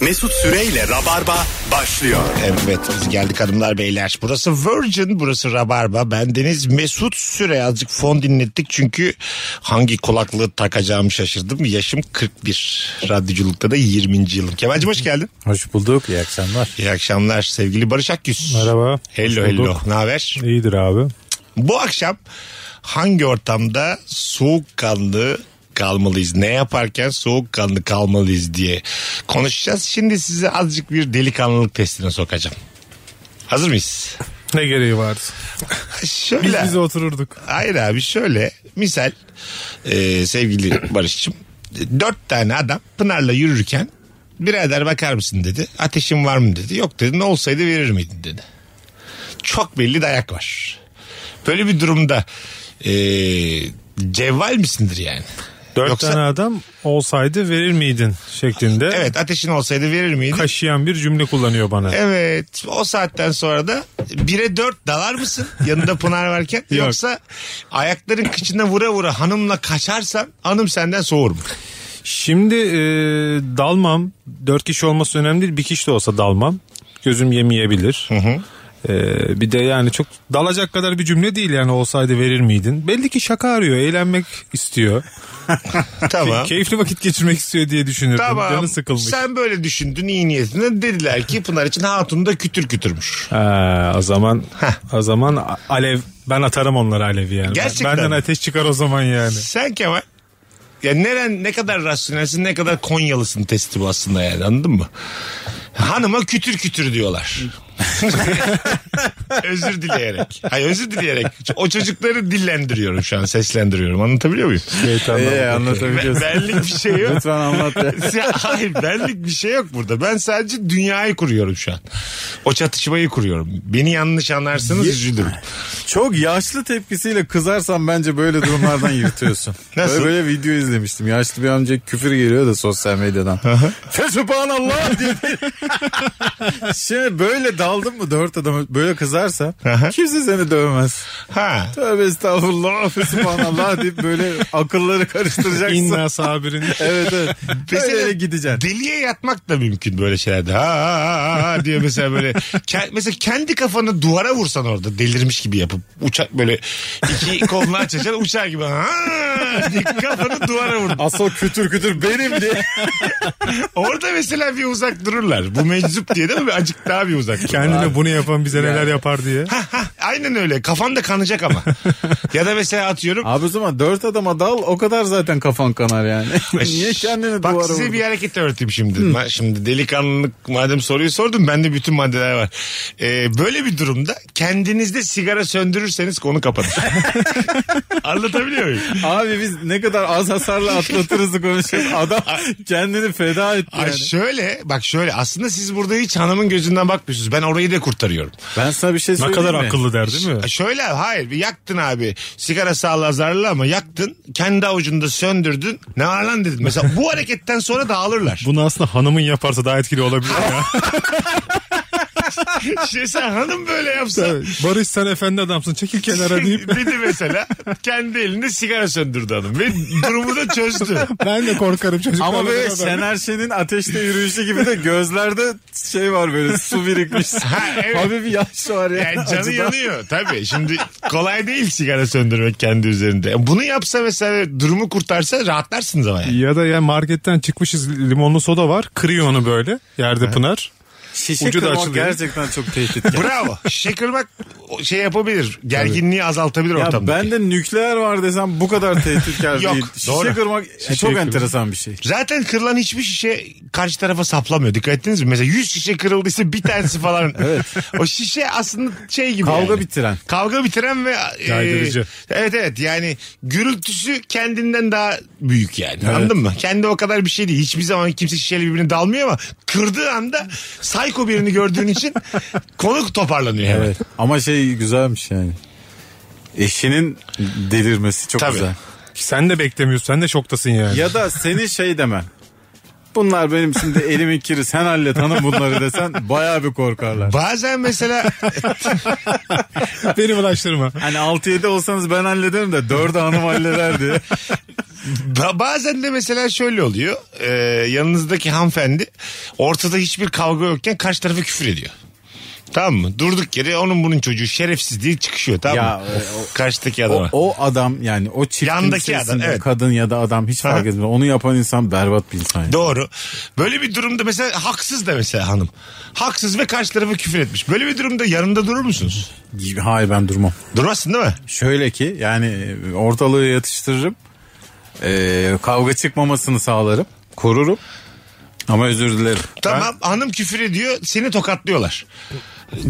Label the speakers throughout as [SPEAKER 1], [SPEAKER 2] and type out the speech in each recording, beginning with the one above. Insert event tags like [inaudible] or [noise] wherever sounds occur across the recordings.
[SPEAKER 1] Mesut Süreyle Rabarba başlıyor.
[SPEAKER 2] Evet biz geldik hanımlar beyler. Burası Virgin, burası Rabarba. Bendeniz Mesut Süre. Azıcık fon dinlettik çünkü hangi kulaklığı takacağımı şaşırdım. Yaşım 41. Radyoculukta da 20. yılım. Kemal'cim hoş geldin.
[SPEAKER 3] Hoş bulduk. İyi akşamlar.
[SPEAKER 2] İyi akşamlar sevgili Barış Akgüs.
[SPEAKER 3] Merhaba.
[SPEAKER 2] Hello
[SPEAKER 3] Hoş bulduk.
[SPEAKER 2] hello. Ne haber?
[SPEAKER 3] İyidir abi.
[SPEAKER 2] Bu akşam hangi ortamda soğukkanlı kalmalıyız? Ne yaparken soğukkanlı kalmalıyız diye konuşacağız. Şimdi size azıcık bir delikanlılık testine sokacağım. Hazır mıyız?
[SPEAKER 3] Ne gereği vardı? Biz
[SPEAKER 2] Şöyle.
[SPEAKER 3] bize otururduk.
[SPEAKER 2] Hayır abi şöyle. Misal e, sevgili Barış'cığım. Dört tane adam Pınar'la yürürken birader bakar mısın dedi. Ateşin var mı dedi. Yok dedi ne olsaydı verir miydin dedi. Çok belli dayak var. Böyle bir durumda e, cevval misindir yani?
[SPEAKER 3] Dört
[SPEAKER 2] Yoksa-
[SPEAKER 3] tane adam olsaydı verir miydin şeklinde
[SPEAKER 2] Evet ateşin olsaydı verir miydin?
[SPEAKER 3] kaşıyan bir cümle kullanıyor bana.
[SPEAKER 2] Evet o saatten sonra da 1'e 4 dalar mısın yanında Pınar varken
[SPEAKER 3] Yok.
[SPEAKER 2] yoksa ayakların kıçına vura vura hanımla kaçarsan hanım senden
[SPEAKER 3] [laughs]
[SPEAKER 2] soğur mu?
[SPEAKER 3] Şimdi e, dalmam. Dört kişi olması önemli değil. Bir kişi de olsa dalmam. Gözüm yemeyebilir. E, bir de yani çok dalacak kadar bir cümle değil yani olsaydı verir miydin? Belli ki şaka arıyor. Eğlenmek istiyor.
[SPEAKER 2] Tamam.
[SPEAKER 3] Keyifli vakit geçirmek istiyor diye düşünürdüm.
[SPEAKER 2] Tamam.
[SPEAKER 3] Canı sıkılmış.
[SPEAKER 2] Sen böyle düşündün iyi niyetine dediler ki Pınar için hatun da kütür kütürmüş.
[SPEAKER 3] Ha, Ee, o zaman o zaman a- alev ben atarım onlara alevi yani. Ben-
[SPEAKER 2] Gerçekten
[SPEAKER 3] Benden
[SPEAKER 2] mi?
[SPEAKER 3] ateş çıkar o zaman yani.
[SPEAKER 2] Sen Kemal ya neren ne kadar rasyonelsin ne kadar Konyalısın testi bu aslında yani anladın mı? Hanıma kütür kütür diyorlar. [laughs] özür dileyerek. Hayır özür dileyerek. O çocukları dillendiriyorum şu an seslendiriyorum. Anlatabiliyor muyum?
[SPEAKER 4] Ee,
[SPEAKER 2] Ben,
[SPEAKER 4] anlatabiliyorsun.
[SPEAKER 2] benlik bir şey yok.
[SPEAKER 4] Lütfen anlat ya.
[SPEAKER 2] [laughs] Ya, Hayır benlik bir şey yok burada. Ben sadece dünyayı kuruyorum şu an. O çatışmayı kuruyorum. Beni yanlış anlarsanız üzülürüm.
[SPEAKER 4] Çok yaşlı tepkisiyle kızarsan bence böyle durumlardan yırtıyorsun.
[SPEAKER 2] [laughs] Nasıl?
[SPEAKER 4] Böyle, böyle video izlemiştim. Yaşlı bir amca küfür geliyor da sosyal medyadan. [laughs] Fesubhanallah diye.
[SPEAKER 2] [laughs]
[SPEAKER 4] Şimdi böyle daldın mı dört adam böyle kızarsa kimse seni dövmez.
[SPEAKER 2] Ha.
[SPEAKER 4] Tövbe estağfurullah fesubhanallah deyip böyle akılları karıştıracaksın.
[SPEAKER 3] İnna sabirin.
[SPEAKER 4] [laughs] evet evet. Böyle
[SPEAKER 2] Mesela
[SPEAKER 4] gideceksin.
[SPEAKER 2] Deliye yatmak da mümkün böyle şeylerde. Ha, ha, ha, ha diye mesela böyle. Ke- mesela kendi kafanı duvara vursan orada delirmiş gibi yapıp uçak böyle iki kolunu açacaksın uçar gibi. Ha, diye kafanı duvara vurdun.
[SPEAKER 4] Asıl kütür kütür
[SPEAKER 2] [laughs]
[SPEAKER 4] benim diye.
[SPEAKER 2] Orada mesela bir uzak dururlar. Bu meczup diye değil mi? Acık daha bir uzak. dururlar.
[SPEAKER 3] Kendine bunu yapan bize neler yapar diye.
[SPEAKER 2] Ha, aynen öyle. Kafan da kanacak ama. ya da mesela atıyorum.
[SPEAKER 4] Abi o zaman dört adama dal o kadar zaten kafan kanar yani. Niye kendini
[SPEAKER 2] Bak
[SPEAKER 4] duvara
[SPEAKER 2] size
[SPEAKER 4] vurdun?
[SPEAKER 2] bir hareket öğreteyim şimdi. Ben Şimdi delikanlılık madem soruyu sordum bende bütün maddeler var. Ee, böyle bir durumda kendinizde sigara söndürürseniz konu
[SPEAKER 4] [laughs]
[SPEAKER 2] kapanır. Anlatabiliyor muyum?
[SPEAKER 4] Abi biz ne kadar az hasarla atlatırız konuşuyoruz. Adam kendini feda etti
[SPEAKER 2] Ay
[SPEAKER 4] yani.
[SPEAKER 2] şöyle bak şöyle aslında siz burada hiç hanımın gözünden bakmıyorsunuz. Ben orayı da kurtarıyorum.
[SPEAKER 4] Ben sana bir şey
[SPEAKER 3] Ne
[SPEAKER 4] söyleyeyim
[SPEAKER 3] kadar
[SPEAKER 4] mi?
[SPEAKER 3] akıllı der değil mi?
[SPEAKER 2] Ya Şöyle hayır bir yaktın abi. Sigara sağlığa zararlı ama yaktın. Kendi avucunda söndürdün. Ne var lan dedin. Mesela bu hareketten sonra dağılırlar.
[SPEAKER 3] Bunu aslında hanımın yaparsa daha etkili olabilir
[SPEAKER 4] [laughs]
[SPEAKER 3] ya.
[SPEAKER 2] [laughs] şey sen hanım böyle yapsa.
[SPEAKER 3] Barış sen efendi adamsın çekil kenara
[SPEAKER 4] [laughs]
[SPEAKER 3] deyip
[SPEAKER 2] Dedi Şey, mesela kendi elinde sigara söndürdü hanım ve durumu da çözdü.
[SPEAKER 3] ben de korkarım çocuklar.
[SPEAKER 4] Ama böyle Şener Şen'in ateşte yürüyüşü gibi de gözlerde şey var böyle su [laughs] birikmiş.
[SPEAKER 2] Ha, evet.
[SPEAKER 4] Abi bir yaş var ya.
[SPEAKER 2] Yani canı
[SPEAKER 4] acıdan.
[SPEAKER 2] yanıyor tabii. Şimdi kolay değil sigara söndürmek kendi üzerinde. Bunu yapsa mesela durumu kurtarsa rahatlarsınız ama yani.
[SPEAKER 3] Ya da ya marketten çıkmışız limonlu soda var. Kırıyor onu böyle. Yerde Pınar.
[SPEAKER 4] Şişe
[SPEAKER 3] Ucu da
[SPEAKER 4] kırmak
[SPEAKER 3] açılıyor.
[SPEAKER 4] gerçekten
[SPEAKER 3] [laughs]
[SPEAKER 4] çok tehditkar.
[SPEAKER 2] Bravo. Şişe kırmak o- şey yapabilir. Gerginliği azaltabilir
[SPEAKER 4] ya
[SPEAKER 2] ortamda.
[SPEAKER 4] ben de nükleer var desem bu kadar tehditkar [laughs]
[SPEAKER 2] Yok,
[SPEAKER 4] değil. Şişe
[SPEAKER 2] doğru.
[SPEAKER 4] kırmak çok
[SPEAKER 3] kırmak.
[SPEAKER 4] enteresan bir şey.
[SPEAKER 2] Zaten kırılan hiçbir şişe karşı tarafa saplamıyor. Dikkat ettiniz mi? Mesela 100 şişe kırıldıysa bir tanesi falan. evet. O şişe aslında şey gibi.
[SPEAKER 4] Kavga
[SPEAKER 2] yani.
[SPEAKER 4] bitiren.
[SPEAKER 2] Kavga bitiren ve e,
[SPEAKER 3] Caydırıcı.
[SPEAKER 2] evet evet yani gürültüsü kendinden daha büyük yani. Anladın mı? Kendi o kadar bir şey değil. Hiçbir zaman kimse şişeyle birbirine dalmıyor ama kırdığı anda psycho birini gördüğün için [laughs] konu toparlanıyor hemen.
[SPEAKER 4] Evet. Ama şey güzelmiş yani. Eşinin delirmesi çok
[SPEAKER 2] Tabii.
[SPEAKER 4] güzel.
[SPEAKER 3] Sen de beklemiyorsun. Sen de şoktasın yani.
[SPEAKER 4] Ya da seni şey demen. Bunlar benim şimdi elimin kiri sen hallet hanım bunları desen bayağı bir korkarlar.
[SPEAKER 2] Bazen mesela
[SPEAKER 3] Beni bulaştırma.
[SPEAKER 4] Hani 6-7 olsanız ben hallederim de 4'ü hanım halleder diye.
[SPEAKER 2] Ba- Bazen de mesela şöyle oluyor. Ee, yanınızdaki hanımefendi ortada hiçbir kavga yokken karşı tarafa küfür ediyor. Tamam mı? Durduk yere onun bunun çocuğu şerefsiz diye çıkışıyor tamam
[SPEAKER 4] Ya,
[SPEAKER 2] mı?
[SPEAKER 4] e, o-
[SPEAKER 2] Karşıdaki adama.
[SPEAKER 4] O, o adam yani o çiftin
[SPEAKER 2] Yandaki
[SPEAKER 4] sırasında
[SPEAKER 2] adam, evet.
[SPEAKER 4] kadın ya da adam hiç fark etmez. Onu yapan insan berbat bir insan. yani.
[SPEAKER 2] Doğru. Böyle bir durumda mesela haksız da mesela hanım. Haksız ve karşı tarafa küfür etmiş. Böyle bir durumda yanında durur musunuz?
[SPEAKER 4] Hayır ben durmam.
[SPEAKER 2] Durmazsın değil mi?
[SPEAKER 4] Şöyle ki yani ortalığı yatıştırırım. Ee, kavga çıkmamasını sağlarım. Korurum. Ama özür dilerim.
[SPEAKER 2] Tamam hanım küfür ediyor seni tokatlıyorlar.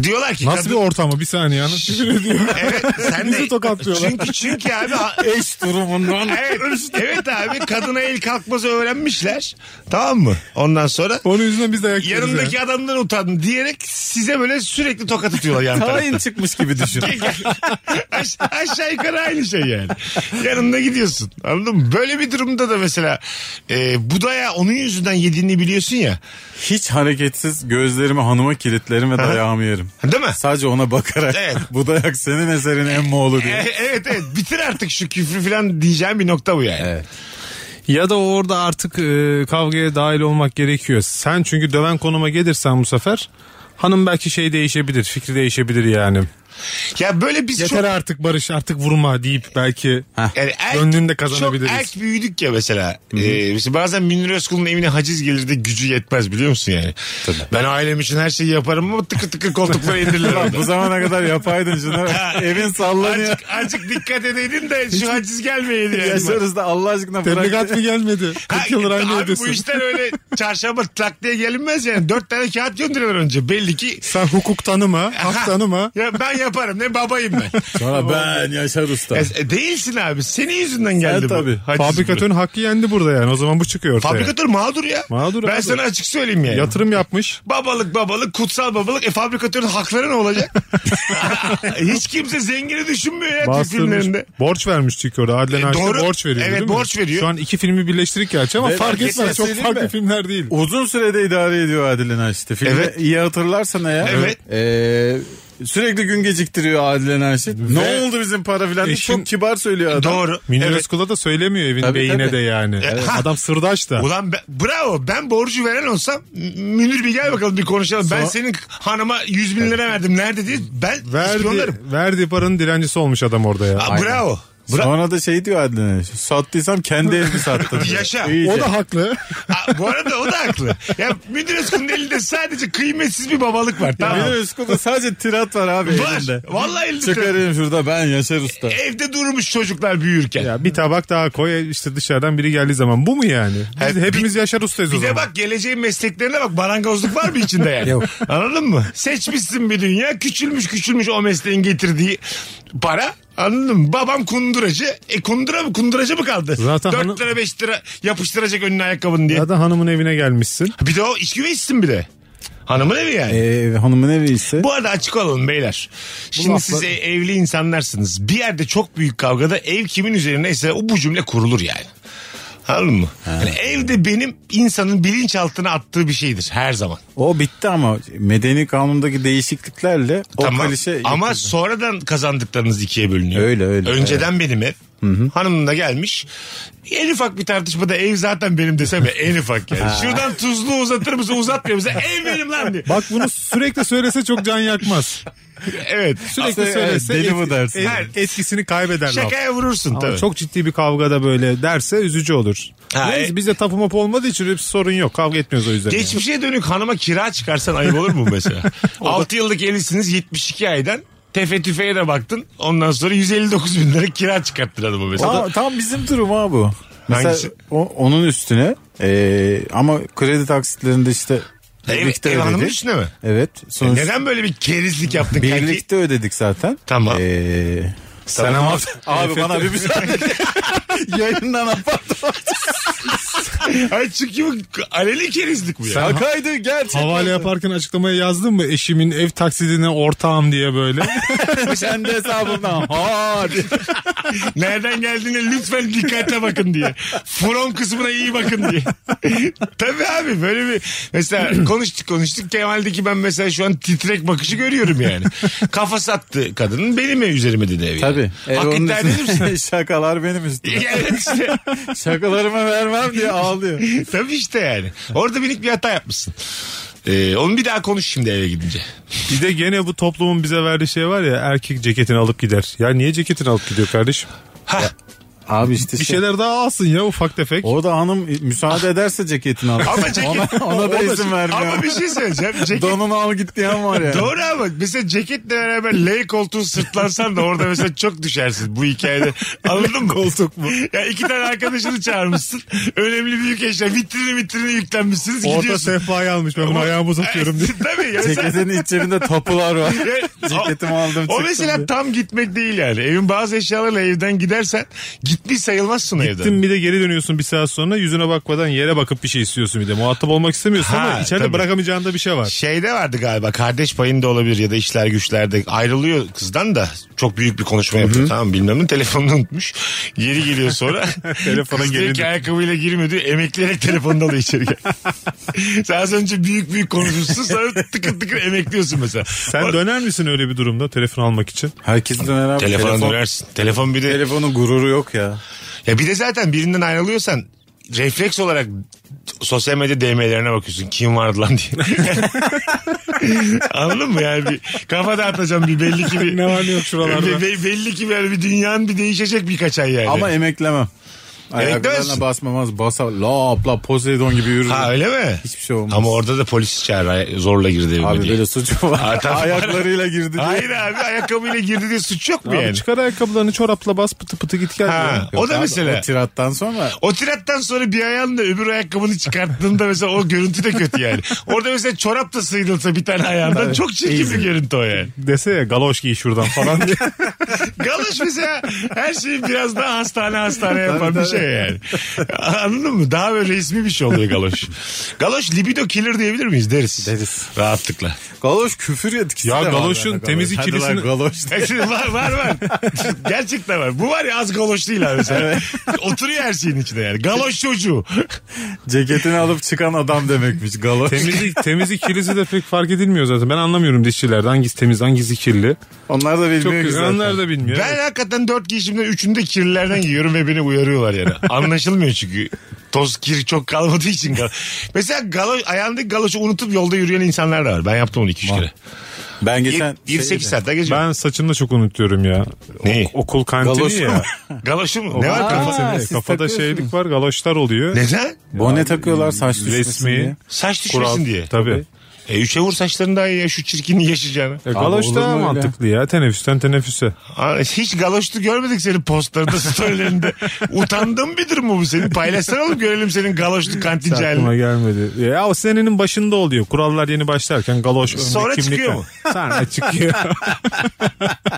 [SPEAKER 2] Diyorlar ki
[SPEAKER 3] Nasıl bir ortamı bir saniye hanım? Küfür ediyor.
[SPEAKER 2] Evet
[SPEAKER 4] [laughs]
[SPEAKER 2] sen de
[SPEAKER 3] Bizi tokatlıyorlar.
[SPEAKER 2] Çünkü çünkü abi ha-
[SPEAKER 4] Ben eş durumundan
[SPEAKER 2] evet, evet abi kadına el kalkması öğrenmişler. Tamam mı? Ondan sonra
[SPEAKER 3] Onun yüzünden biz de ayak yiyoruz
[SPEAKER 2] yanındaki adamdan utandım diyerek size böyle sürekli tokat atıyorlar yan tarafa.
[SPEAKER 4] tayin çıkmış gibi düşün.
[SPEAKER 2] [laughs] Aş- aşağı yukarı aynı şey yani. Yanında gidiyorsun. Anladın mı? Böyle bir durumda da mesela e, budaya onun yüzünden yediğini biliyorsun ya.
[SPEAKER 4] Hiç hareketsiz gözlerimi hanıma kilitlerim ve dayağımı yerim.
[SPEAKER 2] Hani Değil mi?
[SPEAKER 4] Sadece ona bakarak
[SPEAKER 2] Evet.
[SPEAKER 4] bu dayak senin eserin emmi oğlu
[SPEAKER 2] E,
[SPEAKER 4] diye.
[SPEAKER 2] evet evet bitir artık şu küfrü falan diyeceğim bir nokta bu yani.
[SPEAKER 3] Ya da orada artık e, kavgaya dahil olmak gerekiyor. Sen çünkü döven konuma gelirsen bu sefer hanım belki şey değişebilir, fikri değişebilir yani.
[SPEAKER 2] Ya böyle biz
[SPEAKER 3] Yeter
[SPEAKER 2] çok...
[SPEAKER 3] artık barış, artık vurma deyip belki
[SPEAKER 2] Yani erk-
[SPEAKER 3] gönlünü de kazanabiliriz.
[SPEAKER 2] Çok erk büyüdük ya mesela. Ee, mesela bazen Münir Özkul'un evine haciz gelir de gücü yetmez biliyor musun yani? Ben ailem için her şeyi yaparım ama tıkır tıkır koltuklara indirilir
[SPEAKER 3] [laughs]
[SPEAKER 2] orada.
[SPEAKER 4] Bu zamana kadar yapaydın şunu. Evin
[SPEAKER 3] hani-
[SPEAKER 4] sallanıyor.
[SPEAKER 2] Azıcık, azıcık dikkat edeydin de şu haciz gelmeyeydi yani.
[SPEAKER 4] Yaşarız da Allah aşkına bırak.
[SPEAKER 3] Tebligat mı gelmedi? 40 yıldır aynı
[SPEAKER 2] Abi bu
[SPEAKER 3] evdesin.
[SPEAKER 2] işler öyle çarşamba tak diye gelinmez yani. Dört tane kağıt gönderiyorlar önce. Belli ki
[SPEAKER 3] Sen hukuk tanıma, hak tanıma.
[SPEAKER 2] ya ben yaparım ne babayım ben.
[SPEAKER 4] Sonra ben Yaşar Usta.
[SPEAKER 2] E, değilsin abi. Senin yüzünden geldi bu.
[SPEAKER 4] tabii.
[SPEAKER 2] Haciz bu.
[SPEAKER 3] Fabrikatörün hakkı yendi burada yani. O zaman bu çıkıyor ortaya.
[SPEAKER 2] Fabrikatör mağdur ya.
[SPEAKER 3] Mağdur
[SPEAKER 2] ben
[SPEAKER 3] abi.
[SPEAKER 2] sana açık söyleyeyim yani.
[SPEAKER 3] Yatırım yapmış.
[SPEAKER 2] Babalık babalık kutsal babalık. E fabrikatörün hakları ne
[SPEAKER 4] [laughs]
[SPEAKER 2] olacak? Hiç kimse zengini düşünmüyor ya Türk filmlerinde.
[SPEAKER 3] Bastırmış. Borç vermiş çünkü orada. Adlen
[SPEAKER 2] E,
[SPEAKER 3] Haşim
[SPEAKER 2] doğru.
[SPEAKER 3] borç veriyor
[SPEAKER 2] Evet,
[SPEAKER 3] değil mi?
[SPEAKER 2] borç veriyor.
[SPEAKER 3] Şu an iki filmi birleştirik gerçi ama
[SPEAKER 4] Ve
[SPEAKER 3] fark
[SPEAKER 4] fark
[SPEAKER 3] etmez.
[SPEAKER 4] etmez,
[SPEAKER 3] Çok
[SPEAKER 4] değil
[SPEAKER 3] farklı
[SPEAKER 4] mi?
[SPEAKER 3] filmler değil.
[SPEAKER 4] Uzun sürede idare ediyor Adile Naşit'i. Filmi
[SPEAKER 2] Evet.
[SPEAKER 4] iyi hatırlarsan eğer.
[SPEAKER 2] Evet.
[SPEAKER 4] Ee, sürekli gün geciktiriyor Adile Naşit. Ne oldu bizim para filan diye
[SPEAKER 3] Eşin-
[SPEAKER 4] çok kibar söylüyor adam.
[SPEAKER 2] Doğru.
[SPEAKER 3] Münir
[SPEAKER 2] Evet.
[SPEAKER 3] Özkul'a da söylemiyor evin
[SPEAKER 4] Tabii,
[SPEAKER 3] beyine
[SPEAKER 4] tabii.
[SPEAKER 3] de yani.
[SPEAKER 2] Evet.
[SPEAKER 3] Adam sırdaş da.
[SPEAKER 2] Ulan be- bravo ben borcu veren olsam M- Münir bir gel bakalım bir konuşalım. Ben
[SPEAKER 4] Sonra-
[SPEAKER 2] senin hanıma 100 bin lira verdim nerede diye ben
[SPEAKER 3] Verdi,
[SPEAKER 2] ispiyonlarım.
[SPEAKER 3] verdi paranın dilencisi olmuş adam orada ya.
[SPEAKER 2] Aa, bravo. Bra-
[SPEAKER 4] Sonra da şey diyor Adile Naşit.
[SPEAKER 2] [laughs]
[SPEAKER 4] Sattıysam kendi elimi sattım. diyor.
[SPEAKER 2] Yaşa.
[SPEAKER 4] İyice.
[SPEAKER 3] O da haklı.
[SPEAKER 2] Aa, bu arada o da haklı. Ya Münir Özkul'un elinde sadece kıymetsiz bir babalık var. Tamam.
[SPEAKER 4] Benim Özkul'da sadece tirat var abi
[SPEAKER 2] var. E-
[SPEAKER 4] elinde.
[SPEAKER 2] Vallahi elinde.
[SPEAKER 4] Çıkarayım şurada ben Yaşar Usta.
[SPEAKER 2] Evde durmuş çocuklar büyürken.
[SPEAKER 3] ya bir tabak daha koy işte dışarıdan biri geldiği zaman. Bu mu yani? Biz
[SPEAKER 2] He, bir-
[SPEAKER 3] hepimiz Yaşar Usta'yız o
[SPEAKER 2] Bir de
[SPEAKER 3] zaman.
[SPEAKER 2] bak geleceğin mesleklerine bak marangozluk var mı içinde
[SPEAKER 3] [laughs]
[SPEAKER 2] yani? Anladın mı? Seçmişsin bir dünya küçülmüş küçülmüş o mesleğin getirdiği para. Anladın mı? Babam kunduracı. E kundura mı? Kunduracı mı kaldı?
[SPEAKER 3] Zaten
[SPEAKER 2] 4
[SPEAKER 3] hanım-
[SPEAKER 2] lira 5 lira yapıştıracak önüne ayakkabını diye.
[SPEAKER 3] Ya da hanımın evine gelmişsin.
[SPEAKER 2] Bir de o iç güveysin bir de. Hanımın evi yani.
[SPEAKER 4] Ee, hanımın evi ise
[SPEAKER 2] Bu arada açık olalım beyler. Şimdi siz e- evli insanlarsınız. Bir yerde çok büyük kavgada ev kimin üzerineyse o bu cümle kurulur yani. Anladın mı? Yani evde benim insanın bilinçaltına attığı bir şeydir her zaman.
[SPEAKER 4] o bitti ama medeni kanundaki değişikliklerle o
[SPEAKER 2] Tamam.
[SPEAKER 4] klişe
[SPEAKER 2] Ama sonradan kazandıklarınız ikiye bölünüyor.
[SPEAKER 4] Öyle, öyle.
[SPEAKER 2] Önceden benim ev. Hanımın da gelmiş. En ufak bir tartışmada ev zaten benim desem ya en ufak yani. Şuradan tuzlu uzatır mısın uzatmıyor musun? Ev benim lan diye.
[SPEAKER 3] Bak bunu sürekli söylese çok can yakmaz.
[SPEAKER 2] Evet.
[SPEAKER 3] Sürekli
[SPEAKER 4] Aslında,
[SPEAKER 3] söylese
[SPEAKER 4] evet, deli
[SPEAKER 3] et-
[SPEAKER 4] bu dersin.
[SPEAKER 3] et- etkisini kaybeder laf.
[SPEAKER 2] Şakaya vurursun
[SPEAKER 3] Ama
[SPEAKER 2] tabii.
[SPEAKER 3] çok ciddi bir kavgada böyle derse üzücü olur.
[SPEAKER 2] Ha,
[SPEAKER 3] Neyse
[SPEAKER 2] e-
[SPEAKER 3] bizde tapu mapu olmadığı için hepsi sorun yok. Kavga etmiyoruz o yüzden. yani.
[SPEAKER 2] Geçmişe dönük hanıma kira çıkarsan ayıp olur mu mesela? 6 yıllık evlisiniz 72 aydan. Tefe tüfeğe de baktın. Ondan sonra 159 bin lira kira çıkarttın adamı mesela.
[SPEAKER 4] Aa, tam bizim durum ha bu. Mesela
[SPEAKER 2] Hangisi?
[SPEAKER 4] o- onun üstüne ee, ama kredi taksitlerinde işte birlikte
[SPEAKER 2] ev hanımın
[SPEAKER 4] ödedik.
[SPEAKER 2] üstüne mi?
[SPEAKER 4] Evet. Sonuç
[SPEAKER 2] Neden böyle bir kerizlik yaptın kanki?
[SPEAKER 4] birlikte ödedik zaten.
[SPEAKER 2] Tamam.
[SPEAKER 4] Ee,
[SPEAKER 2] [laughs] Tamam.
[SPEAKER 4] Abi bana bir müsaade. [laughs] Yayından apartman.
[SPEAKER 2] Ay çünkü bu aleli kerizlik bu ya.
[SPEAKER 4] Şakaydı gerçek.
[SPEAKER 3] Havale yaparken açıklamaya yazdın mı? Eşimin ev taksidine ortağım
[SPEAKER 2] [laughs]
[SPEAKER 3] diye böyle.
[SPEAKER 4] Sen de hesabından. Ha diye.
[SPEAKER 2] Nereden geldiğine lütfen dikkate bakın diye. From kısmına iyi bakın
[SPEAKER 4] [laughs]
[SPEAKER 2] diye. Tabii abi böyle bir mesela konuştuk konuştuk Kemal'deki ben mesela şu an titrek bakışı görüyorum yani. Kafası attı kadının benim ev üzerime dedi ev. yani.
[SPEAKER 4] Tabii. E,
[SPEAKER 2] Hak
[SPEAKER 4] onun
[SPEAKER 2] iddia edilir misin? [laughs]
[SPEAKER 4] üstüne [laughs] Şakalar benim üstüme.
[SPEAKER 2] Evet işte.
[SPEAKER 4] Şakalarıma vermem diye ağlıyor.
[SPEAKER 2] Tabii işte yani. Orada minik bir hata yapmışsın. Ee, onu bir daha konuş şimdi eve gidince.
[SPEAKER 3] bir de gene bu toplumun bize verdiği şey var ya erkek ceketini alıp gider. Ya niye ceketini alıp gidiyor kardeşim?
[SPEAKER 4] Abi işte
[SPEAKER 3] Bir şeyler daha alsın ya ufak tefek.
[SPEAKER 4] O da hanım müsaade ederse ceketini al.
[SPEAKER 2] Ama ceket...
[SPEAKER 4] Ona, ona da izin vermiyor.
[SPEAKER 2] Ama bir şey söyleyeceğim. Ceket
[SPEAKER 4] Donunu al git diyen var ya.
[SPEAKER 2] Doğru ama mesela ceketle beraber L koltuğu sırtlansan da orada mesela çok düşersin bu hikayede. Anladın mı? Koltuk mu? [laughs] Ya iki tane arkadaşını çağırmışsın. Önemli büyük eşya. Vitrini vitrini yüklenmişsiniz.
[SPEAKER 3] Orta
[SPEAKER 2] gidiyorsun. E,
[SPEAKER 3] sehpayı almış ben bunu
[SPEAKER 2] [laughs]
[SPEAKER 3] ayağımı uzatıyorum diye.
[SPEAKER 2] Tabii ya. sen-
[SPEAKER 4] Ceketin iç cebinde tapular var.
[SPEAKER 2] [laughs] Ya,
[SPEAKER 4] Ceketimi
[SPEAKER 2] o-
[SPEAKER 4] aldım
[SPEAKER 2] O
[SPEAKER 4] çıktım
[SPEAKER 2] mesela
[SPEAKER 4] diye.
[SPEAKER 2] tam gitmek değil yani. Evin bazı eşyalarıyla evden gidersen gitmiş sayılmazsın evden.
[SPEAKER 3] Gittin bir de geri dönüyorsun bir saat sonra yüzüne bakmadan yere bakıp bir şey istiyorsun bir de. Muhatap olmak istemiyorsun
[SPEAKER 2] Ha,
[SPEAKER 3] ama içeride
[SPEAKER 2] tabii.
[SPEAKER 3] bırakamayacağında bir şey var.
[SPEAKER 2] Şeyde vardı galiba kardeş payında olabilir ya da işler güçlerde ayrılıyor kızdan da çok büyük bir konuşma yapıyor tamam bilmem ne telefonunu unutmuş. Geri geliyor sonra
[SPEAKER 3] Telefona
[SPEAKER 2] kız diyor ki
[SPEAKER 3] gelindi.
[SPEAKER 2] ayakkabıyla girmiyor diyor emekleyerek telefonunu alıyor içeri gel. Sen az önce büyük büyük konuşmuşsun sonra tıkır tıkır emekliyorsun mesela.
[SPEAKER 3] Sen döner misin öyle bir durumda telefon almak için?
[SPEAKER 4] Herkesin önemli.
[SPEAKER 2] Telefona
[SPEAKER 4] telefon,
[SPEAKER 2] dönersin. Telefon bir de
[SPEAKER 4] Telefonun gururu yok ya.
[SPEAKER 2] Ya bir de zaten birinden ayrılıyorsan refleks olarak sosyal medya DM'lerine bakıyorsun. Kim vardı lan diye.
[SPEAKER 3] [laughs]
[SPEAKER 2] Anladın mı yani? Bir, kafa dağıtacağım bir belli ki bir...
[SPEAKER 3] Ne var ne yok şuralarda.
[SPEAKER 2] Be- be- belli ki böyle bir dünyanın bir değişecek birkaç ay yani.
[SPEAKER 4] Ama emeklemem. Ayaklarına
[SPEAKER 2] Emeklemezsin.
[SPEAKER 4] basmamaz. Basar. Lap lap Poseidon gibi yürür.
[SPEAKER 2] ha öyle mi?
[SPEAKER 4] Hiçbir şey olmaz.
[SPEAKER 2] Ama orada da polis çağır ay- zorla girdi evime
[SPEAKER 4] Abi
[SPEAKER 2] diye.
[SPEAKER 4] böyle suçu
[SPEAKER 2] Ha,
[SPEAKER 4] var.
[SPEAKER 2] tamam.
[SPEAKER 4] Ayaklarıyla girdi diye.
[SPEAKER 2] Hayır abi ayakkabıyla girdi diye suç yok mu
[SPEAKER 3] Abi
[SPEAKER 2] yani?
[SPEAKER 3] çıkar ayakkabılarını çorapla bas pıtı pıtı git gel.
[SPEAKER 2] Ha,
[SPEAKER 3] diyor.
[SPEAKER 2] o da
[SPEAKER 4] Abi,
[SPEAKER 2] mesela.
[SPEAKER 4] O tirattan sonra
[SPEAKER 2] O tirattan sonra bir ayağınla öbür ayakkabını çıkarttığında mesela o görüntü de kötü yani. Orada mesela çorap da sıyrılsa bir tane ayağından çok çirkin bir görüntü o yani.
[SPEAKER 3] Dese ya galoş giy şuradan falan [laughs] diye.
[SPEAKER 2] Galış mesela her şeyi biraz daha hastane hastane yapan bir şey yani. Anladın mı? Daha böyle ismi bir şey oluyor galoş. Galoş libido killer diyebilir miyiz? Deriz.
[SPEAKER 4] Deriz.
[SPEAKER 2] Rahatlıkla.
[SPEAKER 4] galoş küfür etkisi
[SPEAKER 3] Ya
[SPEAKER 4] de var
[SPEAKER 3] galoşun
[SPEAKER 4] bende, galoş.
[SPEAKER 3] temizlik
[SPEAKER 4] Hadi lan
[SPEAKER 3] kilisini-
[SPEAKER 4] galoş.
[SPEAKER 2] var var var. Gerçekten var. Bu var ya az galoş değil abi mesela. Oturuyor her şeyin içinde yani. Galoş çocuğu.
[SPEAKER 4] Ceketini alıp çıkan adam demekmiş galoş.
[SPEAKER 3] temizlik, temizlik kirlisi de pek fark edilmiyor zaten. Ben anlamıyorum dişçilerde hangisi temiz hangisi kirli.
[SPEAKER 4] [laughs] Onlar da
[SPEAKER 3] Çok
[SPEAKER 4] bilmiyor ki zaten.
[SPEAKER 3] onlar da bilmiyor.
[SPEAKER 2] Ben hakikaten dört giyişimden üçünde kirlilerden giyiyorum ve beni uyarıyorlar yani. Anlaşılmıyor çünkü. Toz kir çok kalmadığı için. gal- Mesela galoş, ayağındaki galoşu unutup yolda yürüyen insanlar da var. Ben yaptım onu iki üç kere.
[SPEAKER 4] Ben geçen... şey-
[SPEAKER 3] şey
[SPEAKER 2] 28 saat daha geçiyor.
[SPEAKER 3] Ben saçını da çok unutuyorum ya.
[SPEAKER 2] Neyi?
[SPEAKER 3] Ok- okul kantini
[SPEAKER 4] Galoş
[SPEAKER 3] [laughs]
[SPEAKER 4] mu?
[SPEAKER 3] ya.
[SPEAKER 2] Galoşu mu? Ne var
[SPEAKER 4] Aa,
[SPEAKER 2] kafasında?
[SPEAKER 3] Kafasını-
[SPEAKER 4] siz
[SPEAKER 3] kafada
[SPEAKER 4] takıyorsunuz.
[SPEAKER 3] şeylik var galoşlar oluyor.
[SPEAKER 2] Neden?
[SPEAKER 4] Bone takıyorlar saç düşmesin
[SPEAKER 3] Resmi.
[SPEAKER 4] diye.
[SPEAKER 2] Saç düşmesin
[SPEAKER 3] Kural.
[SPEAKER 2] diye.
[SPEAKER 3] Tabii.
[SPEAKER 2] E üçe vur saçlarını daha iyi ya şu çirkini yaşayacağını.
[SPEAKER 3] E, galoş
[SPEAKER 4] olur mu
[SPEAKER 3] daha
[SPEAKER 4] öyle?
[SPEAKER 3] mantıklı ya teneffüsten teneffüse.
[SPEAKER 2] Aa, Hiç galoşlu görmedik senin postlarında, [laughs] storylerinde. Utandığın bir durum mu bu senin? Paylaşsana oğlum görelim senin galoşlu kantinci
[SPEAKER 3] Aklıma
[SPEAKER 2] halini.
[SPEAKER 3] gelmedi. Ya o senenin başında oluyor. Kurallar yeni başlarken galoş önde
[SPEAKER 2] Sonra
[SPEAKER 3] kimlik
[SPEAKER 2] çıkıyor
[SPEAKER 3] var.
[SPEAKER 2] mu?
[SPEAKER 3] Sonra
[SPEAKER 2] [laughs]
[SPEAKER 3] çıkıyor.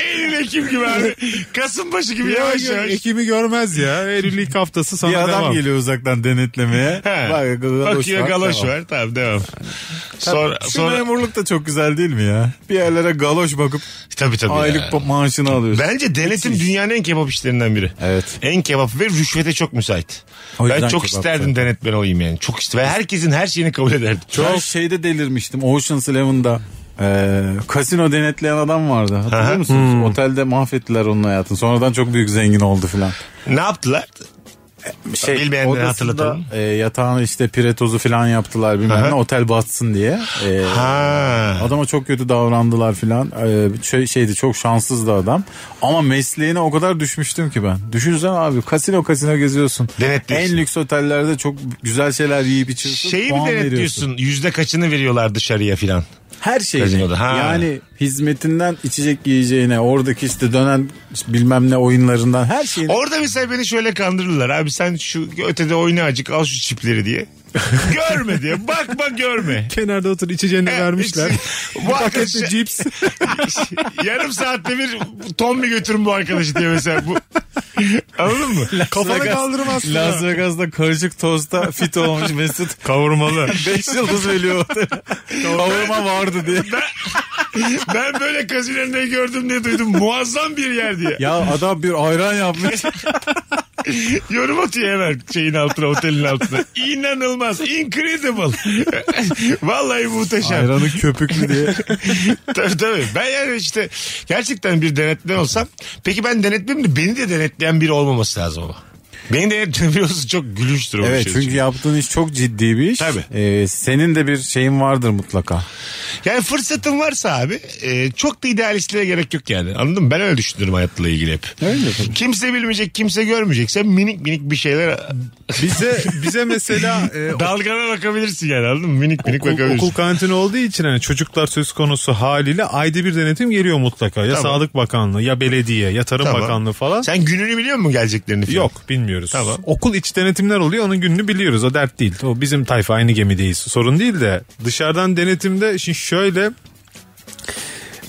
[SPEAKER 2] Eylül Ekim gibi abi. Kasımbaşı gibi
[SPEAKER 3] Yok,
[SPEAKER 2] yavaş
[SPEAKER 3] yok,
[SPEAKER 2] yavaş.
[SPEAKER 3] Ekim'i görmez ya. Eylül ilk haftası sana
[SPEAKER 4] Bir adam
[SPEAKER 3] devam.
[SPEAKER 4] geliyor uzaktan denetlemeye.
[SPEAKER 2] He.
[SPEAKER 4] Bak galoş
[SPEAKER 2] Bakıyor
[SPEAKER 4] var.
[SPEAKER 2] galoş
[SPEAKER 4] tamam.
[SPEAKER 2] var. Tamam devam. Sonra,
[SPEAKER 4] Şu
[SPEAKER 2] sonra...
[SPEAKER 4] memurluk da çok güzel değil mi ya? Bir yerlere galoş bakıp
[SPEAKER 2] Tabii tabii
[SPEAKER 4] aylık
[SPEAKER 2] ya.
[SPEAKER 4] pa- maaşını alıyorsun.
[SPEAKER 2] Bence denetim dünyanın en kebap işlerinden biri.
[SPEAKER 4] Evet.
[SPEAKER 2] En kebap ve rüşvete çok müsait.
[SPEAKER 4] O
[SPEAKER 2] Ben
[SPEAKER 4] yüzden
[SPEAKER 2] çok
[SPEAKER 4] kebapçı.
[SPEAKER 2] isterdim denetmen olayım yani. Çok isterdim. Ve herkesin her şeyini kabul ederdim.
[SPEAKER 4] Ben şeyde delirmiştim Ocean's Eleven'da. Ee, kasino denetleyen adam vardı. Hatırlıyor musunuz? Otelde mahvettiler onun hayatını. Sonradan çok büyük zengin oldu filan.
[SPEAKER 2] Ne yaptılar?
[SPEAKER 4] Şey,
[SPEAKER 2] Bilmeyenlere
[SPEAKER 4] odasında,
[SPEAKER 2] hatırlatalım.
[SPEAKER 4] E, yatağına işte pire tozu filan yaptılar bilmem ne. Otel batsın diye. Ee,
[SPEAKER 2] Ha.
[SPEAKER 4] Adama çok kötü davrandılar filan. Ee, şey, şeydi çok şanssızdı adam. Ama mesleğine o kadar düşmüştüm ki ben. Düşünsene abi kasino kasino geziyorsun.
[SPEAKER 2] Denetliyorsun.
[SPEAKER 4] En lüks otellerde çok güzel şeyler yiyip içiyorsun.
[SPEAKER 2] Şeyi mi
[SPEAKER 4] puan veriyorsun.
[SPEAKER 2] denetliyorsun? Yüzde kaçını veriyorlar dışarıya filan?
[SPEAKER 4] Her şeyi.
[SPEAKER 2] Kazinoda, ha.
[SPEAKER 4] Yani hizmetinden içecek yiyeceğine oradaki işte dönen bilmem ne oyunlarından her şeyine.
[SPEAKER 2] Orada mesela beni şöyle kandırırlar. Abi sen şu ötede oyna acık al şu çipleri
[SPEAKER 4] [laughs]
[SPEAKER 2] diye. görme diye. Bakma görme.
[SPEAKER 3] Kenarda otur içeceğini
[SPEAKER 2] E,
[SPEAKER 3] vermişler.
[SPEAKER 4] [laughs]
[SPEAKER 2] Bu arkadaşı- [laughs]
[SPEAKER 3] Paketli cips.
[SPEAKER 2] Yarım saatte bir tombi götürün bu arkadaşı diye mesela. Bu, Anladın mı? Kafana kaldırmazsın. ha.
[SPEAKER 4] Las Vegas'ta karışık tosta fit olmuş
[SPEAKER 3] [laughs]
[SPEAKER 4] Mesut.
[SPEAKER 2] Kavurmalı.
[SPEAKER 4] 5 yıldız veriyor. Kavurma vardı diye.
[SPEAKER 2] ben böyle kazilerinde gördüm diye duydum. Muazzam bir yer diye.
[SPEAKER 4] Ya adam bir ayran yapmış.
[SPEAKER 2] Yorum atıyor hemen şeyin altına, otelin altına. İnanılmaz. Incredible. [laughs] Vallahi muhteşem.
[SPEAKER 4] Ayranı köpüklü diye.
[SPEAKER 2] tabii tabii. Ben yani işte gerçekten bir denetmen olsam. Peki ben denetmeyeyim de beni de denetleyen biri olmaması lazım ama. Beni denetleyen biri olsa çok gülünçtür o
[SPEAKER 4] Evet
[SPEAKER 2] şey.
[SPEAKER 4] çünkü yaptığın iş çok ciddi bir iş.
[SPEAKER 2] Tabii.
[SPEAKER 4] Ee, senin de bir şeyin vardır mutlaka.
[SPEAKER 2] Yani fırsatın varsa abi e, çok da idealistliğe gerek yok yani. Anladın mı? Ben öyle düşünürüm hayatla ilgili hep.
[SPEAKER 4] Öyle tabii.
[SPEAKER 2] Kimse bilmeyecek, kimse görmeyecekse minik minik bir şeyler
[SPEAKER 3] Bize bize mesela e,
[SPEAKER 2] dalgana bakabilirsin yani anladın mı? Minik minik
[SPEAKER 3] okul,
[SPEAKER 2] bakabilirsin.
[SPEAKER 3] okul kantini olduğu için hani çocuklar söz konusu haliyle ayda bir denetim geliyor mutlaka. Ya
[SPEAKER 2] Tamam.
[SPEAKER 3] Sağlık Bakanlığı ya belediye ya Tarım
[SPEAKER 2] Tamam.
[SPEAKER 3] Bakanlığı falan.
[SPEAKER 2] Sen gününü biliyor musun geleceklerini falan?
[SPEAKER 3] Yok bilmiyoruz.
[SPEAKER 2] Tamam.
[SPEAKER 3] Okul iç denetimler oluyor onun gününü biliyoruz o dert değil. O bizim tayfa aynı gemideyiz sorun değil de dışarıdan denetimde şimdi şöyle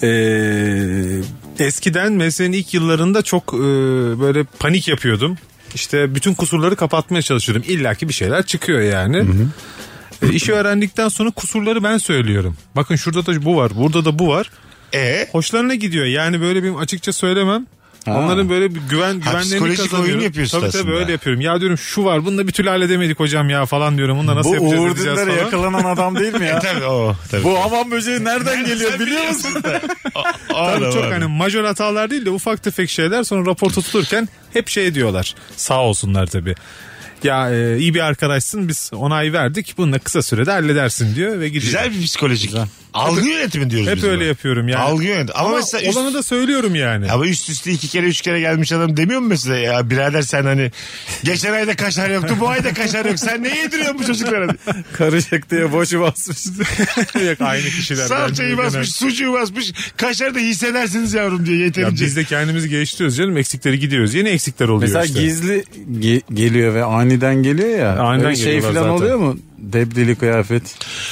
[SPEAKER 3] eee, eskiden mesleğin ilk yıllarında çok eee, böyle panik yapıyordum. İşte bütün kusurları kapatmaya çalışıyordum. İlla ki bir şeyler çıkıyor yani. E, işi öğrendikten sonra kusurları ben söylüyorum. Bakın şurada da bu var, burada da bu var.
[SPEAKER 2] E
[SPEAKER 3] Hoşlarına gidiyor. Yani böyle benim açıkça söylemem. Onların böyle bir güven güvenlerini
[SPEAKER 2] psikolojik oyun
[SPEAKER 3] kazanıyorum.
[SPEAKER 2] yapıyorsun
[SPEAKER 3] tabii
[SPEAKER 2] aslında.
[SPEAKER 3] tabii öyle yapıyorum. Ya diyorum şu var. Bunu da bir türlü halledemedik hocam ya falan diyorum. Bunu da nasıl
[SPEAKER 4] Bu
[SPEAKER 3] yapacağız
[SPEAKER 4] Uğur
[SPEAKER 3] edeceğiz
[SPEAKER 4] Dündar'a
[SPEAKER 3] falan.
[SPEAKER 4] yakalanan adam değil mi ya?
[SPEAKER 2] tabii o tabii.
[SPEAKER 4] Bu hamam böceği nereden geliyor
[SPEAKER 2] Sen
[SPEAKER 4] biliyor musun?
[SPEAKER 2] O- o
[SPEAKER 3] Tabii
[SPEAKER 2] adam
[SPEAKER 3] çok
[SPEAKER 2] abi.
[SPEAKER 3] hani majör hatalar değil de ufak tefek şeyler sonra rapor tutulurken hep şey diyorlar. Sağ olsunlar tabii. Ya e, iyi bir arkadaşsın biz onay verdik. Bunu da kısa sürede halledersin diyor ve gidiyor.
[SPEAKER 2] Güzel bir psikolojik. Algı yönetimi diyoruz
[SPEAKER 3] hep
[SPEAKER 2] biz
[SPEAKER 3] öyle
[SPEAKER 2] buna.
[SPEAKER 3] yapıyorum yani.
[SPEAKER 2] Algı yönetimi. Ama,
[SPEAKER 3] Ama
[SPEAKER 2] mesela üst,
[SPEAKER 3] olanı da söylüyorum yani.
[SPEAKER 2] ama üst üste iki kere üç kere gelmiş adam demiyor mu mesela ya birader sen hani geçen ayda kaşar yoktu bu ayda kaşar yok sen ne yediriyorsun bu
[SPEAKER 3] [laughs]
[SPEAKER 2] çocuklara diye.
[SPEAKER 4] Karışık diye boşu basmış.
[SPEAKER 3] Yok, aynı kişiler.
[SPEAKER 2] Salçayı
[SPEAKER 3] bence de
[SPEAKER 2] basmış sucuğu basmış kaşarı da hissedersiniz yavrum diye
[SPEAKER 3] Ya
[SPEAKER 2] yeterince.
[SPEAKER 3] biz de kendimizi geliştiriyoruz canım. Eksikleri gidiyoruz. Yeni eksikler oluyor
[SPEAKER 4] Mesela
[SPEAKER 3] işte.
[SPEAKER 4] gizli ge- geliyor ve aniden geliyor ya.
[SPEAKER 3] Aniden
[SPEAKER 4] Öyle şey
[SPEAKER 3] geliyorlar
[SPEAKER 4] falan
[SPEAKER 3] zaten.
[SPEAKER 4] oluyor mu? Debdeli kıyafet.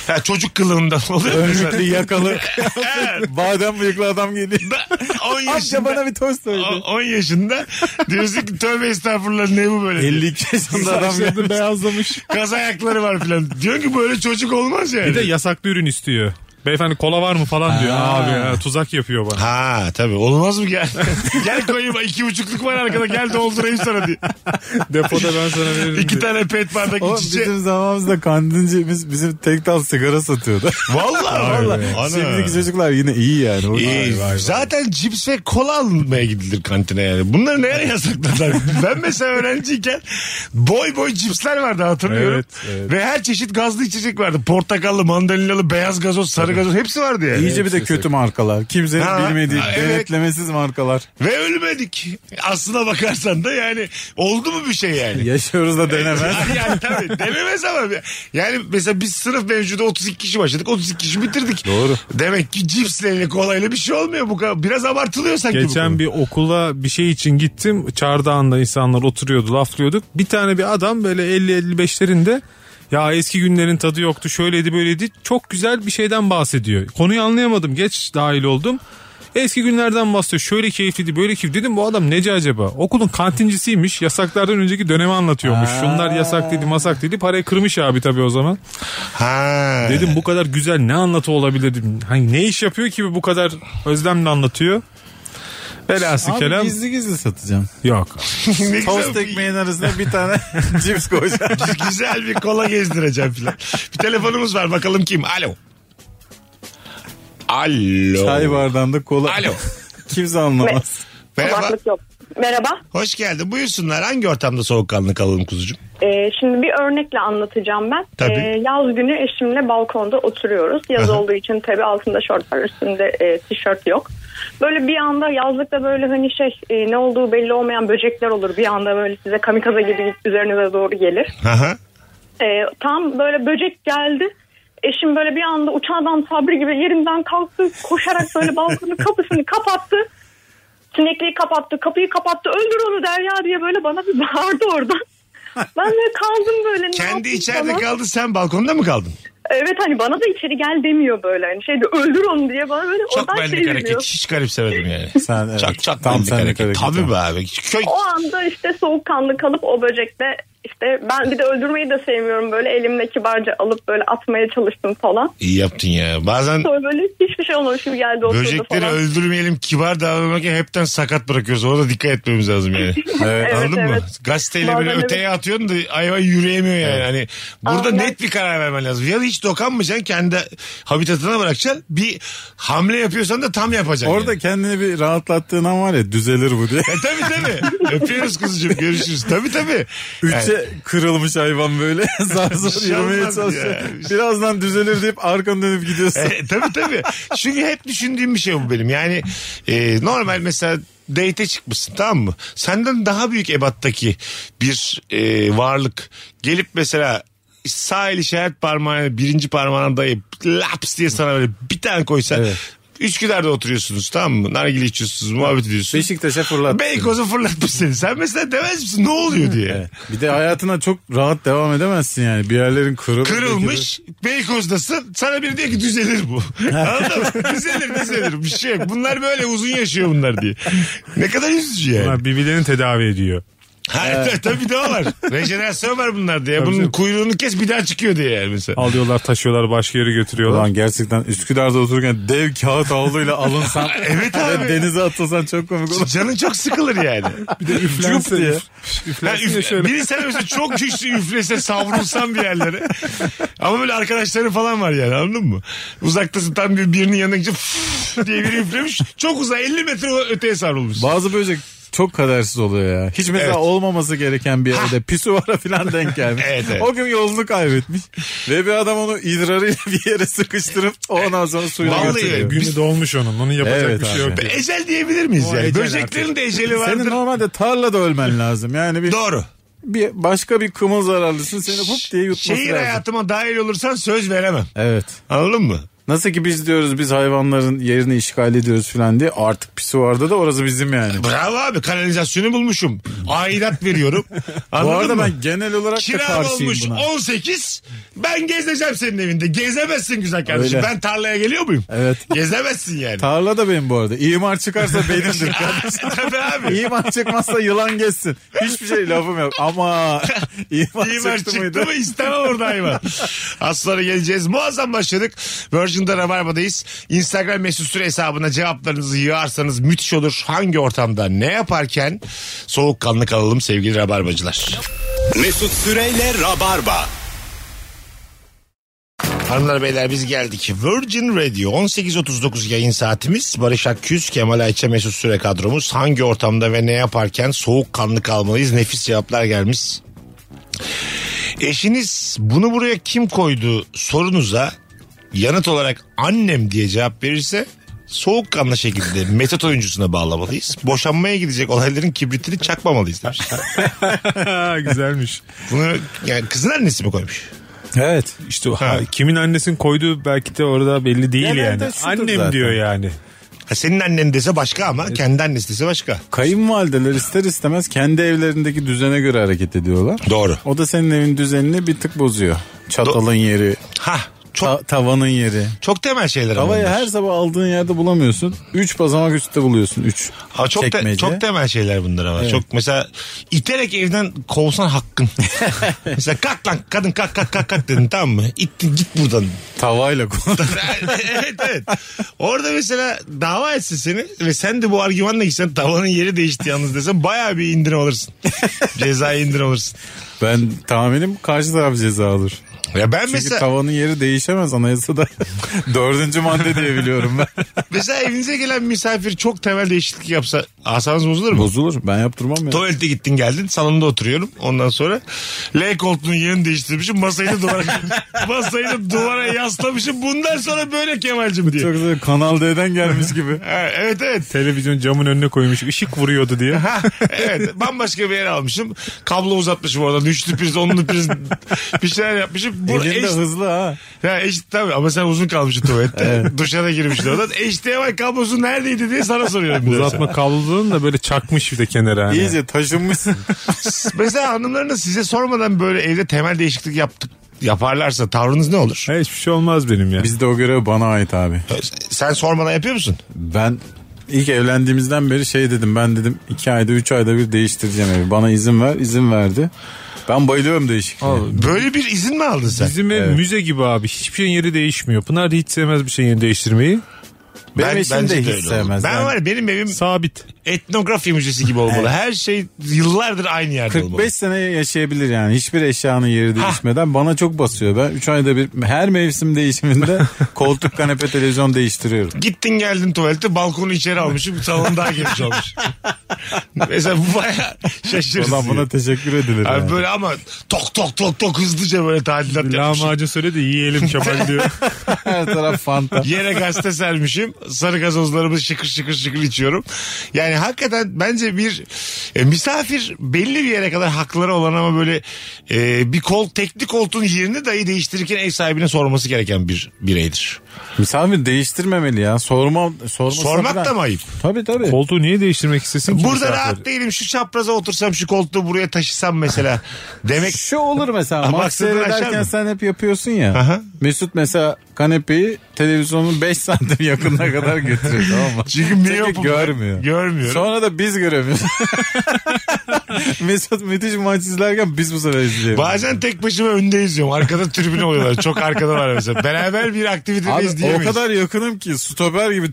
[SPEAKER 2] Ha, çocuk kılığından oluyor.
[SPEAKER 4] Önlüklü yakalı.
[SPEAKER 2] Ha,
[SPEAKER 4] Badem bıyıklı adam
[SPEAKER 2] [laughs]
[SPEAKER 4] geliyor.
[SPEAKER 2] da- 10
[SPEAKER 4] Amca
[SPEAKER 2] yaşında
[SPEAKER 4] bana bir tost
[SPEAKER 2] o-
[SPEAKER 4] söyledi.
[SPEAKER 2] 10 yaşında diyorsun ki tövbe estağfurullah ne bu böyle.
[SPEAKER 4] 52 yaşında adam
[SPEAKER 3] Saçları
[SPEAKER 4] gelmiş.
[SPEAKER 3] beyazlamış.
[SPEAKER 2] Kaz ayakları var filan. Diyorsun ki böyle çocuk olmaz yani.
[SPEAKER 3] Bir de yasaklı ürün istiyor. Beyefendi kola var mı falan diyor.
[SPEAKER 4] Ha.
[SPEAKER 3] Abi ya, tuzak yapıyor bana.
[SPEAKER 2] Ha tabii olmaz mı gel. [laughs] gel koyayım iki buçukluk var arkada gel doldurayım sana diye.
[SPEAKER 3] Depoda ben sana veririm
[SPEAKER 2] İki
[SPEAKER 3] diyor.
[SPEAKER 2] tane pet bardak
[SPEAKER 4] Oğlum
[SPEAKER 2] iç içe.
[SPEAKER 4] bizim zamanımızda kandincimiz bizim tek dal sigara
[SPEAKER 2] [laughs]
[SPEAKER 4] satıyordu.
[SPEAKER 2] Valla valla.
[SPEAKER 4] Şimdiki çocuklar yine iyi yani. O- Vay vay.
[SPEAKER 2] zaten cips ve kola almaya gidilir kantine yani. Bunları neye yasakladılar? ben mesela öğrenciyken boy boy cipsler vardı hatırlıyorum.
[SPEAKER 3] Evet, evet.
[SPEAKER 2] Ve her çeşit gazlı içecek vardı. Portakallı, mandalinalı, beyaz gazoz, sarı gazoz hepsi vardı yani.
[SPEAKER 4] İyice bir de kötü markalar. Kimsenin
[SPEAKER 2] Ha,
[SPEAKER 4] bilmediği
[SPEAKER 2] ha, evet.
[SPEAKER 4] denetlemesiz markalar.
[SPEAKER 2] Ve ölmedik. Aslına bakarsan da yani oldu mu bir şey
[SPEAKER 4] [laughs]
[SPEAKER 2] yani?
[SPEAKER 4] Yaşıyoruz
[SPEAKER 2] [laughs]
[SPEAKER 4] da denemez.
[SPEAKER 2] yani tabii denemez ama. Yani mesela biz sınıf mevcuda 32 kişi başladık. 32 kişi bitirdik.
[SPEAKER 4] Doğru.
[SPEAKER 2] Demek ki cipsle kolayla bir şey olmuyor bu kadar. Biraz abartılıyor sanki bu konu.
[SPEAKER 3] Geçen bir okula bir şey için gittim. Çardağında insanlar oturuyordu, laflıyorduk. Bir tane bir adam böyle 50-55'lerinde ya eski günlerin tadı yoktu şöyleydi böyleydi. Çok güzel bir şeyden bahsediyor. Konuyu anlayamadım geç dahil oldum. Eski günlerden bahsediyor. Şöyle keyifliydi böyle keyifli. Dedim bu adam neci acaba? Okulun kantincisiymiş. Yasaklardan önceki dönemi anlatıyormuş. Şunlar yasaklıydı masaklıydı. Parayı kırmış abi tabii o zaman.
[SPEAKER 2] Ha.
[SPEAKER 3] Dedim bu kadar güzel ne anlatı olabilir? Hani ne iş yapıyor ki bu kadar özlemle anlatıyor? Velhası kelam.
[SPEAKER 4] Abi gizli gizli satacağım.
[SPEAKER 3] Yok.
[SPEAKER 2] [laughs] ne
[SPEAKER 4] Tost
[SPEAKER 2] güzel,
[SPEAKER 4] ekmeğin arasına bir tane
[SPEAKER 2] [laughs]
[SPEAKER 4] cips koyacağım.
[SPEAKER 2] güzel bir kola gezdireceğim filan. Bir telefonumuz var bakalım kim? Alo. Alo.
[SPEAKER 4] Çay bardağında kola.
[SPEAKER 2] Alo.
[SPEAKER 4] [laughs] Kimse anlamaz.
[SPEAKER 2] Merhaba.
[SPEAKER 5] Kulaklık yok. Merhaba.
[SPEAKER 2] Hoş geldin. Buyursunlar. Hangi ortamda soğukkanlı kalalım kuzucuğum?
[SPEAKER 5] Ee, şimdi bir örnekle anlatacağım ben.
[SPEAKER 2] Tabii.
[SPEAKER 5] Ee, yaz günü eşimle balkonda oturuyoruz. Yaz olduğu için tabii altında şort var üstünde e, tişört yok. Böyle bir anda yazlıkta böyle hani şey e, ne olduğu belli olmayan böcekler olur. Bir anda böyle size kamikaze gibi üzerinize doğru gelir.
[SPEAKER 2] Aha.
[SPEAKER 5] Ee, tam böyle böcek geldi. Eşim böyle bir anda uçağdan sabri gibi yerinden kalktı. Koşarak
[SPEAKER 2] [laughs]
[SPEAKER 5] böyle balkonun kapısını kapattı. Sinekliği kapattı, kapıyı kapattı. Öldür onu Derya diye böyle bana bir bağırdı oradan. Ben de kaldım böyle. ne
[SPEAKER 2] Kendi
[SPEAKER 5] yapayım
[SPEAKER 2] içeride
[SPEAKER 5] falan.
[SPEAKER 2] kaldı sen balkonda mı kaldın?
[SPEAKER 5] Evet hani bana da içeri gel demiyor böyle. Hani şeyde öldür onu diye bana böyle
[SPEAKER 2] Çok
[SPEAKER 5] oradan
[SPEAKER 2] benlik
[SPEAKER 5] şey
[SPEAKER 2] hareket.
[SPEAKER 5] yürüyor.
[SPEAKER 2] Hiç garipsemedim yani.
[SPEAKER 4] [laughs] Sen, evet,
[SPEAKER 2] Çak çak
[SPEAKER 4] tam
[SPEAKER 2] benlik
[SPEAKER 4] senlik
[SPEAKER 2] hareket.
[SPEAKER 4] hareket.
[SPEAKER 2] Tabii be abi. Köy
[SPEAKER 5] O anda işte soğukkanlı kalıp o böcekle işte ben bir de öldürmeyi de sevmiyorum böyle elimle kibarca alıp böyle atmaya çalıştım falan.
[SPEAKER 2] iyi yaptın ya. Bazen
[SPEAKER 5] Sonra böyle hiçbir şey olmamış gibi geldi oturdu
[SPEAKER 2] böcekleri
[SPEAKER 5] falan.
[SPEAKER 2] öldürmeyelim kibar davranmak hepten sakat bırakıyoruz. Orada dikkat etmemiz lazım yani.
[SPEAKER 5] [laughs] Evet,
[SPEAKER 2] Anladın mı?
[SPEAKER 5] evet.
[SPEAKER 2] Gazeteyle
[SPEAKER 5] Bazen
[SPEAKER 2] böyle
[SPEAKER 5] evet.
[SPEAKER 2] öteye atıyorsun da hayvan yürüyemiyor yani. Hani burada
[SPEAKER 5] Aynen.
[SPEAKER 2] net bir karar vermen lazım. Ya da hiç dokanmayacaksın kendi habitatına bırakacaksın. Bir hamle yapıyorsan da tam yapacaksın.
[SPEAKER 4] Orada
[SPEAKER 2] yani.
[SPEAKER 4] kendini bir rahatlattığın an var ya düzelir bu
[SPEAKER 2] [laughs]
[SPEAKER 4] diye.
[SPEAKER 2] E tabii
[SPEAKER 5] [laughs]
[SPEAKER 2] tabii. Öpüyoruz kuzucuğum görüşürüz. Tabii tabii.
[SPEAKER 4] Üçe kırılmış hayvan [laughs] böyle zar zor
[SPEAKER 2] şey
[SPEAKER 4] yürümeye
[SPEAKER 2] olmaz
[SPEAKER 4] çalışıyor.
[SPEAKER 2] ya.
[SPEAKER 4] Birazdan düzelir deyip arkanı dönüp gidiyorsun.
[SPEAKER 2] E, tabii tabii. Çünkü hep düşündüğüm bir şey bu benim. Yani e, normal mesela date'e çıkmışsın tamam mı? Senden daha büyük ebattaki bir e, varlık gelip mesela sağ el işaret parmağını birinci parmağına dayayıp laps diye sana böyle bir tane koysa
[SPEAKER 4] Evet.
[SPEAKER 2] Üsküdar'da oturuyorsunuz tamam mı? Nargile içiyorsunuz, muhabbet ediyorsunuz.
[SPEAKER 4] Beşiktaş'a fırlat.
[SPEAKER 2] Beykoz'a fırlatmış seni. Sen mesela demez misin ne oluyor diye.
[SPEAKER 4] Evet. Bir de hayatına çok rahat devam edemezsin yani. Bir yerlerin kırılır.
[SPEAKER 2] Kırılmış Beykoz'dasın sana biri diyor ki düzelir
[SPEAKER 3] [laughs]
[SPEAKER 2] bu. Anladın mı? Düzelir düzelir bir şey yok. Bunlar böyle uzun yaşıyor bunlar diye. Ne kadar üzücü yani.
[SPEAKER 3] Bunlar birbirlerini tedavi ediyor.
[SPEAKER 2] Ha, evet. Tabii de o var. Rejenerasyon var bunlar diye. Bunun
[SPEAKER 3] canım.
[SPEAKER 2] kuyruğunu kes bir daha çıkıyor diye yani mesela.
[SPEAKER 3] Alıyorlar taşıyorlar başka yere götürüyorlar.
[SPEAKER 4] Ulan gerçekten Üsküdar'da otururken dev kağıt havluyla [laughs] alınsan
[SPEAKER 2] Evet abi.
[SPEAKER 4] ve denize atılsan çok komik olur.
[SPEAKER 2] Canın çok sıkılır yani.
[SPEAKER 3] [laughs] Bir de üflense
[SPEAKER 4] diye.
[SPEAKER 2] Ha,
[SPEAKER 3] Üflense de
[SPEAKER 2] üf-
[SPEAKER 3] şöyle.
[SPEAKER 2] biri sen mesela çok güçlü üflese savrulsan bir yerlere. Ama böyle arkadaşların falan var yani anladın mı? Uzaktasın tam bir, birinin yanına gidince "Fff" [laughs] diye biri üflemiş. Çok uzak 50 metre öteye savrulmuş.
[SPEAKER 4] Bazı böcek çok kadersiz oluyor ya. Hiç mesela
[SPEAKER 2] Evet.
[SPEAKER 4] olmaması gereken bir yerde pisuvara falan denk gelmiş.
[SPEAKER 2] [laughs] Evet, evet.
[SPEAKER 4] O gün yolunu kaybetmiş. Ve bir adam onu idrarıyla bir yere sıkıştırıp ondan sonra suyla
[SPEAKER 2] Vallahi
[SPEAKER 4] götürüyor.
[SPEAKER 2] gün-
[SPEAKER 3] Günü dolmuş onun. Onun yapacak
[SPEAKER 4] Evet
[SPEAKER 3] bir şey
[SPEAKER 4] abi.
[SPEAKER 3] yok.
[SPEAKER 2] Ecel diyebilir miyiz
[SPEAKER 4] O
[SPEAKER 2] yani?
[SPEAKER 4] ecel
[SPEAKER 2] Böceklerin
[SPEAKER 4] artık.
[SPEAKER 2] de eceli vardır.
[SPEAKER 4] Senin normalde tarlada ölmen lazım. Yani bir,
[SPEAKER 2] Doğru.
[SPEAKER 4] bir başka bir kımıl zararlısı seni hop diye yutması
[SPEAKER 2] Şehir
[SPEAKER 4] lazım.
[SPEAKER 2] hayatıma dahil olursan söz veremem.
[SPEAKER 4] Evet.
[SPEAKER 2] Anladın mı?
[SPEAKER 4] Nasıl ki biz diyoruz biz hayvanların yerini işgal ediyoruz filan diye artık pisuvarda da orası bizim yani.
[SPEAKER 2] Bravo abi kanalizasyonu bulmuşum. Aidat veriyorum. Anladın
[SPEAKER 4] [laughs] Bu arada
[SPEAKER 2] mı?
[SPEAKER 4] ben genel olarak da
[SPEAKER 2] Kiram
[SPEAKER 4] karşıyım
[SPEAKER 2] olmuş
[SPEAKER 4] buna.
[SPEAKER 2] 18. Ben gezeceğim senin evinde. Gezemezsin güzel kardeşim.
[SPEAKER 4] Öyle.
[SPEAKER 2] Ben tarlaya geliyor muyum?
[SPEAKER 4] Evet.
[SPEAKER 2] Gezemezsin
[SPEAKER 4] [laughs]
[SPEAKER 2] yani.
[SPEAKER 4] Tarla da benim bu arada. İmar çıkarsa
[SPEAKER 2] [laughs]
[SPEAKER 4] benimdir kardeşim.
[SPEAKER 2] Tabii abi.
[SPEAKER 4] İmar çıkmazsa yılan geçsin. Hiçbir şey lafım yok.
[SPEAKER 2] [laughs]
[SPEAKER 4] Ama imar,
[SPEAKER 2] İyi var
[SPEAKER 4] çıktı,
[SPEAKER 2] çıktı
[SPEAKER 4] mıydı?
[SPEAKER 2] mı istemem orada hayvan. [laughs] Az sonra geleceğiz. Muazzam başladık. Virgin'de Rabarba'dayız. Instagram mesut süre hesabına cevaplarınızı yığarsanız müthiş olur. Hangi ortamda ne yaparken soğukkanlı kalalım sevgili Rabarbacılar.
[SPEAKER 1] Mesut Süreyle Rabarba.
[SPEAKER 2] Hanımlar beyler biz geldik. Virgin Radio 18.39 yayın saatimiz. Barış Akküz, Kemal Ayça, Mesut Süre kadromuz. Hangi ortamda ve ne yaparken soğukkanlı kalmalıyız? Nefis cevaplar gelmiş. Eşiniz bunu buraya kim koydu sorunuza yanıt olarak annem diye cevap verirse soğukkanlı şekilde metot oyuncusuna bağlamalıyız. Boşanmaya gidecek olayların kibritini çakmamalıyız demiş.
[SPEAKER 3] Ha, [laughs] Güzelmiş.
[SPEAKER 2] Bunu yani kızın annesi mi koymuş?
[SPEAKER 4] Evet.
[SPEAKER 3] İşte o- ha, kimin annesinin koyduğu belki de orada belli değil
[SPEAKER 4] Genelde
[SPEAKER 3] yani.
[SPEAKER 4] şudur
[SPEAKER 3] Annem
[SPEAKER 4] zaten.
[SPEAKER 3] diyor yani.
[SPEAKER 2] Ha, senin annen dese başka ama kendi annesi dese başka.
[SPEAKER 4] Kayınvalideler ister istemez kendi evlerindeki düzene göre hareket ediyorlar.
[SPEAKER 2] Doğru.
[SPEAKER 4] O da senin evin düzenini bir tık bozuyor. Çatalın yeri,
[SPEAKER 2] Ha çok
[SPEAKER 4] ta- tavanın yeri.
[SPEAKER 2] Çok temel şeyler ama.
[SPEAKER 4] Tavayı
[SPEAKER 2] bunlar.
[SPEAKER 4] her sabah aldığın yerde bulamıyorsun. 3 basamak üstte buluyorsun. 3
[SPEAKER 2] Ha, çok, te- çok temel şeyler bunlar ama. Çok mesela iterek evden kovsan
[SPEAKER 4] [laughs]
[SPEAKER 2] hakkın. mesela kalk lan kadın kalk kalk kalk kalk dedin tamam mı? İttin git buradan. [laughs]
[SPEAKER 4] Tavayla konuş.
[SPEAKER 2] evet evet. Orada mesela dava etsin seni ve sen de bu argümanla gitsen tavanın yeri değişti yalnız desen bayağı bir indirim
[SPEAKER 4] [laughs]
[SPEAKER 2] alırsın. Cezai indirim alırsın.
[SPEAKER 4] ben tahminim karşı taraf ceza alır.
[SPEAKER 2] Ya ben
[SPEAKER 4] Çünkü
[SPEAKER 2] E, mesela
[SPEAKER 4] tavanın yeri değişemez anayasada. [laughs] Dördüncü madde diye biliyorum ben.
[SPEAKER 2] mesela evinize gelen misafir çok temel değişiklik yapsa asanız bozulur mu?
[SPEAKER 4] [laughs] Bozulur. Ben yaptırmam ya.
[SPEAKER 2] Tuvalete gittin geldin salonda oturuyorum. Ondan sonra L koltuğunun yerini değiştirmişim. Masayı da duvara, [laughs] masayı da duvara yaslamışım. Bundan sonra böyle Kemal'cim diye.
[SPEAKER 4] çok güzel. Kanal D'den gelmiş gibi.
[SPEAKER 2] Ha, evet evet.
[SPEAKER 3] Televizyon camın önüne koymuş ışık vuruyordu diye.
[SPEAKER 4] [laughs]
[SPEAKER 2] Ha, evet bambaşka bir yer almışım. Kablo uzatmışım oradan. Üçlü priz, onlu priz bir şeyler yapmışım. [laughs] Bu
[SPEAKER 4] Elinde
[SPEAKER 2] eş,
[SPEAKER 4] hızlı ha.
[SPEAKER 2] ha, eş, tabii ama sen uzun kalmışsın tuvalette. Duşa da girmiştin oradan. HDMI kablosu neredeydi diye sana soruyorum. bir de.
[SPEAKER 3] Uzatma kablonun da böyle çakmış bir de kenara. Hani.
[SPEAKER 4] [laughs] İyice taşınmışsın.
[SPEAKER 2] Mesela hanımlarınız size sormadan böyle evde temel değişiklik yaptık yaparlarsa tavrınız ne olur?
[SPEAKER 3] Ha, hiçbir şey olmaz benim ya.
[SPEAKER 4] Bizde o görev bana ait abi.
[SPEAKER 2] Sen sormadan yapıyor musun?
[SPEAKER 4] Ben ilk evlendiğimizden beri şey dedim ben dedim iki ayda üç ayda bir değiştireceğim evi. Bana izin ver izin verdi. Ben bayılıyorum değişikliğe.
[SPEAKER 2] Böyle bir izin mi aldın sen?
[SPEAKER 3] Bizim ev müze gibi abi. Hiçbir şeyin yeri değişmiyor. Pınar hiç sevmez bir şeyin değiştirmeyi.
[SPEAKER 4] Benim eşim
[SPEAKER 2] bence
[SPEAKER 4] de hiç
[SPEAKER 2] öyle olur.
[SPEAKER 4] sevmez.
[SPEAKER 2] Ben
[SPEAKER 4] Yani
[SPEAKER 2] var ya, benim evim
[SPEAKER 3] Sabit.
[SPEAKER 2] etnografya müzesi gibi olmalı. Her şey yıllardır aynı yerde olmalı.
[SPEAKER 4] 45 sene yaşayabilir yani. Hiçbir eşyanın yeri değişmeden bana çok basıyor. Ben 3 ayda bir her
[SPEAKER 3] [laughs]
[SPEAKER 4] mevsim değişiminde koltuk, kanepe, televizyon değiştiriyorum.
[SPEAKER 2] Gittin geldin tuvalete balkonu içeri almışım salon daha geniş
[SPEAKER 4] [laughs]
[SPEAKER 2] olmuş. Mesela bu baya şaşırırsın.
[SPEAKER 4] Ulan buna teşekkür edilir.
[SPEAKER 2] Abi
[SPEAKER 4] yani.
[SPEAKER 2] böyle ama tok tok tok tok hızlıca böyle
[SPEAKER 4] şey-
[SPEAKER 2] tadilat yapmışım.
[SPEAKER 3] Lahmacun söyle de yiyelim Kemal diyor.
[SPEAKER 4] Her
[SPEAKER 2] [laughs]
[SPEAKER 4] taraf fanta.
[SPEAKER 2] Yere gazete sermişim. Sarı gazozlarımı şıkır şıkır şıkır içiyorum. Yani hakikaten bence bir e, misafir belli bir yere kadar hakları olan ama böyle e, bir kol tekli koltuğun yerini dahi değiştirirken ev sahibine sorması gereken bir bireydir.
[SPEAKER 4] Misafir değiştirmemeli ya. Sorma, sormasına
[SPEAKER 2] Sormak
[SPEAKER 4] falan-
[SPEAKER 2] da mı ayıp?
[SPEAKER 4] Tabii tabii.
[SPEAKER 3] Koltuğu niye değiştirmek istesin ki?
[SPEAKER 2] Burada
[SPEAKER 3] misafir?
[SPEAKER 2] rahat değilim şu çapraza otursam şu koltuğu buraya taşısam mesela [laughs] demek
[SPEAKER 4] Şu olur mesela. Maç
[SPEAKER 2] maksadını aşar
[SPEAKER 4] seyrederken
[SPEAKER 2] mı?
[SPEAKER 4] sen hep yapıyorsun ya.
[SPEAKER 2] Aha.
[SPEAKER 4] Mesut mesela kanepeyi televizyonun 5 santim yakınına
[SPEAKER 2] [laughs]
[SPEAKER 4] kadar götürüyor tamam mı?
[SPEAKER 2] Çünkü miyopum.
[SPEAKER 4] görmüyor.
[SPEAKER 2] Görmüyorum.
[SPEAKER 4] Sonra da biz göremiyoruz. [laughs] Mesut müthiş maç izlerken biz bu sefer izliyoruz.
[SPEAKER 2] Bazen tek başıma önde izliyorum. Arkada tribün oluyorlar. Çok arkada var mesela. Beraber bir aktivite
[SPEAKER 4] Abi o
[SPEAKER 2] izleyemeyiz.
[SPEAKER 4] kadar yakınım ki stoper gibi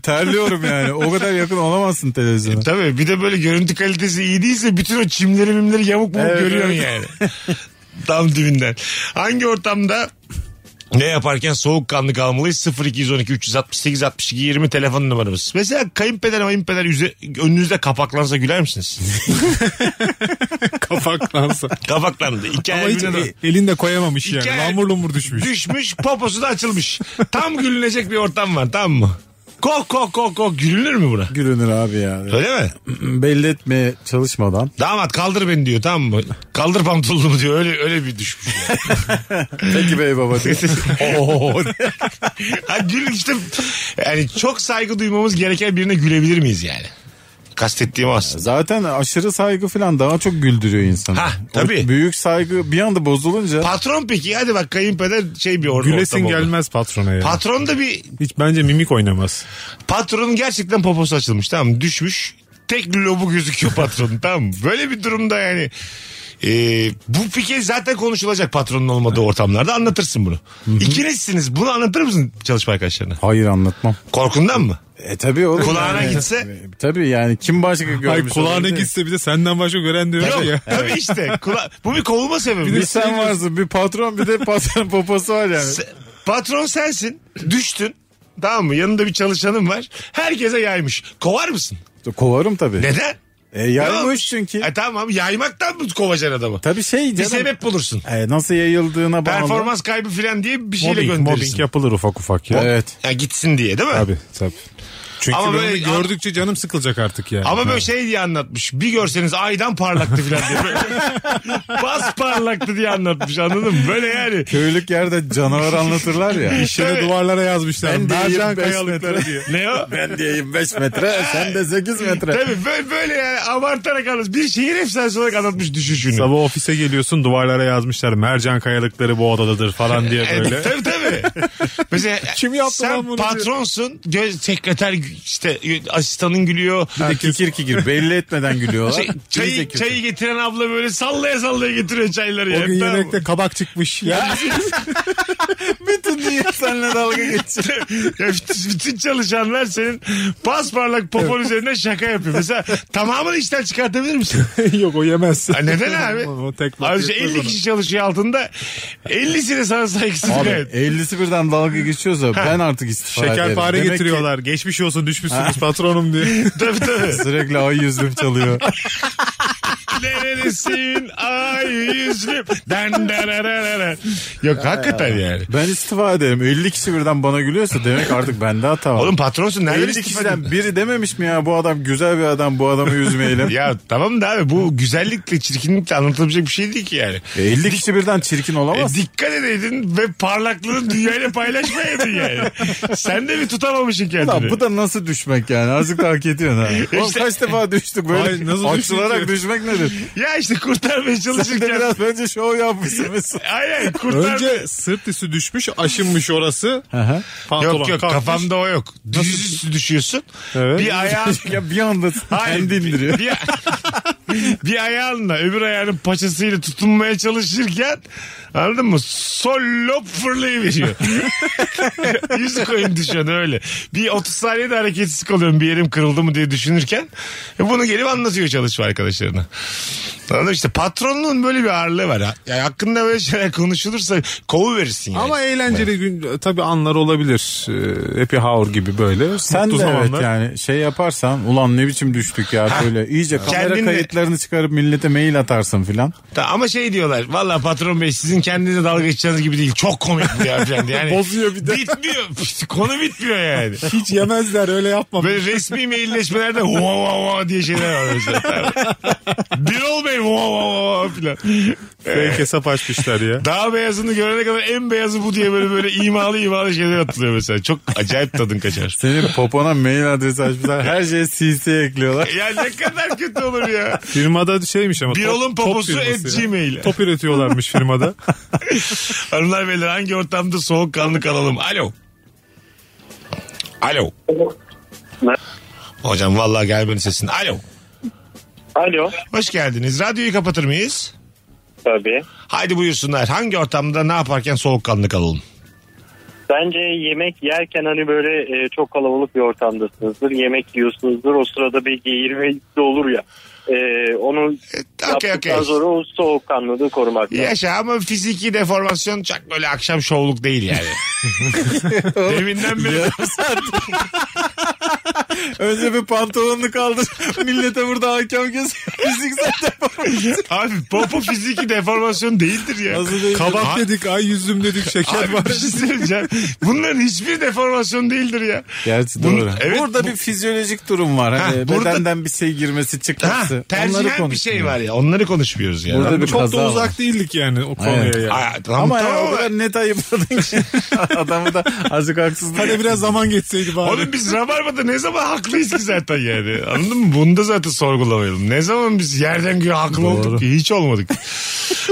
[SPEAKER 3] [laughs]
[SPEAKER 4] terliyorum yani. O kadar yakın olamazsın televizyona.
[SPEAKER 2] Tabii bir de böyle görüntü kalitesi iyi değilse bütün o çimleri mimleri yamuk mumuk
[SPEAKER 4] Evet,
[SPEAKER 2] görüyorsun
[SPEAKER 4] evet.
[SPEAKER 2] yani. [laughs] Tam dibinden. Hangi ortamda ne yaparken soğukkanlı kalmalıyız 0212 368 62 20 telefon numaramız. Mesela kayınpeder mayınpeder yüze, önünüzde kapaklansa güler misiniz? [laughs]
[SPEAKER 3] Kapaklansa.
[SPEAKER 2] Kapaklandı.
[SPEAKER 4] E,
[SPEAKER 2] İki
[SPEAKER 3] Ama
[SPEAKER 2] ay
[SPEAKER 3] hiç
[SPEAKER 2] birbirine-
[SPEAKER 3] elinde koyamamış yani.
[SPEAKER 2] e, İki ay-
[SPEAKER 3] Lamur lumur düşmüş.
[SPEAKER 2] Düşmüş poposu da açılmış. Tam gülünecek bir ortam var tamam mı? Kok kok kok kok gülünür mü buna?
[SPEAKER 4] Gülünür abi ya.
[SPEAKER 2] Öyle mi?
[SPEAKER 4] Belli etmeye çalışmadan.
[SPEAKER 2] Damat kaldır beni diyor tamam mı? Kaldır pantolonumu diyor öyle öyle bir düşmüş.
[SPEAKER 4] Peki bey baba diyor.
[SPEAKER 2] Oo. ha, gül işte yani çok saygı duymamız gereken birine gülebilir miyiz yani? Kastettiğim o aslında.
[SPEAKER 4] Zaten aşırı saygı falan daha çok güldürüyor insanı.
[SPEAKER 2] Hah, tabii.
[SPEAKER 4] O büyük saygı bir anda bozulunca
[SPEAKER 2] Patron peki hadi bak kayınpeder şey bir or- ortam
[SPEAKER 3] Gülesin
[SPEAKER 2] oldu.
[SPEAKER 3] gelmez patrona ya.
[SPEAKER 2] Patron da bir
[SPEAKER 3] hiç bence mimik oynamaz.
[SPEAKER 2] patronun gerçekten poposu açılmış tamam mı? düşmüş. Tek lobu gözüküyor patronun [laughs] tamam mı? Böyle bir durumda yani e, bu fikir zaten konuşulacak patronun olmadığı ortamlarda anlatırsın bunu. İkinizsiniz bunu anlatır mısın çalışma arkadaşlarına?
[SPEAKER 4] hayır anlatmam.
[SPEAKER 2] Korkundan mı?
[SPEAKER 4] E tabii oğlum.
[SPEAKER 2] Kulağına
[SPEAKER 4] yani. E,
[SPEAKER 2] gitse?
[SPEAKER 4] Tabii yani kim başka görmüş
[SPEAKER 3] Ay kulağına
[SPEAKER 4] olabilir?
[SPEAKER 3] gitse bir de senden başka gören diyor
[SPEAKER 2] Yok
[SPEAKER 3] ya.
[SPEAKER 2] tabii işte. Kula- bu bir kovulma sebebi.
[SPEAKER 4] Bir sen varsın bir patron [laughs] bir de patron poposu var yani.
[SPEAKER 2] Se- patron sensin. Düştün. Tamam mı? Yanında bir çalışanın var. Herkese yaymış. Kovar mısın?
[SPEAKER 4] Kovarım tabii.
[SPEAKER 2] Neden?
[SPEAKER 4] E, yaymış
[SPEAKER 2] Ne olmuş?
[SPEAKER 4] çünkü.
[SPEAKER 2] E tamam abi yaymaktan mı kovacaksın adamı?
[SPEAKER 4] Tabii şey
[SPEAKER 2] Bir
[SPEAKER 4] canım.
[SPEAKER 2] sebep bulursun.
[SPEAKER 4] E, nasıl yayıldığına bağlı.
[SPEAKER 2] Performans kaybı falan diye bir şeyle
[SPEAKER 3] Mobbing, mobbing
[SPEAKER 2] gönderirsin.
[SPEAKER 3] yapılır ufak ufak ya.
[SPEAKER 4] Evet.
[SPEAKER 2] Ya gitsin diye değil mi?
[SPEAKER 3] Tabii tabii. Çünkü
[SPEAKER 2] Ama
[SPEAKER 3] ben onu
[SPEAKER 2] böyle-
[SPEAKER 3] gördükçe canım sıkılacak artık yani.
[SPEAKER 2] Ama böyle şey diye anlatmış. Bir görseniz aydan parlaktı falan diye. [laughs] Böyle- Bas parlaktı diye anlatmış anladın mı? Böyle yani.
[SPEAKER 4] Köylük yerde canavar
[SPEAKER 2] [laughs]
[SPEAKER 4] anlatırlar ya.
[SPEAKER 3] Şöyle duvarlara yazmışlar.
[SPEAKER 4] Ben de
[SPEAKER 3] Mercan
[SPEAKER 4] yiyeyim, ben
[SPEAKER 3] kayalıkları
[SPEAKER 4] de-
[SPEAKER 3] diye.
[SPEAKER 2] Ne o?
[SPEAKER 4] ben diyeyim 5 metre sen de 8 metre.
[SPEAKER 2] Tabii böyle, böyle yani abartarak anlatmış. Bir şehir efsanesi olarak anlatmış düşüşünü.
[SPEAKER 3] Sabah ofise geliyorsun duvarlara yazmışlar. Mercan kayalıkları bu odadadır
[SPEAKER 2] [laughs]
[SPEAKER 3] falan diye
[SPEAKER 2] Evet,
[SPEAKER 3] böyle.
[SPEAKER 2] E, tabii tabii. [laughs] Mesela
[SPEAKER 3] Kim yaptı
[SPEAKER 2] sen
[SPEAKER 3] lan bunu
[SPEAKER 2] patronsun. Göz, sekreter işte asistanın gülüyor.
[SPEAKER 4] Ha, kikir kikir belli etmeden gülüyorlar.
[SPEAKER 2] Şey, çayı,
[SPEAKER 4] İyice
[SPEAKER 2] çayı getiren abla böyle sallaya sallaya getiriyor çayları.
[SPEAKER 3] O
[SPEAKER 2] yani,
[SPEAKER 3] gün
[SPEAKER 2] tamam mı?
[SPEAKER 3] yemekte kabak çıkmış. Ya.
[SPEAKER 4] bütün dünya seninle dalga geçiyor.
[SPEAKER 2] [laughs] Ya bütün, bütün çalışanlar senin pasparlak popon üzerine şaka yapıyor. Mesela tamamını işten çıkartabilir misin?
[SPEAKER 3] [laughs] Yok o yemez.
[SPEAKER 2] Ha, neden abi?
[SPEAKER 3] O tek tek
[SPEAKER 2] Ayrıca
[SPEAKER 3] yetmez
[SPEAKER 2] 50
[SPEAKER 3] ona.
[SPEAKER 2] kişi çalışıyor altında. 50'si de sana saygısız.
[SPEAKER 4] Abi
[SPEAKER 2] gayet.
[SPEAKER 4] 50'si birden dalga geçiyorsa ben artık istifa ederim.
[SPEAKER 3] Şekerpare
[SPEAKER 4] Demek ki
[SPEAKER 3] getiriyorlar. Geçmiş olsun düşmüşsünüz patronum diye.
[SPEAKER 2] [laughs] tabii tabii.
[SPEAKER 4] Sürekli ay yüzlüm çalıyor.
[SPEAKER 2] Neredesin ay yüzlüm? Den darararara. Yok hakikaten yani.
[SPEAKER 4] Ben istifa ederim. 50 kişi birden bana gülüyorsa demek artık bende hata var.
[SPEAKER 2] Oğlum patronsun nereden
[SPEAKER 4] 50
[SPEAKER 2] istifa
[SPEAKER 4] kişiden biri dememiş mi ya bu adam güzel bir adam bu adamı
[SPEAKER 2] [laughs]
[SPEAKER 4] üzmeyelim.
[SPEAKER 2] Ya tamam da abi bu güzellikle çirkinlikle anlatılabilecek bir şey değil ki yani.
[SPEAKER 4] E, 50 kişi birden çirkin
[SPEAKER 2] E,
[SPEAKER 4] olamaz.
[SPEAKER 2] dikkat edeydin ve parlaklığını
[SPEAKER 4] [laughs]
[SPEAKER 2] dünyayla paylaşmayaydın yani. Sen de bir tutamamışsın kendini.
[SPEAKER 4] Lan bu da nasıl düşmek yani? Azıcık da hak ediyorsun ha.
[SPEAKER 2] [laughs]
[SPEAKER 4] Oğlum
[SPEAKER 2] İşte-
[SPEAKER 4] kaç defa düştük böyle.
[SPEAKER 3] Ay, nasıl düştük
[SPEAKER 4] açılarak
[SPEAKER 3] ki?
[SPEAKER 4] düşmek nedir?
[SPEAKER 2] [laughs] ya işte kurtarmaya
[SPEAKER 4] Sen de
[SPEAKER 2] çalışırken.
[SPEAKER 4] biraz önce şov yapmışsın
[SPEAKER 2] [laughs]
[SPEAKER 4] Mesut.
[SPEAKER 2] Aynen kurtarmaya.
[SPEAKER 3] Önce sırt üstü düşmüş aşınmış orası. Pantolon
[SPEAKER 2] Yok yok
[SPEAKER 3] kalkmış.
[SPEAKER 2] kafamda o yok. Düzüstü düşüyorsun.
[SPEAKER 3] Evet.
[SPEAKER 2] Bir
[SPEAKER 4] [laughs]
[SPEAKER 2] ayağın
[SPEAKER 4] [laughs] ya bir anda
[SPEAKER 2] Hayır.
[SPEAKER 4] kendi indiriyor.
[SPEAKER 2] bir, bir ayağınla öbür ayağının paçasıyla tutunmaya çalışırken anladın mı? Sol lob fırlayıveriyor. [laughs] Yüz koyun düşen öyle. Bir 30 saniyede hareketsiz kalıyorum bir yerim kırıldı mı diye düşünürken e, bunu gelip anlatıyor çalışma arkadaşlarına. Anladın mı? işte patronluğun böyle bir ağırlığı var. ha. Yani hakkında böyle şeyler konuşulursa kovu verirsin yani.
[SPEAKER 3] Ama eğlenceli gün tabii anlar olabilir. Ee, Happy hour gibi böyle.
[SPEAKER 4] Sen de
[SPEAKER 3] Mutlu
[SPEAKER 4] evet
[SPEAKER 3] zamanlar.
[SPEAKER 4] yani şey yaparsan ulan ne biçim düştük ya böyle iyice kamera
[SPEAKER 2] Kendin de-
[SPEAKER 4] kayıtlarını çıkarıp millete mail atarsın filan.
[SPEAKER 2] Ta- ama şey diyorlar. Valla patron bey sizin kendinize dalga geçeceğiniz gibi değil. Çok komik bu ya falan. Yani
[SPEAKER 4] [laughs] Bozuyor bir de.
[SPEAKER 2] Bitmiyor. Konu bitmiyor yani.
[SPEAKER 4] Hiç yemezler öyle yapma.
[SPEAKER 2] Böyle resmi mailleşmelerde hua hua hua diye şeyler var mesela. [laughs] Birol Bey hua hua hua filan.
[SPEAKER 3] Fake hesap açmışlar ya.
[SPEAKER 2] Daha beyazını görene kadar en beyazı bu diye böyle böyle imalı imalı şeyler atılıyor mesela. Çok acayip tadın kaçar.
[SPEAKER 4] Senin popona mail adresi açmışlar her şeye CC ekliyorlar.
[SPEAKER 2] Ya ne kadar kötü olur ya.
[SPEAKER 3] [laughs] Firmada şeymiş ama.
[SPEAKER 2] Birol'un poposu
[SPEAKER 3] firması
[SPEAKER 2] et
[SPEAKER 3] ya.
[SPEAKER 2] gmail.
[SPEAKER 3] Top üretiyorlarmış
[SPEAKER 4] [laughs]
[SPEAKER 3] firmada.
[SPEAKER 2] Hanımlar beyler hangi ortamda soğukkanlı kalalım? Alo. Alo. Hocam vallahi gel beni sesin. Alo.
[SPEAKER 6] Alo.
[SPEAKER 2] Hoş geldiniz. Radyoyu kapatır mıyız?
[SPEAKER 6] Tabii.
[SPEAKER 2] Haydi buyursunlar. Hangi ortamda ne yaparken soğukkanlı kalalım?
[SPEAKER 6] Bence yemek yerken hani böyle e, çok kalabalık bir ortamdasınızdır. Yemek yiyorsunuzdur. O sırada bir geğirme de olur ya. E, onu
[SPEAKER 2] Okey
[SPEAKER 6] yaptıktan
[SPEAKER 2] okey.
[SPEAKER 6] sonra o soğukkanlılığı korumak lazım.
[SPEAKER 2] Yaşa ama fiziki deformasyon çok böyle akşam şovluk değil yani. Deminden beri
[SPEAKER 4] Önce bir pantolonunu kaldır [laughs] millete burada hakem kesiyor. Fiziksel deformasyon.
[SPEAKER 2] abi popo fiziki deformasyon değildir ya.
[SPEAKER 4] Nasıl değil?
[SPEAKER 3] Kabak
[SPEAKER 2] Ha-
[SPEAKER 3] dedik, ay yüzüm dedik, şeker
[SPEAKER 2] Abi
[SPEAKER 3] var.
[SPEAKER 2] bir şey söyleyeceğim. Bunların hiçbir deformasyon değildir ya.
[SPEAKER 4] Gerçi
[SPEAKER 2] Bun-
[SPEAKER 4] doğru.
[SPEAKER 2] evet,
[SPEAKER 4] burada
[SPEAKER 2] bu-
[SPEAKER 4] bir fizyolojik durum var. Hani
[SPEAKER 2] Ha, burada-
[SPEAKER 4] Bedenden bir şey girmesi
[SPEAKER 2] Ha,
[SPEAKER 4] çıkması. Onları
[SPEAKER 2] tercihen bir
[SPEAKER 4] konuşmuyoruz.
[SPEAKER 2] şey var ya. Onları konuşmuyoruz yani.
[SPEAKER 4] Burada bir
[SPEAKER 3] Çok
[SPEAKER 4] kaza
[SPEAKER 3] da
[SPEAKER 4] var.
[SPEAKER 3] uzak değildik yani o konuya
[SPEAKER 4] Evet.
[SPEAKER 3] yani.
[SPEAKER 2] Ay, tamam,
[SPEAKER 4] Ama
[SPEAKER 2] tamam
[SPEAKER 4] ya o
[SPEAKER 2] ama-
[SPEAKER 4] kadar net ayıpladın ki. [laughs] Adamı da azıcık haksızlık.
[SPEAKER 3] Hadi biraz zaman geçseydi bari.
[SPEAKER 2] Oğlum biz Rabarba'da ne zaman haklıyız ki zaten yani. Anladın mı? Bunu da zaten sorgulamayalım. Ne zaman biz yerden göğe haklı olduk ki? Hiç olmadık.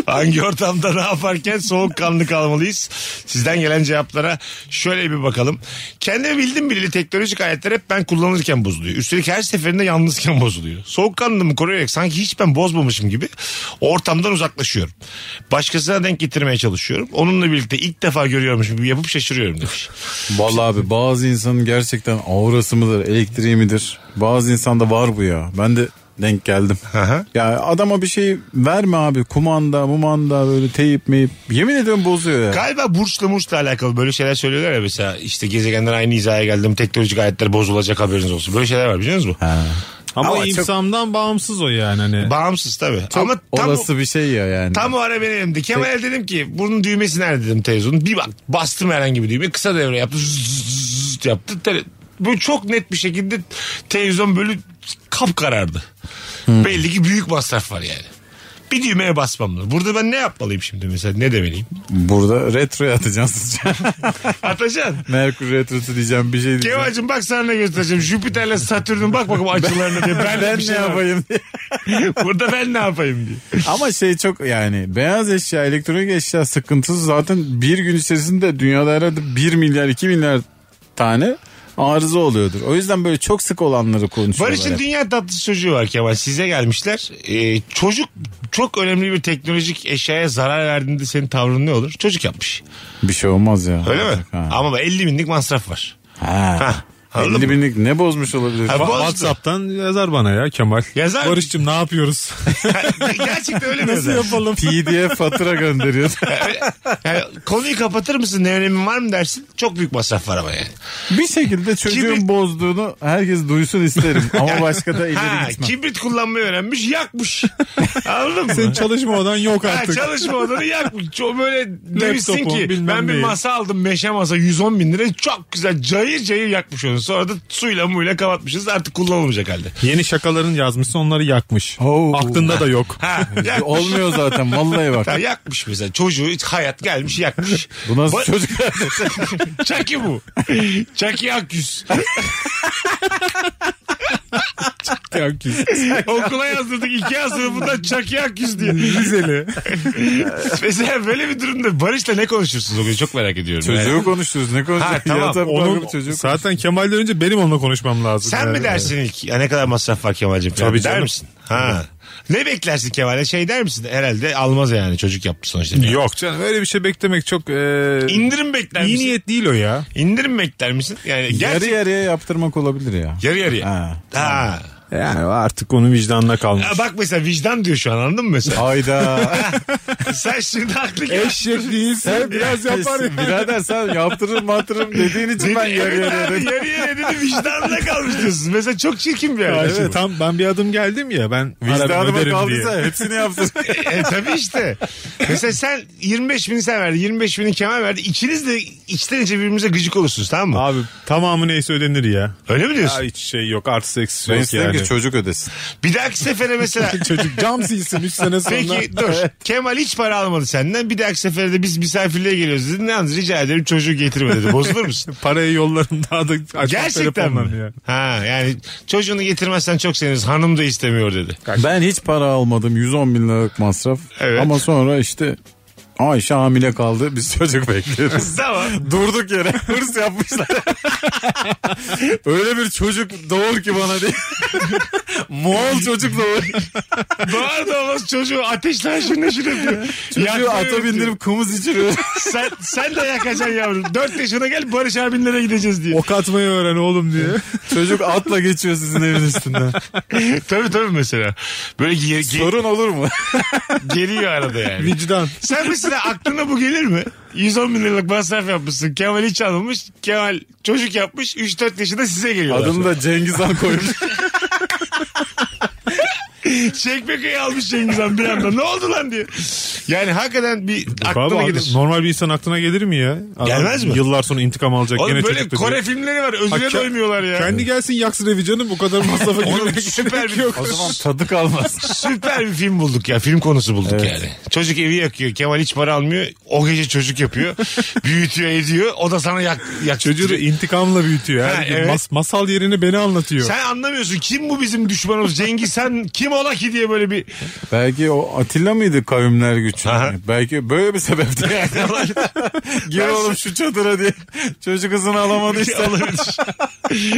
[SPEAKER 2] Hangi ortamda ne yaparken soğukkanlı kalmalıyız? Sizden gelen cevaplara şöyle bir bakalım. Kendimi bildim bileli teknolojik aletler hep ben kullanırken bozuluyor. Üstelik her seferinde yalnızken bozuluyor. Soğukkanlılığımı koruyarak sanki hiç ben bozmamışım gibi ortamdan uzaklaşıyorum. Başkasına denk getirmeye çalışıyorum. Onunla birlikte ilk defa görüyormuş gibi yapıp şaşırıyorum demiş.
[SPEAKER 4] Vallahi abi bazı insanın gerçekten aurası mıdır, elektriği midir? Bazı insanda var bu ya. Ben de denk geldim.
[SPEAKER 2] hı.
[SPEAKER 4] ya adama bir şey verme abi. Kumanda, mumanda böyle teyip meyip. Yemin ediyorum bozuyor ya.
[SPEAKER 2] Galiba burçla murçla alakalı böyle şeyler söylüyorlar ya mesela işte gezegenden aynı hizaya geldim teknolojik aletler bozulacak haberiniz olsun. Böyle şeyler var biliyor musunuz? bu?
[SPEAKER 3] ama,
[SPEAKER 2] Ama çok-
[SPEAKER 3] insandan bağımsız o yani. Hani.
[SPEAKER 2] Bağımsız tabii. Ama tam,
[SPEAKER 4] Olası bir şey ya yani.
[SPEAKER 2] tam o ara benim elimde. Kemal'e dedim ki bunun düğmesi nerede dedim televizyonun. Bir bak bastım herhangi bir düğme kısa devre yaptı. Zzz, zzz, zzz yaptı. Tele- böyle çok net bir şekilde televizyon böyle kap karardı. Belli ki büyük masraf var yani. Bir düğmeye basmam lazım. Burada ben ne yapmalıyım şimdi mesela ne demeliyim?
[SPEAKER 4] Burada retroya atacaksın.
[SPEAKER 2] Atacan.
[SPEAKER 4] [laughs] Merkür retrosu diyeceğim bir şey diyeceğim.
[SPEAKER 2] Kemal'cim bak sana ne göstereceğim. Jüpiter'le Satürn'ün bak bakalım açılarına diye. Ben,
[SPEAKER 4] Ben
[SPEAKER 2] bir
[SPEAKER 4] ne
[SPEAKER 2] şey var.
[SPEAKER 4] yapayım diye.
[SPEAKER 2] [laughs] Burada ben ne yapayım diye.
[SPEAKER 4] Ama şey çok yani beyaz eşya, elektronik eşya sıkıntısı zaten bir gün içerisinde dünyada herhalde 1 milyar 2 milyar tane arıza oluyordur. O yüzden böyle çok sık olanları konuşuyorlar.
[SPEAKER 2] Barış'ın
[SPEAKER 4] hep.
[SPEAKER 2] dünya tatlısı çocuğu var Kemal. Size gelmişler. Ee, çocuk çok önemli bir teknolojik eşyaya zarar verdiğinde senin tavrın ne olur? Çocuk yapmış.
[SPEAKER 4] Bir şey olmaz ya.
[SPEAKER 2] Öyle mi?
[SPEAKER 4] Ha.
[SPEAKER 2] Ama bak 50 binlik masraf var.
[SPEAKER 4] ha.
[SPEAKER 2] Hah. anladın
[SPEAKER 4] 50
[SPEAKER 2] mı?
[SPEAKER 4] binlik ne bozmuş olabilir?
[SPEAKER 2] Ha,
[SPEAKER 4] Ba-
[SPEAKER 2] bozdu.
[SPEAKER 3] WhatsApp'tan yazar bana ya Kemal.
[SPEAKER 2] Yazar. [laughs]
[SPEAKER 3] Barış'cığım ne yapıyoruz?
[SPEAKER 2] Gerçekten öyle mi? yazar?
[SPEAKER 4] PDF
[SPEAKER 2] [laughs]
[SPEAKER 4] fatura gönderiyor.
[SPEAKER 2] Yani konuyu kapatır mısın? Ne önemi var mı dersin? Çok büyük masraf var ama yani.
[SPEAKER 4] bir şekilde çocuğun
[SPEAKER 2] Kibrit-
[SPEAKER 4] bozduğunu herkes duysun
[SPEAKER 2] [laughs]
[SPEAKER 4] isterim. Ama başka da ileri
[SPEAKER 2] Ha,
[SPEAKER 4] gitmem.
[SPEAKER 2] kibrit kullanmayı öğrenmiş
[SPEAKER 4] [laughs]
[SPEAKER 2] yakmış. Anladın mı?
[SPEAKER 3] Senin çalışma odan yok
[SPEAKER 2] Ha,
[SPEAKER 3] artık.
[SPEAKER 2] çalışma odanı yakmış. Çok böyle demişsin
[SPEAKER 3] Laptopun,
[SPEAKER 2] ki
[SPEAKER 3] bilmem
[SPEAKER 2] ben bir
[SPEAKER 3] neyi.
[SPEAKER 2] masa aldım meşe masa 110 bin lira çok güzel cayır cayır yakmış onu. Sonra da suyla muyla kapatmışız artık kullanılmayacak halde.
[SPEAKER 3] Yeni şakaların yazmışsa onları yakmış.
[SPEAKER 4] Oo.
[SPEAKER 3] Aklında da
[SPEAKER 4] [laughs]
[SPEAKER 3] yok.
[SPEAKER 2] Ha, yakmış.
[SPEAKER 4] Olmuyor zaten vallahi bak.
[SPEAKER 2] Ya yakmış mesela çocuğu hiç hayat gelmiş yakmış.
[SPEAKER 4] Bu nasıl
[SPEAKER 2] Ba- [laughs]
[SPEAKER 4] çocuk?
[SPEAKER 2] Çaki bu. Çaki Akyüz.
[SPEAKER 4] Akgüz.
[SPEAKER 2] Okula yazdırdık iki A sınıfından Çaki Akyüz diye.
[SPEAKER 4] Rizeli.
[SPEAKER 2] [laughs] Mesela böyle bir durumda Barış'la ne konuşursunuz o gün çok merak ediyorum.
[SPEAKER 4] Çocuğu konuştunuz ne konuştunuz?
[SPEAKER 2] Ha, tamam.
[SPEAKER 3] Onun,
[SPEAKER 4] çocuğu
[SPEAKER 3] zaten Kemal'den önce benim onunla konuşmam lazım.
[SPEAKER 2] Sen mi
[SPEAKER 3] Yani.
[SPEAKER 2] dersin ilk? Ya ne kadar masraf var Kemal'cim? falan
[SPEAKER 3] Tabii
[SPEAKER 2] der
[SPEAKER 3] canım.
[SPEAKER 2] misin? Ha. Ne beklersin Kemal'e? Şey der misin? Herhalde almaz yani çocuk yaptı sonuçta.
[SPEAKER 3] Yok canım öyle bir şey beklemek çok e,
[SPEAKER 2] İndirim bekler
[SPEAKER 3] iyi
[SPEAKER 2] misin?
[SPEAKER 3] niyet değil o ya.
[SPEAKER 2] İndirim bekler misin? Yani
[SPEAKER 4] Yarı
[SPEAKER 2] gerçi...
[SPEAKER 4] yarıya yaptırmak olabilir ya.
[SPEAKER 2] Yarı yarıya. Ha.
[SPEAKER 4] Ha. Yani artık
[SPEAKER 3] Onun vicdanına kalmış.
[SPEAKER 2] Ya Bak mesela vicdan diyor şu an anladın mı mesela? [laughs]
[SPEAKER 4] Hayda.
[SPEAKER 2] Sen şimdi haklı gel-
[SPEAKER 4] Eşek değilsin. Sen biraz yapar ya.
[SPEAKER 3] [laughs]
[SPEAKER 4] Birader sen yaptırırım matırırım dediğin için ben yarı
[SPEAKER 2] Evet
[SPEAKER 4] yarıya
[SPEAKER 2] abi, [laughs]
[SPEAKER 4] dedim.
[SPEAKER 2] yarı yarıya dedi vicdanına kalmış diyorsun. Mesela çok çirkin bir yer.
[SPEAKER 3] Evet, tam ben bir adım geldim ya ben arabamı
[SPEAKER 4] Vicdanıma
[SPEAKER 3] öderim diye.
[SPEAKER 4] kaldıysa
[SPEAKER 3] [laughs]
[SPEAKER 4] hepsini yaptır.
[SPEAKER 2] e, tabii işte. Mesela sen 25 bini sen verdin. 25 bini Kemal verdi. İkiniz de içten içe birbirimize gıcık olursunuz tamam mı?
[SPEAKER 3] Abi tamamı neyse ödenir ya.
[SPEAKER 2] Öyle mi diyorsun?
[SPEAKER 3] Ya hiç şey yok artı eksi
[SPEAKER 4] Ben
[SPEAKER 3] yok
[SPEAKER 4] istedim
[SPEAKER 3] yani.
[SPEAKER 4] ki çocuk ödesin.
[SPEAKER 2] Bir dahaki sefere
[SPEAKER 3] [laughs]
[SPEAKER 2] mesela
[SPEAKER 4] Çocuk cam silsin 3 sene sonra.
[SPEAKER 2] Peki dur. Kemal hiç para almadı senden. Bir dahaki sefere de biz misafirliğe geliyoruz dedi. Ne yalnız rica ederim çocuğu getirme dedi. Bozulur
[SPEAKER 4] [laughs]
[SPEAKER 2] musun?
[SPEAKER 3] Parayı yollarım daha da açmam
[SPEAKER 2] Gerçekten
[SPEAKER 3] telefonla
[SPEAKER 2] mi?
[SPEAKER 3] ya.
[SPEAKER 2] Ha yani çocuğunu getirmezsen çok seviniriz. Hanım da istemiyor dedi.
[SPEAKER 4] Ben hiç para almadım. 110 bin liralık masraf.
[SPEAKER 2] Evet.
[SPEAKER 4] Ama sonra işte Ayşe hamile kaldı. Biz [laughs] çocuk bekliyoruz.
[SPEAKER 2] Tamam.
[SPEAKER 4] Durduk yere hırs yapmışlar. [laughs] Öyle bir çocuk doğur ki bana diye. Moğol çocuk doğur.
[SPEAKER 2] Doğar doğmaz çocuğu ateşle haşır neşir ediyor.
[SPEAKER 4] Çocuğu
[SPEAKER 2] Yakmıyor
[SPEAKER 4] ata
[SPEAKER 2] diyor.
[SPEAKER 4] bindirip kımız içiriyor.
[SPEAKER 2] Sen, sen de yakacaksın yavrum. 4 yaşına gel Barış abinlere gideceğiz diye.
[SPEAKER 3] Ok atmayı öğren oğlum diye.
[SPEAKER 4] [laughs] çocuk atla geçiyor sizin evin üstünden. Oh.
[SPEAKER 2] tabii tabii mesela. Böyle ge- ge-
[SPEAKER 4] Sorun olur mu?
[SPEAKER 2] geliyor arada yani.
[SPEAKER 3] Vicdan.
[SPEAKER 2] Sen mesela aklına bu gelir mi? 110 bin liralık masraf yapmışsın. Kemal hiç alınmış. Kemal çocuk yapmış. 3-4 yaşında size geliyorlar.
[SPEAKER 4] Adını da Cengiz Han koymuş.
[SPEAKER 2] Çekmekayı almış Cengiz Han bir anda. Ne oldu lan diye. Yani hakikaten bir aklına
[SPEAKER 3] Baba,
[SPEAKER 2] gelir.
[SPEAKER 3] normal bir insan aklına gelir mi ya? Adam
[SPEAKER 2] Gelmez mi?
[SPEAKER 3] Yıllar sonra intikam alacak.
[SPEAKER 2] Oğlum
[SPEAKER 3] gene
[SPEAKER 2] böyle
[SPEAKER 3] çocuk da
[SPEAKER 2] Kore
[SPEAKER 3] diyor.
[SPEAKER 2] filmleri var.
[SPEAKER 3] Ha,
[SPEAKER 2] Özüne
[SPEAKER 3] ke-
[SPEAKER 2] doymuyorlar ya.
[SPEAKER 3] Kendi gelsin yaksın evi canım bu kadar masrafa
[SPEAKER 2] Oğlum
[SPEAKER 3] girmek
[SPEAKER 2] süper [laughs] bir,
[SPEAKER 4] o zaman tadı kalmaz.
[SPEAKER 3] [laughs]
[SPEAKER 2] süper bir film bulduk ya. Film konusu bulduk yani. Çocuk evi yakıyor. Kemal hiç para almıyor. O gece çocuk [laughs] yapıyor. büyütüyor ediyor. O da sana yak, yak
[SPEAKER 3] Çocuğu da intikamla büyütüyor. Her
[SPEAKER 2] Ha,
[SPEAKER 3] gün
[SPEAKER 2] evet.
[SPEAKER 3] mas- masal yerine beni anlatıyor.
[SPEAKER 2] Sen anlamıyorsun. Kim bu bizim düşmanımız? Cengiz sen kim ola ki diye böyle bir
[SPEAKER 4] Belki o Atilla mıydı kavimler gücü?
[SPEAKER 2] Aha.
[SPEAKER 4] Belki böyle bir sebepti
[SPEAKER 2] [laughs]
[SPEAKER 4] yani. [laughs] Gir oğlum şu şey çadıra diye. Çocuk
[SPEAKER 2] [laughs]
[SPEAKER 4] kızını alamadı işte.
[SPEAKER 2] Olabilir.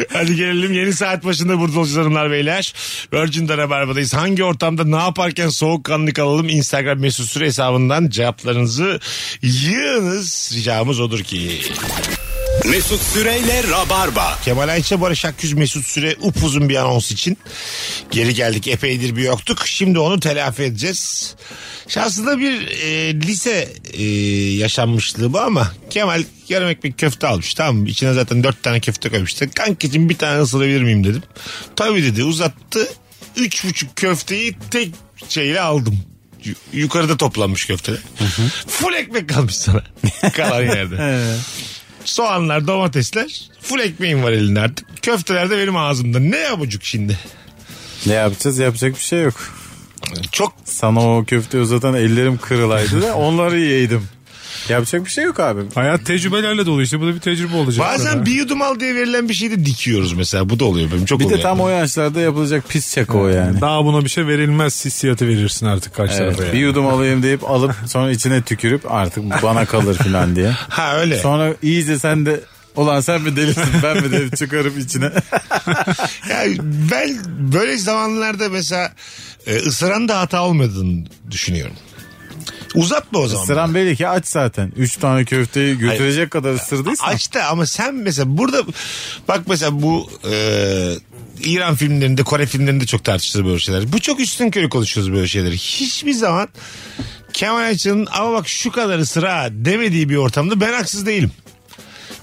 [SPEAKER 2] [laughs] Hadi gelelim yeni saat başında burada olacağız hanımlar beyler. Virgin'de Rabarba'dayız. Hangi ortamda ne yaparken soğukkanlı kalalım? Instagram mesut süre hesabından cevaplarınızı yığınız. Ricamız odur ki.
[SPEAKER 1] Mesut Süreyle Rabarba.
[SPEAKER 2] Kemal Ayça, Barış Akgüz, Mesut Süre upuzun bir anons için. Geri geldik epeydir bir yoktuk. Şimdi onu telafi edeceğiz. Şansında bir e, lise e, yaşanmışlığı bu ama Kemal yarım ekmek köfte almış tamam mı? İçine zaten dört tane köfte koymuştu. Kankacığım bir tane ısırabilir miyim dedim. Tabii dedi uzattı. Üç buçuk köfteyi tek şeyle aldım. Yu- Yukarıda toplanmış köfteler. Full ekmek kalmış sana. Kalan yerde. Soğanlar, domatesler. Full ekmeğim var elinde artık. Köfteler de benim ağzımda. Ne yabucuk şimdi?
[SPEAKER 4] Ne yapacağız? Yapacak bir şey yok.
[SPEAKER 2] Çok
[SPEAKER 4] Sana o köfteyi uzatan ellerim kırılaydı
[SPEAKER 3] [laughs]
[SPEAKER 4] da onları yiyeydim. Yapacak bir şey yok abi.
[SPEAKER 3] Hayat tecrübelerle dolu işte. Bu da bir tecrübe olacak.
[SPEAKER 2] Bazen
[SPEAKER 3] sana.
[SPEAKER 2] bir yudum al diye verilen bir şeyi de dikiyoruz mesela. Bu da oluyor benim çok
[SPEAKER 4] Bir
[SPEAKER 2] oluyor.
[SPEAKER 4] de tam o yaşlarda yapılacak pis çaka o yani.
[SPEAKER 3] Daha buna bir şey verilmez hissiyatı verirsin artık kaç
[SPEAKER 4] Evet,
[SPEAKER 3] tarafa. yani.
[SPEAKER 4] bir yudum alayım deyip alıp sonra içine tükürüp artık bu bana kalır filan diye.
[SPEAKER 2] Ha öyle.
[SPEAKER 4] Sonra iyice sen de ulan sen mi delisin ben mi deli
[SPEAKER 2] [laughs]
[SPEAKER 4] çıkarıp içine.
[SPEAKER 2] Yani ben böyle zamanlarda mesela e, ısıran da hata olmadığını düşünüyorum. Uzatma o zaman.
[SPEAKER 4] Sıran belli ki aç zaten. Üç tane köfteyi götürecek kadar ısırdıysan.
[SPEAKER 2] Aç da ama sen mesela burada bak mesela bu e, İran filmlerinde Kore filmlerinde çok tartışılır böyle şeyler. Bu çok üstün körü konuşuyoruz böyle şeyleri. Hiçbir zaman Kemal Ayça'nın ama bak şu kadar sıra demediği bir ortamda ben haksız değilim.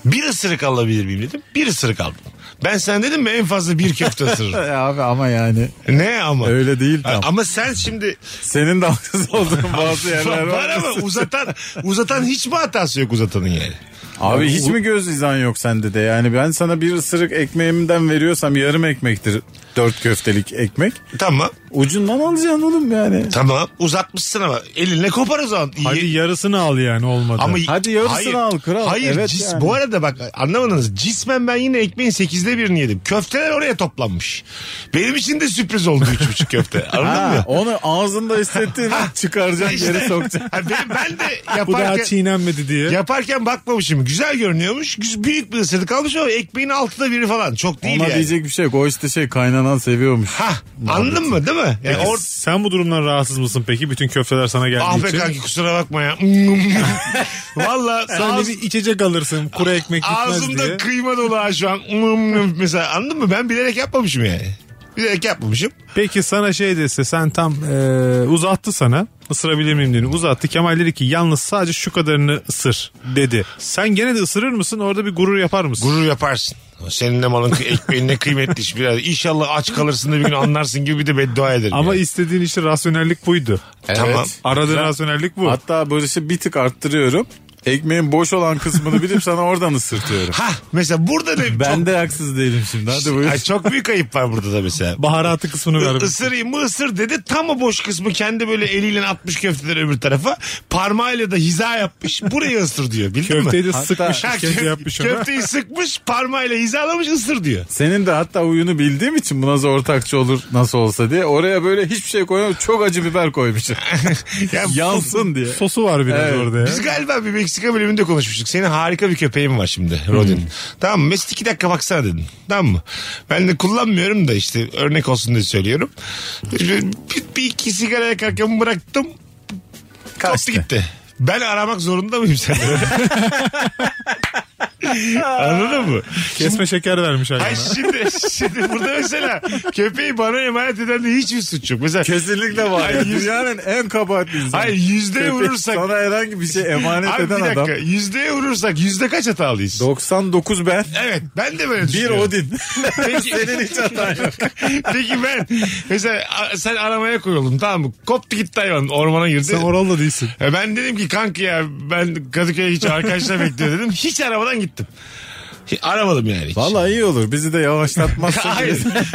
[SPEAKER 2] Bir ısırık alabilir miyim dedim. Bir ısırık aldım. Ben sen dedim mi en fazla bir köfte ısırırım.
[SPEAKER 4] [laughs] Ya E abi ama yani
[SPEAKER 2] ne ama?
[SPEAKER 4] öyle değil tam.
[SPEAKER 2] Ama sen şimdi
[SPEAKER 4] Senin de
[SPEAKER 2] [laughs]
[SPEAKER 4] haksız olduğun bazı yerler
[SPEAKER 2] var
[SPEAKER 4] var.
[SPEAKER 2] ama uzatan uzatan hiç mi hatası yok uzatanın yani?
[SPEAKER 4] Abi hiç mi göz hizan yok sende de? Yani ben sana bir ısırık ekmeğimden veriyorsam yarım ekmektir. Dört köftelik ekmek.
[SPEAKER 2] Tamam.
[SPEAKER 4] Ucundan alacaksın oğlum yani.
[SPEAKER 2] Tamam uzatmışsın ama elinle kopar o zaman.
[SPEAKER 3] Hadi
[SPEAKER 2] Ye-
[SPEAKER 3] yarısını al yani olmadı.
[SPEAKER 2] Ama
[SPEAKER 4] Hadi yarısını al kral.
[SPEAKER 2] Hayır
[SPEAKER 4] Evet
[SPEAKER 2] cis-
[SPEAKER 4] yani.
[SPEAKER 2] bu arada bak anlamadınız cismen ben yine ekmeğin sekizde birini yedim. Köfteler oraya toplanmış. Benim için de sürpriz oldu üç buçuk köfte. Anladın
[SPEAKER 4] Ha,
[SPEAKER 2] mı?
[SPEAKER 4] onu ağzında hissettiğin an çıkaracaksın
[SPEAKER 2] İşte-
[SPEAKER 4] geri sokacaksın.
[SPEAKER 2] [laughs] Ha, benim, ben de
[SPEAKER 3] Bu daha
[SPEAKER 2] yaparken,
[SPEAKER 3] çiğnenmedi diye.
[SPEAKER 2] yaparken bakmamışım. Güzel görünüyormuş. Güz- Büyük bir ısırık almış ama ekmeğin altıda biri falan. Çok değil
[SPEAKER 4] Ona
[SPEAKER 2] yani.
[SPEAKER 4] diyecek bir şey yok. O işte şey kaynanan seviyormuş.
[SPEAKER 2] Ha, anladın mı değil mi? Yani
[SPEAKER 3] Peki,
[SPEAKER 2] or-
[SPEAKER 3] E, sen bu durumdan rahatsız mısın peki? Bütün köfteler sana geldiği
[SPEAKER 2] ah be
[SPEAKER 3] için.
[SPEAKER 2] kanki kusura bakma ya. Valla
[SPEAKER 3] Sen de
[SPEAKER 2] ağz-
[SPEAKER 3] bir içecek alırsın. Kuru ekmek gitmez
[SPEAKER 2] ağzımda
[SPEAKER 3] diye.
[SPEAKER 2] kıyma dolu ha şu an. Mesela anladın mı? Ben bilerek yapmamışım yani. Bilerek yapmamışım.
[SPEAKER 3] Peki sana şey dese sen tam e, uzattı sana. Isırabilir miyim dedi. Uzattı. Kemal dedi ki yalnız sadece şu kadarını ısır dedi. Sen gene de ısırır mısın? Orada bir gurur yapar mısın?
[SPEAKER 2] Gurur yaparsın. Senin de malın ekmeğin ne kıymetli iş birader. İnşallah aç kalırsın da bir gün anlarsın gibi bir de beddua ederim.
[SPEAKER 3] Ama
[SPEAKER 2] yani.
[SPEAKER 3] istediğin işte rasyonellik buydu.
[SPEAKER 2] Tamam.
[SPEAKER 3] Aradığın rasyonellik bu.
[SPEAKER 4] Hatta barışı bir tık arttırıyorum. Ekmeğin boş olan kısmını bilip sana oradan ısırtıyorum.
[SPEAKER 2] Ha mesela burada
[SPEAKER 3] [laughs]
[SPEAKER 2] da
[SPEAKER 4] Ben de haksız değilim şimdi. Hadi
[SPEAKER 2] çok,
[SPEAKER 4] buyur.
[SPEAKER 2] Ay, çok büyük ayıp var burada da mesela.
[SPEAKER 3] [laughs] Baharatı kısmını ver.
[SPEAKER 2] Isırayım mı ısır dedi. Tam o boş kısmı kendi böyle eliyle atmış köfteleri öbür tarafa. Parmağıyla da hiza yapmış. Burayı ısır diyor. Bildin
[SPEAKER 3] Köfteyi
[SPEAKER 2] mi?
[SPEAKER 3] de sıkmış.
[SPEAKER 2] Ha,
[SPEAKER 3] kendi
[SPEAKER 2] köf-
[SPEAKER 3] yapmış ona.
[SPEAKER 2] köfteyi sıkmış parmağıyla hizalamış ısır
[SPEAKER 3] [laughs]
[SPEAKER 2] diyor.
[SPEAKER 4] Senin de hatta uyunu bildiğim için buna da ortakçı olur nasıl olsa diye. Oraya böyle hiçbir şey koymamış. Çok acı biber koymuşum.
[SPEAKER 2] [laughs] Ya bu-
[SPEAKER 4] Yansın diye.
[SPEAKER 3] Sosu var biraz
[SPEAKER 4] Evet.
[SPEAKER 3] orada ya.
[SPEAKER 2] Biz galiba bir Meksika bölümünde konuşmuştuk. Senin harika bir köpeğin var şimdi
[SPEAKER 4] Hmm.
[SPEAKER 2] Rodin. Tamam mı? Mesut iki dakika baksana dedin. Tamam mı? Ben de kullanmıyorum da işte örnek olsun diye söylüyorum. Bir, bir iki sigara yakarken bıraktım. Kaçtı gitti. Ben aramak zorunda mıyım
[SPEAKER 4] [laughs]
[SPEAKER 2] seni? Anladın mı?
[SPEAKER 3] Kesme şeker vermiş
[SPEAKER 2] Ay
[SPEAKER 3] hayvana.
[SPEAKER 2] şimdi, şimdi burada mesela köpeği bana emanet eden de hiçbir suç yok. Mesela
[SPEAKER 4] Kesinlikle var.
[SPEAKER 2] Hayır, yüz-
[SPEAKER 4] Dünyanın en kabahatli insanı.
[SPEAKER 2] Hayır yüzdeye
[SPEAKER 4] Köpek
[SPEAKER 2] vurursak.
[SPEAKER 4] Sana herhangi bir şey emanet
[SPEAKER 2] Abi bir
[SPEAKER 4] eden
[SPEAKER 2] dakika
[SPEAKER 4] adam.
[SPEAKER 2] yüzdeye vurursak yüzde kaç hatalıyız?
[SPEAKER 4] 99 ben.
[SPEAKER 2] Evet ben de böyle
[SPEAKER 4] Bir
[SPEAKER 2] düşünüyorum.
[SPEAKER 4] Odin.
[SPEAKER 2] Peki,
[SPEAKER 4] [laughs] Senin hiç hatan yok.
[SPEAKER 2] [laughs] peki ben mesela a- sen aramaya koyuldun tamam mı? Koptu gitti hayvan ormana girdi.
[SPEAKER 3] Sen oralı da değilsin.
[SPEAKER 2] E ben dedim ki kanki ya ben Kadıköy'e hiç
[SPEAKER 4] [laughs]
[SPEAKER 2] arkadaşlar bekliyor dedim. Hiç arabadan gittim. Hiç aramadım yani hiç.
[SPEAKER 4] Vallahi iyi olur. Bizi de yavaşlatmazsın.
[SPEAKER 2] Hayır [laughs]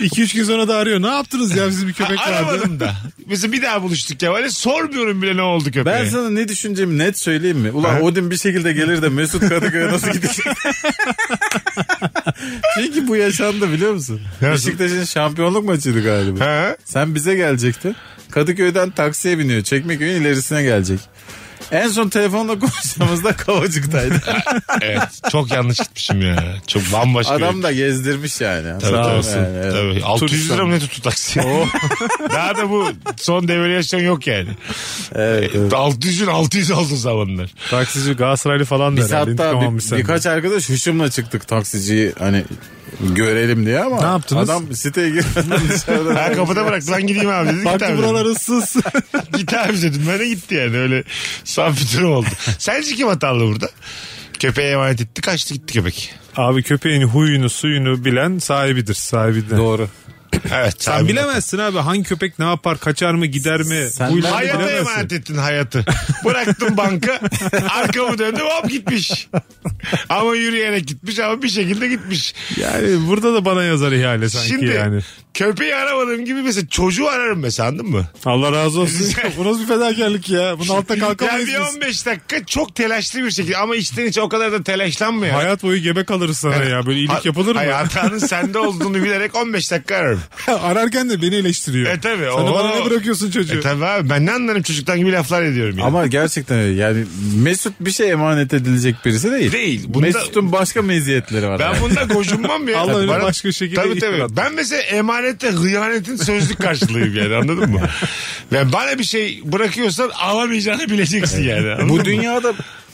[SPEAKER 3] 2-3 gün sonra da arıyor. Ne yaptınız ya siz bir köpek vardı.
[SPEAKER 2] aramadım da. Mesela bir daha buluştuk ya. Hani sormuyorum bile ne oldu köpeğe.
[SPEAKER 4] Ben
[SPEAKER 3] E.
[SPEAKER 4] sana ne düşüneceğimi net söyleyeyim mi? Ulan Odin bir şekilde gelir de Mesut Kadıköy'e nasıl gidecek? [laughs] Çünkü bu yaşandı biliyor musun?
[SPEAKER 2] Nasıl?
[SPEAKER 4] Beşiktaş'ın şampiyonluk maçıydı galiba.
[SPEAKER 2] Ha?
[SPEAKER 4] Sen bize gelecektin. Kadıköy'den taksiye biniyor. Çekmeköy'ün ilerisine gelecek. En son telefonla konuştuğumuzda [laughs] Kavacık'taydı.
[SPEAKER 2] Evet çok yanlış gitmişim ya. Çok bambaşka.
[SPEAKER 4] Adam da gezdirmiş yani.
[SPEAKER 2] Tabii,
[SPEAKER 4] Sağ
[SPEAKER 2] tabii.
[SPEAKER 4] olsun. Yani, evet.
[SPEAKER 2] Tabii. 600 lira mı ne tuttu taksi? [laughs] Daha da bu son devreli yaşayan yok yani. E,
[SPEAKER 4] Evet, evet.
[SPEAKER 2] 600'ün 600 oldu zamanlar.
[SPEAKER 3] Taksici Galatasaraylı falan da
[SPEAKER 4] Biz
[SPEAKER 3] herhalde. intikam
[SPEAKER 4] hatta bir-
[SPEAKER 3] almış senden.
[SPEAKER 4] birkaç arkadaş hışımla çıktık taksiciyi hani görelim diye ama
[SPEAKER 3] Ne yaptınız?
[SPEAKER 4] adam siteye
[SPEAKER 3] [laughs]
[SPEAKER 4] girmeden dışarıdan
[SPEAKER 2] Ha kapıda bıraktı ben gideyim abi dedi. Git
[SPEAKER 3] Baktı
[SPEAKER 2] abi
[SPEAKER 3] buralar
[SPEAKER 4] [laughs]
[SPEAKER 3] ıssız.
[SPEAKER 2] dedim. [laughs] Git abi dedim. Ben de gitti yani öyle saf bir durum oldu. Sence kim hatalı burada? Köpeğe emanet etti kaçtı gitti köpek.
[SPEAKER 3] Abi köpeğin huyunu suyunu bilen sahibidir. Sahibidir. Doğru.
[SPEAKER 2] Evet.
[SPEAKER 3] Sen
[SPEAKER 2] abi.
[SPEAKER 3] bilemezsin abi hangi köpek ne yapar kaçar mı gider mi?
[SPEAKER 4] Sen-
[SPEAKER 3] Huylarını
[SPEAKER 4] Ben de
[SPEAKER 2] Hayata
[SPEAKER 3] bilemezsin.
[SPEAKER 2] emanet ettin hayatı. Bıraktım banka. Arkamı döndüm hop gitmiş. Ama yürüyerek gitmiş ama bir şekilde gitmiş.
[SPEAKER 3] Yani burada da bana yazar ihale sanki
[SPEAKER 2] Şimdi
[SPEAKER 3] yani.
[SPEAKER 2] köpeği aramadığım gibi mesela çocuğu ararım mesela anladın mı?
[SPEAKER 3] Allah
[SPEAKER 2] [laughs]
[SPEAKER 3] razı olsun. Bu nasıl bir fedakarlık ya? Bunun altta
[SPEAKER 2] Yani
[SPEAKER 3] kalkamayız
[SPEAKER 2] bir
[SPEAKER 3] biz.
[SPEAKER 2] 15 dakika çok telaşlı bir şekilde ama içten içe o kadar da telaşlanmıyor.
[SPEAKER 3] Hayat boyu gebe kalırız sana ya. Böyle iyilik yapılır
[SPEAKER 2] Hayır,
[SPEAKER 3] mı?
[SPEAKER 2] hatanın sende olduğunu bilerek 15 dakika ararım.
[SPEAKER 3] [laughs] Ararken de beni eleştiriyor.
[SPEAKER 2] E tabii,
[SPEAKER 3] Sen de bana
[SPEAKER 2] oo.
[SPEAKER 3] ne bırakıyorsun çocuğu?
[SPEAKER 2] E tabii abi ben ne anlarım çocuktan gibi laflar ediyorum ya.
[SPEAKER 4] Ama gerçekten öyle. Yani Mesut bir şey emanet edilecek birisi değil.
[SPEAKER 2] Değil. Bunda-
[SPEAKER 4] Mesut'un başka meziyetleri var.
[SPEAKER 2] ben
[SPEAKER 4] yani.
[SPEAKER 2] bunda gocunmam
[SPEAKER 3] [laughs]
[SPEAKER 2] ya.
[SPEAKER 3] Allah öyle
[SPEAKER 2] Bana-
[SPEAKER 3] başka şekilde
[SPEAKER 2] Tabii
[SPEAKER 3] ihtimal
[SPEAKER 2] tabii.
[SPEAKER 3] atma.
[SPEAKER 2] Ben mesela emanette hıyanetin sözlük karşılığıyım yani anladın
[SPEAKER 3] [laughs]
[SPEAKER 2] mı? Yani bana bir şey bırakıyorsan alamayacağını bileceksin yani. anladın mı? [laughs]
[SPEAKER 4] bu dünyada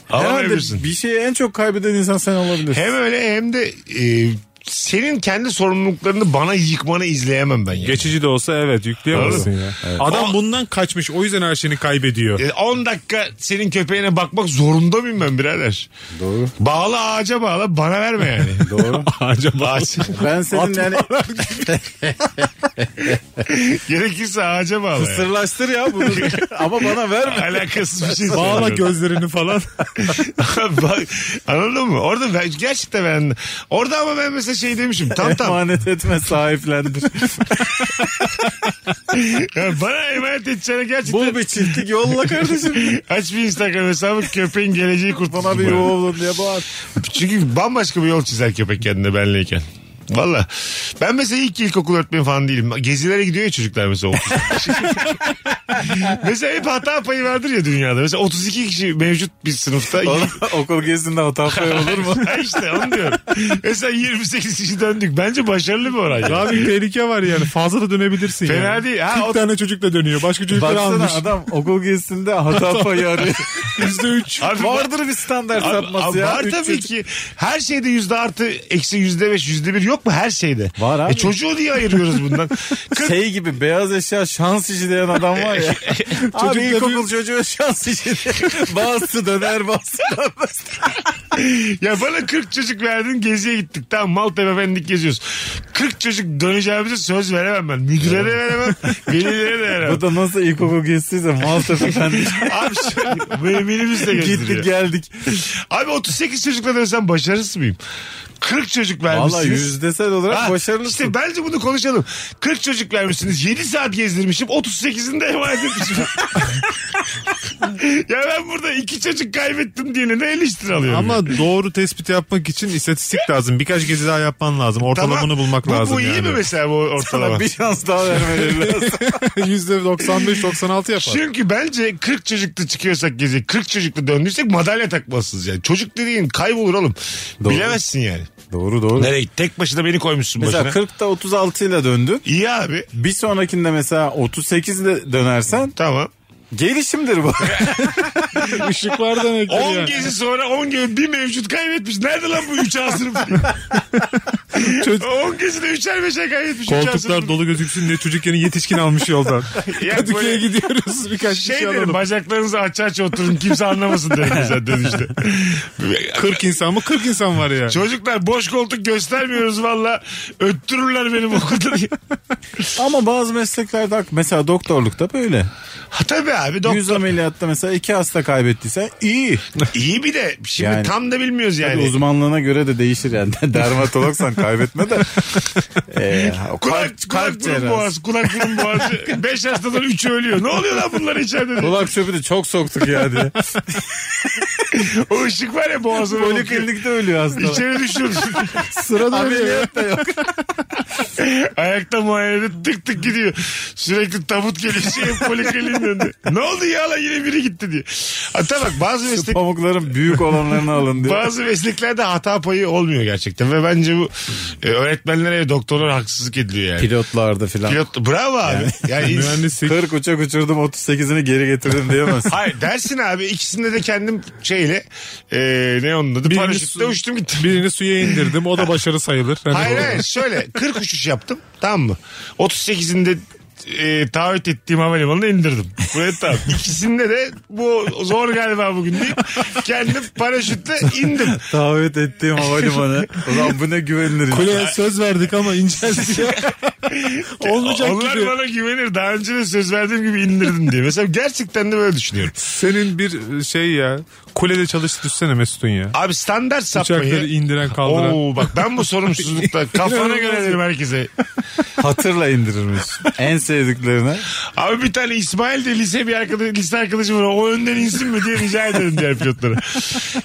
[SPEAKER 4] herhalde
[SPEAKER 2] Alamayabilirsin.
[SPEAKER 4] bir şeyi en çok kaybeden insan sen olabilirsin.
[SPEAKER 2] Hem öyle hem de e, senin kendi sorumluluklarını bana yıkmanı izleyemem ben yani.
[SPEAKER 3] Geçici de olsa evet yükleyemezsin
[SPEAKER 2] Doğru.
[SPEAKER 3] ya. Adam
[SPEAKER 2] Ama-
[SPEAKER 3] bundan kaçmış o yüzden her şeyini kaybediyor.
[SPEAKER 2] E, 10 dakika senin köpeğine bakmak zorunda mıyım ben birader? Doğru. Bağla ağaca bağla bana verme yani.
[SPEAKER 4] [laughs] Doğru.
[SPEAKER 3] Acaba
[SPEAKER 2] Ağaç.
[SPEAKER 4] Ben senin yani
[SPEAKER 2] [laughs] Gerekirse ağaca bağla. yani.
[SPEAKER 4] Sırlaştır
[SPEAKER 2] [laughs]
[SPEAKER 4] ya bunu. Ama bana verme.
[SPEAKER 2] Alakasız bir şey
[SPEAKER 3] Bağla
[SPEAKER 2] söylüyorum.
[SPEAKER 3] gözlerini
[SPEAKER 2] [laughs]
[SPEAKER 3] falan.
[SPEAKER 2] Bak, Anladın mı? Orada ben, gerçekten ben orada ama ben mesela şey demişim. Tam tam.
[SPEAKER 4] Emanet
[SPEAKER 2] [laughs]
[SPEAKER 4] etme sahiplendir.
[SPEAKER 2] Ya bana emanet edeceğine gerçekten
[SPEAKER 4] Bul bir çiftlik yolla kardeşim.
[SPEAKER 2] aç bir Instagram hesabı köpeğin geleceği kurtulsun.
[SPEAKER 4] Bana bir oğlum diye bağır.
[SPEAKER 2] [laughs] Çünkü bambaşka bir yol çizer köpek kendine benleyken. Valla. Ben mesela ilk ilkokul öğretmeni falan değilim. Gezilere gidiyor ya çocuklar mesela. 30.
[SPEAKER 4] [laughs]
[SPEAKER 2] mesela hep hata payı vardır ya dünyada. Mesela 32 kişi mevcut bir sınıfta.
[SPEAKER 4] Oğlum, okul gezdiğinde
[SPEAKER 2] [laughs]
[SPEAKER 4] o tahtaya olur mu?
[SPEAKER 2] Ha işte onu diyorum. Mesela 28 kişi döndük. Bence başarılı bir oran. ya.
[SPEAKER 3] Daha bir tehlike var yani. Fazla da dönebilirsin
[SPEAKER 2] Fena
[SPEAKER 3] yani.
[SPEAKER 2] değil. Ha,
[SPEAKER 3] 40
[SPEAKER 2] o-
[SPEAKER 3] tane çocuk da dönüyor. Başka çocukları
[SPEAKER 4] Baksana
[SPEAKER 3] almış.
[SPEAKER 4] adam okul gezdiğinde hata
[SPEAKER 3] [laughs]
[SPEAKER 4] payı arıyor.
[SPEAKER 3] %3.
[SPEAKER 2] Abi,
[SPEAKER 4] Vardır bir standart
[SPEAKER 2] Abi-
[SPEAKER 4] sapması
[SPEAKER 2] abi
[SPEAKER 4] ya.
[SPEAKER 2] Var
[SPEAKER 4] Üç
[SPEAKER 2] tabii
[SPEAKER 4] çocuk-
[SPEAKER 2] ki. Her şeyde yüzde artı, eksi yüzde beş, yüzde bir yok mu her şeyde?
[SPEAKER 4] Var abi.
[SPEAKER 2] E çocuğu diye ayırıyoruz
[SPEAKER 4] [laughs]
[SPEAKER 2] bundan. Kırk-
[SPEAKER 4] Şey gibi beyaz eşya şans işi diyen adam var ya. [laughs] Abi
[SPEAKER 3] Çocuk
[SPEAKER 4] ilkokul
[SPEAKER 3] yapıyor.
[SPEAKER 4] çocuğu şans işi. [laughs] diye. bazısı döner bazısı dönmez.
[SPEAKER 2] ya bana 40 çocuk verdin geziye gittik. Tamam Maltepe Efendilik geziyoruz. 40 çocuk döneceğimize söz veremem ben. Müdüre de veremem. Velilere de
[SPEAKER 4] [laughs]
[SPEAKER 2] veremem.
[SPEAKER 4] Bu da nasıl ilkokul gezdiyse Maltepe [laughs] efendi.
[SPEAKER 2] Abi şöyle, benim elimizle
[SPEAKER 4] Gittik
[SPEAKER 2] gezdiriyor.
[SPEAKER 4] geldik.
[SPEAKER 2] Abi 38 çocukla dönsem başarısız mıyım? 40 çocuk vermişsiniz.
[SPEAKER 4] Valla yüzdesel olarak
[SPEAKER 2] Ha,
[SPEAKER 4] başarılısın.
[SPEAKER 2] İşte bence bunu konuşalım. 40 çocuk vermişsiniz. 7 saat gezdirmişim. 38'ini de emanet etmişim. [laughs] ya ben burada 2 çocuk kaybettim diye ne eleştiri alıyorum. ya?
[SPEAKER 3] Ama doğru tespit yapmak için istatistik lazım. Birkaç gezi daha yapman lazım. Ortalamını
[SPEAKER 2] Tamam.
[SPEAKER 3] bulmak
[SPEAKER 2] bu,
[SPEAKER 3] lazım
[SPEAKER 2] Bu iyi
[SPEAKER 3] yani. [laughs]
[SPEAKER 2] mi mesela bu ortalama?
[SPEAKER 4] Sana bir şans daha vermeleri lazım.
[SPEAKER 3] %95-96 yapar.
[SPEAKER 2] Çünkü bence 40 çocuklu çıkıyorsak gezi 40 çocuklu döndüysek madalya takmazsınız yani. Çocuk dediğin kaybolur oğlum. Bilemezsin yani.
[SPEAKER 4] [laughs] doğru doğru.
[SPEAKER 2] Nereye? Tek başına beni koymuşsun
[SPEAKER 4] Mesela
[SPEAKER 2] başına.
[SPEAKER 4] 40'ta 36 ile döndün.
[SPEAKER 2] İyi abi.
[SPEAKER 4] Bir sonrakinde mesela 38 ile dönersen
[SPEAKER 2] Tamam.
[SPEAKER 4] gelişimdir [laughs] bu.
[SPEAKER 3] Işıklar
[SPEAKER 4] [laughs]
[SPEAKER 3] demek
[SPEAKER 2] 10 gezi sonra 10 gezi bir mevcut kaybetmiş. Nerede lan bu 3 A sınıf? [laughs] 10 gezide 3'er 5'er kaybetmiş. üç A
[SPEAKER 3] Koltuklar
[SPEAKER 2] sınıfı.
[SPEAKER 3] dolu gözüksün diye çocuk yeni yetişkin almış yoldan.
[SPEAKER 2] [laughs] Ya
[SPEAKER 3] Kadıköy'e
[SPEAKER 2] böyle-
[SPEAKER 3] gidiyoruz birkaç
[SPEAKER 2] Şey
[SPEAKER 3] kişi
[SPEAKER 2] derim
[SPEAKER 3] alalım.
[SPEAKER 2] bacaklarınızı aç aç oturun kimse anlamasın derim [laughs] mesela dönüşte.
[SPEAKER 3] 40 insan mı? 40 insan var ya.
[SPEAKER 2] Çocuklar boş koltuk göstermiyoruz valla. Öttürürler beni bu okulda diye.
[SPEAKER 4] Ama bazı mesleklerde hak- mesela doktorlukta böyle.
[SPEAKER 2] Ha tabii abi
[SPEAKER 4] Yüz
[SPEAKER 2] doktor.
[SPEAKER 4] 100 ameliyatta mesela 2 hasta kaybettiyse iyi.
[SPEAKER 2] İyi bir de şimdi
[SPEAKER 4] Yani-
[SPEAKER 2] tam da bilmiyoruz yani.
[SPEAKER 4] Uzmanlığına göre de değişir yani. [laughs] Dermatologsan
[SPEAKER 3] [laughs]
[SPEAKER 4] kaybetme de. Ee, o
[SPEAKER 2] Kulak,
[SPEAKER 4] kalp,
[SPEAKER 2] kulak
[SPEAKER 4] kalp
[SPEAKER 2] burun
[SPEAKER 4] cerrahı.
[SPEAKER 2] boğaz, kulak burun
[SPEAKER 4] [laughs]
[SPEAKER 2] boğazı. Beş hastadan üç ölüyor. Ne oluyor lan bunlar içeride? diye.
[SPEAKER 4] Kulak çöpü de çok soktuk
[SPEAKER 2] [laughs]
[SPEAKER 4] ya diye.
[SPEAKER 2] O ışık var ya boğazına. bakıyor.
[SPEAKER 4] Poliklinikte ölüyor hasta.
[SPEAKER 2] İçeri
[SPEAKER 4] [laughs]
[SPEAKER 2] düşüyoruz.
[SPEAKER 4] Sırada ameliyat da yok.
[SPEAKER 2] Ayakta muayenede tık tık gidiyor. Sürekli tabut geliyor şey polikliniğin önünde. Ne oldu ya lan yine biri gitti diye. Hatta bak bazı meslek
[SPEAKER 4] Pamukların büyük olanlarını alın diye.
[SPEAKER 2] bazı mesleklerde hata payı olmuyor gerçekten ve bence bu e, öğretmenlere ve doktorlara haksızlık ediliyor yani.
[SPEAKER 4] Pilotlarda filan.
[SPEAKER 2] Pilot bravo abi.
[SPEAKER 4] [laughs]
[SPEAKER 2] Yani,
[SPEAKER 3] Mühendislik.
[SPEAKER 4] 40 uçak uçurdum 38'ini geri getirdim
[SPEAKER 2] [laughs]
[SPEAKER 4] diyemezsin.
[SPEAKER 2] Hayır dersin abi ikisinde de kendim şeyle e, ne onun adı
[SPEAKER 3] Birini
[SPEAKER 2] paraşütle
[SPEAKER 3] su-
[SPEAKER 2] uçtum gittim.
[SPEAKER 3] Birini suya indirdim. O da başarı sayılır. Hani
[SPEAKER 2] Hayır
[SPEAKER 3] o-
[SPEAKER 2] hayır şöyle 40 uçuş yaptım tamam mı? 38'inde e, taahhüt ettiğim havalimanına indirdim. Buraya tamam. İkisinde de bu zor galiba bugün deyip kendim paraşütle indim.
[SPEAKER 3] [laughs]
[SPEAKER 4] Davet ettiğim havalimanı. Ulan bu ne güvenilir.
[SPEAKER 3] Kuleye söz verdik ama ineceğiz diye. Olmayacak
[SPEAKER 2] Onlar
[SPEAKER 3] gibi.
[SPEAKER 2] bana güvenir. Daha önce de söz verdiğim gibi indirdim diye. Mesela gerçekten de böyle düşünüyorum.
[SPEAKER 3] [laughs] Senin bir şey ya. Kulede çalış düşsene Mesut'un ya.
[SPEAKER 2] Abi standart
[SPEAKER 3] Uçakları
[SPEAKER 2] sapmayı.
[SPEAKER 3] indiren kaldıran.
[SPEAKER 2] Oo bak ben
[SPEAKER 3] [laughs]
[SPEAKER 2] bu sorumsuzlukta kafana göre derim herkese.
[SPEAKER 4] Hatırla indirirmiş. en sevdiklerine.
[SPEAKER 2] Abi bir tane İsmail de lise bir arkadaş, lise arkadaşım var. O önden insin mi diye rica ederim diğer pilotlara.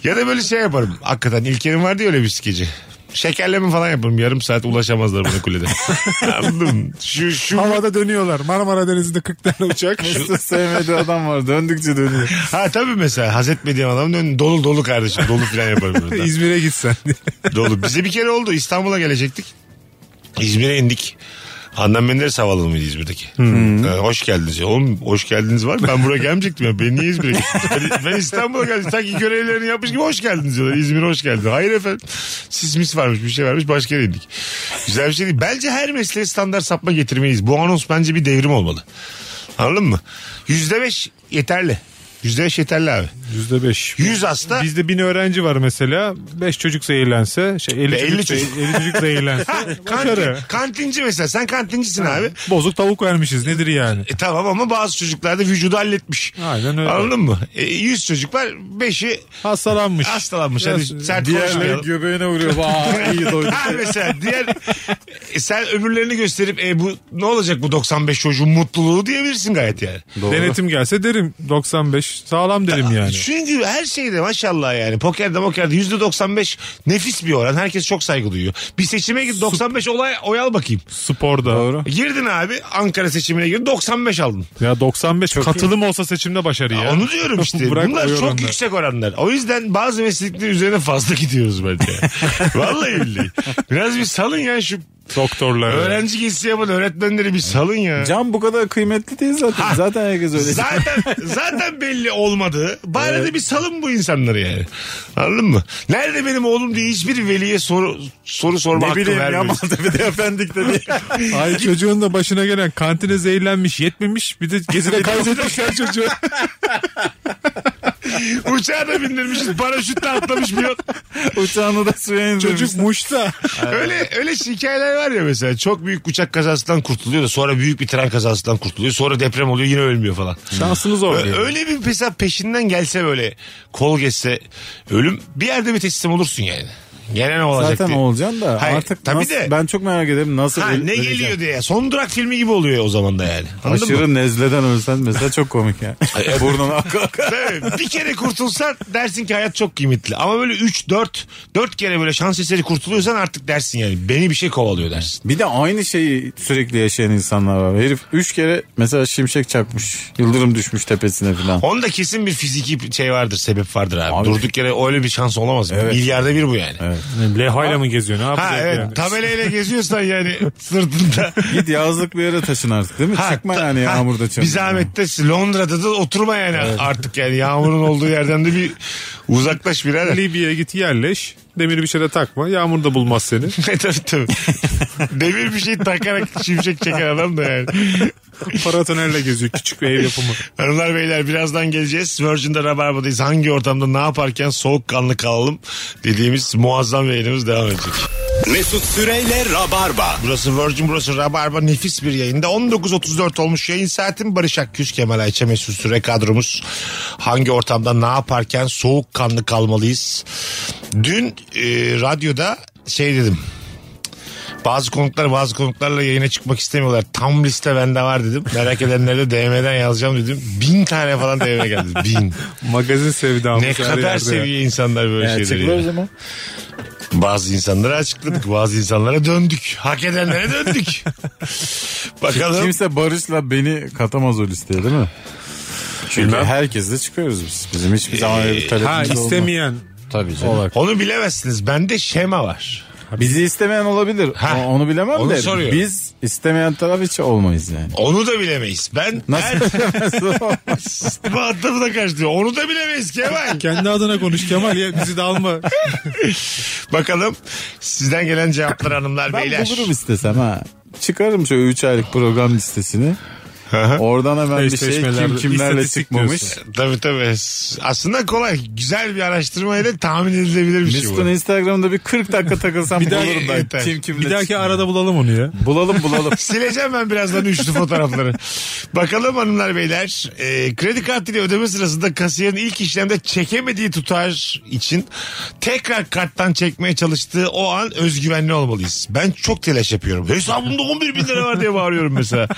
[SPEAKER 2] ya da böyle şey yaparım. Hakikaten İlker'in vardı ya öyle bir skeci. Şekerleme falan yaparım. Yarım saat ulaşamazlar bana kulede. [laughs] Anladın mı? Şu, şu,
[SPEAKER 3] Havada dönüyorlar. Marmara Denizi'nde 40 tane uçak.
[SPEAKER 4] [laughs] Mesut sevmediği adam var. Döndükçe dönüyor.
[SPEAKER 2] ha tabii mesela haz etmediğim adamın önü dolu dolu kardeşim. Dolu falan yaparım. ben.
[SPEAKER 4] [laughs]
[SPEAKER 3] İzmir'e gitsen.
[SPEAKER 2] dolu. Bize bir kere oldu. İstanbul'a gelecektik. İzmir'e indik. Handan Menderes havalanı mıydı İzmir'deki? Ha, hoş geldiniz. Ya. Oğlum hoş geldiniz var mı? Ben buraya gelmeyecektim ya. Beni niye İzmir'e getirdiniz? ben, ben İstanbul'a geldim. Sanki görevlerini yapmış gibi hoş geldiniz diyorlar. İzmir'e hoş geldiniz. Hayır efendim. Sis mis varmış bir şey varmış. Başka yere indik. Güzel bir şey değil. Bence her mesleğe standart sapma getirmeliyiz. Bu anons bence bir devrim olmalı. Anladın mı? Yüzde beş yeterli. Yüzde beş yeterli abi.
[SPEAKER 3] Yüzde beş.
[SPEAKER 2] 100 hasta
[SPEAKER 3] Bizde bin öğrenci var mesela. Beş çocuk zehirlense. Şey, elli,
[SPEAKER 2] Ve elli
[SPEAKER 3] çocuk,
[SPEAKER 2] çocuk.
[SPEAKER 3] elli çocuk
[SPEAKER 2] [laughs]
[SPEAKER 3] zehirlense. başarı.
[SPEAKER 2] kantin, kantinci mesela sen kantincisin abi.
[SPEAKER 3] Bozuk tavuk vermişiz nedir yani?
[SPEAKER 2] E tamam ama bazı çocuklarda vücudu halletmiş.
[SPEAKER 3] Aynen öyle.
[SPEAKER 2] Anladın mı? E, 100 çocuk var 5'i
[SPEAKER 3] Hastalanmış.
[SPEAKER 2] hastalanmış. Hadi
[SPEAKER 3] Biraz-
[SPEAKER 2] sert
[SPEAKER 4] Diğerleri
[SPEAKER 2] konuşmayalım.
[SPEAKER 4] göbeğine vuruyor. Vah iyi doydu.
[SPEAKER 2] [laughs] Ha mesela diğer e, sen ömürlerini gösterip e, bu ne olacak bu 95 çocuğun mutluluğu diyebilirsin gayet yani.
[SPEAKER 3] Denetim gelse derim 95 sağlam derim yani.
[SPEAKER 2] Çünkü her şeyde maşallah yani pokerde mokerde yüzde 95 nefis bir oran. Herkes çok saygı duyuyor. Bir seçime git 95 olay oyal bakayım. E,
[SPEAKER 3] Sporda.
[SPEAKER 2] Girdin abi Ankara seçimine girdin 95 aldın.
[SPEAKER 3] Ya 95 katılım olsa seçimde başarı ya.
[SPEAKER 2] Ya Onu diyorum işte.
[SPEAKER 3] [laughs] Bırak
[SPEAKER 2] Bunlar
[SPEAKER 3] o
[SPEAKER 2] çok
[SPEAKER 3] oranları.
[SPEAKER 2] yüksek oranlar. O yüzden bazı meslekler üzerine fazla [laughs] gidiyoruz bence. Vallahi billahi. Biraz bir salın ya şu
[SPEAKER 3] Doktorlar.
[SPEAKER 2] öğrenci gezisi yapan öğretmenleri bir salın ya.
[SPEAKER 4] Cam bu kadar kıymetli değil zaten.
[SPEAKER 2] Ha.
[SPEAKER 4] Zaten herkes öyle.
[SPEAKER 2] Zaten zaten belli olmadı. Bari de bir salın bu insanları yani. Anladın mı? Nerede benim oğlum diye hiçbir veliye soru soru sorma
[SPEAKER 4] ne
[SPEAKER 2] hakkı
[SPEAKER 4] bileyim ya
[SPEAKER 2] vermiyoruz.
[SPEAKER 4] Maltepe'de efendik dedi.
[SPEAKER 3] Ay E, çocuğun da başına gelen kantine zehirlenmiş yetmemiş bir de gezide kaybetmişler [laughs] çocuğu.
[SPEAKER 2] Uçağa da bindirmişiz. Paraşütle atlamış bir yol.
[SPEAKER 4] Uçağını da suya indirmiş.
[SPEAKER 3] Çocuk muşta.
[SPEAKER 2] Öyle öyle hikayeler var ya mesela çok büyük uçak kazasından kurtuluyor da sonra büyük bir tren kazasından kurtuluyor. Sonra deprem oluyor yine ölmüyor falan.
[SPEAKER 3] Şansınız
[SPEAKER 2] Ö-
[SPEAKER 3] orada. yani.
[SPEAKER 2] Öyle bir mesela peşinden gelse böyle kol geçse ölüm bir yerde bir teslim olursun yani. Gene ne olacak
[SPEAKER 4] Zaten
[SPEAKER 2] diye.
[SPEAKER 4] olacaksın da
[SPEAKER 2] Hayır,
[SPEAKER 4] artık
[SPEAKER 2] tabii
[SPEAKER 4] nasıl,
[SPEAKER 2] de.
[SPEAKER 4] ben çok merak ederim nasıl
[SPEAKER 2] Ha,
[SPEAKER 4] öl-
[SPEAKER 2] ne
[SPEAKER 4] öleceğim.
[SPEAKER 2] geliyor diye. Son durak filmi gibi oluyor o zaman da yani. Anladın mı? e,
[SPEAKER 4] Aşırı nezleden ölsen mesela çok komik ya. Burnun [laughs] akar akar.
[SPEAKER 2] Tabii, bir kere kurtulsan dersin ki hayat çok kıymetli. Ama böyle 3 4 4 kere böyle şans eseri kurtuluyorsan artık dersin yani beni bir şey kovalıyor dersin.
[SPEAKER 4] Bir de aynı şeyi sürekli yaşayan insanlar var. Herif üç kere mesela şimşek çakmış. Yıldırım düşmüş tepesine falan.
[SPEAKER 2] Onda kesin bir fiziki şey vardır, sebep vardır abi.
[SPEAKER 4] Abi.
[SPEAKER 2] Durduk yere öyle bir şans olamaz. Milyarda bir bu yani.
[SPEAKER 3] Lehayla mı geziyor ne yapacak
[SPEAKER 2] Ha evet.
[SPEAKER 3] yani?
[SPEAKER 4] [laughs]
[SPEAKER 2] Tabelayla geziyorsan yani sırtında.
[SPEAKER 4] Git yazlık bir yere taşın artık değil mi?
[SPEAKER 2] Ha,
[SPEAKER 4] Çıkma
[SPEAKER 2] ta-
[SPEAKER 4] yani
[SPEAKER 2] ha,
[SPEAKER 4] yağmurda çamurda.
[SPEAKER 2] Bir zahmet de Londra'da da oturma yani artık yani yağmurun olduğu yerden de bir uzaklaş [laughs] birader.
[SPEAKER 3] Libya'ya git yerleş. Demiri bir şeyle takma. Yağmur da bulmaz seni.
[SPEAKER 2] tabii
[SPEAKER 4] [laughs]
[SPEAKER 2] tabii. Demir bir şey takarak şimşek çeken adam da yani.
[SPEAKER 3] Paratonerle geziyor. Küçük bir ev yapımı.
[SPEAKER 2] Hanımlar beyler birazdan geleceğiz. Virgin'de Rabarba'dayız. Hangi ortamda ne yaparken soğukkanlı kalalım dediğimiz muazzam yayınımız devam edecek.
[SPEAKER 1] Mesut Süreyle Rabarba.
[SPEAKER 2] Burası Virgin burası Rabarba nefis bir yayında. 19.34 olmuş yayın saatin Barış Akgüz Kemal Ayça Mesut Süre kadromuz. Hangi ortamda ne yaparken soğukkanlı kalmalıyız? Dün e, radyoda şey dedim. Bazı konuklar bazı konuklarla yayına çıkmak istemiyorlar. Tam liste bende var dedim. Merak edenlere de DM'den yazacağım dedim. Bin tane falan DM geldi. Bin.
[SPEAKER 3] Magazin sevdamız.
[SPEAKER 2] ne
[SPEAKER 3] her
[SPEAKER 2] kadar
[SPEAKER 3] yerde.
[SPEAKER 2] seviye insanlar böyle
[SPEAKER 4] Yani
[SPEAKER 2] şeyleri.
[SPEAKER 4] çıkma
[SPEAKER 2] ya.
[SPEAKER 4] o zaman.
[SPEAKER 2] Bazı insanlara açıkladık. Bazı insanlara döndük. Hak edenlere
[SPEAKER 4] [laughs]
[SPEAKER 2] döndük. Bakalım.
[SPEAKER 4] Kimse Barış'la beni katamaz o listeye değil mi? Çünkü herkesle çıkıyoruz biz. Bizim hiçbir zaman öyle
[SPEAKER 2] Ee,
[SPEAKER 4] bir talebimiz
[SPEAKER 3] Ha
[SPEAKER 4] olmaz.
[SPEAKER 3] istemeyen.
[SPEAKER 4] Tabii canım.
[SPEAKER 2] Onu bilemezsiniz. Bende şema var.
[SPEAKER 4] Bizi istemeyen olabilir.
[SPEAKER 2] Ha.
[SPEAKER 4] O- Onu bilemem
[SPEAKER 2] Onu
[SPEAKER 4] de
[SPEAKER 2] soruyor.
[SPEAKER 4] biz istemeyen taraf hiç olmayız yani.
[SPEAKER 2] Onu da bilemeyiz. Ben
[SPEAKER 4] Nasıl bilemezsin?
[SPEAKER 2] [laughs] bu adamı da karıştırıyor. Onu da bilemeyiz Kemal.
[SPEAKER 3] Kendi adına konuş Kemal ya bizi de alma.
[SPEAKER 2] Bakalım sizden gelen cevaplar hanımlar
[SPEAKER 4] ben
[SPEAKER 2] beyler.
[SPEAKER 4] bulurum istesem ha. Çıkarım şöyle 3 aylık program listesini. Oradan hemen bir şey
[SPEAKER 3] Eşleşmelerde
[SPEAKER 4] kim kimlerle
[SPEAKER 3] istatistik
[SPEAKER 4] çıkmamış.
[SPEAKER 3] diyorsun.
[SPEAKER 2] Tabii tabii. Aslında kolay. Güzel bir araştırmayla tahmin edilebilir bir şey
[SPEAKER 4] Mesut'un
[SPEAKER 2] bu.
[SPEAKER 4] Instagram'da bir 40 dakika takılsam [laughs]
[SPEAKER 3] Bir daha-
[SPEAKER 4] bulurum ben.
[SPEAKER 2] yeter.
[SPEAKER 4] Kim kimle
[SPEAKER 3] Bir dahaki
[SPEAKER 4] çıkmış.
[SPEAKER 3] arada bulalım onu ya.
[SPEAKER 4] Bulalım bulalım.
[SPEAKER 2] Sileceğim ben birazdan üçlü fotoğrafları. Bakalım hanımlar beyler. Ee, kredi kartıyla ödeme sırasında kasiyerin ilk işlemde çekemediği tutar için tekrar karttan çekmeye çalıştığı o an özgüvenli olmalıyız. Ben çok telaş yapıyorum. Hesabımda 11 bin lira var diye bağırıyorum mesela.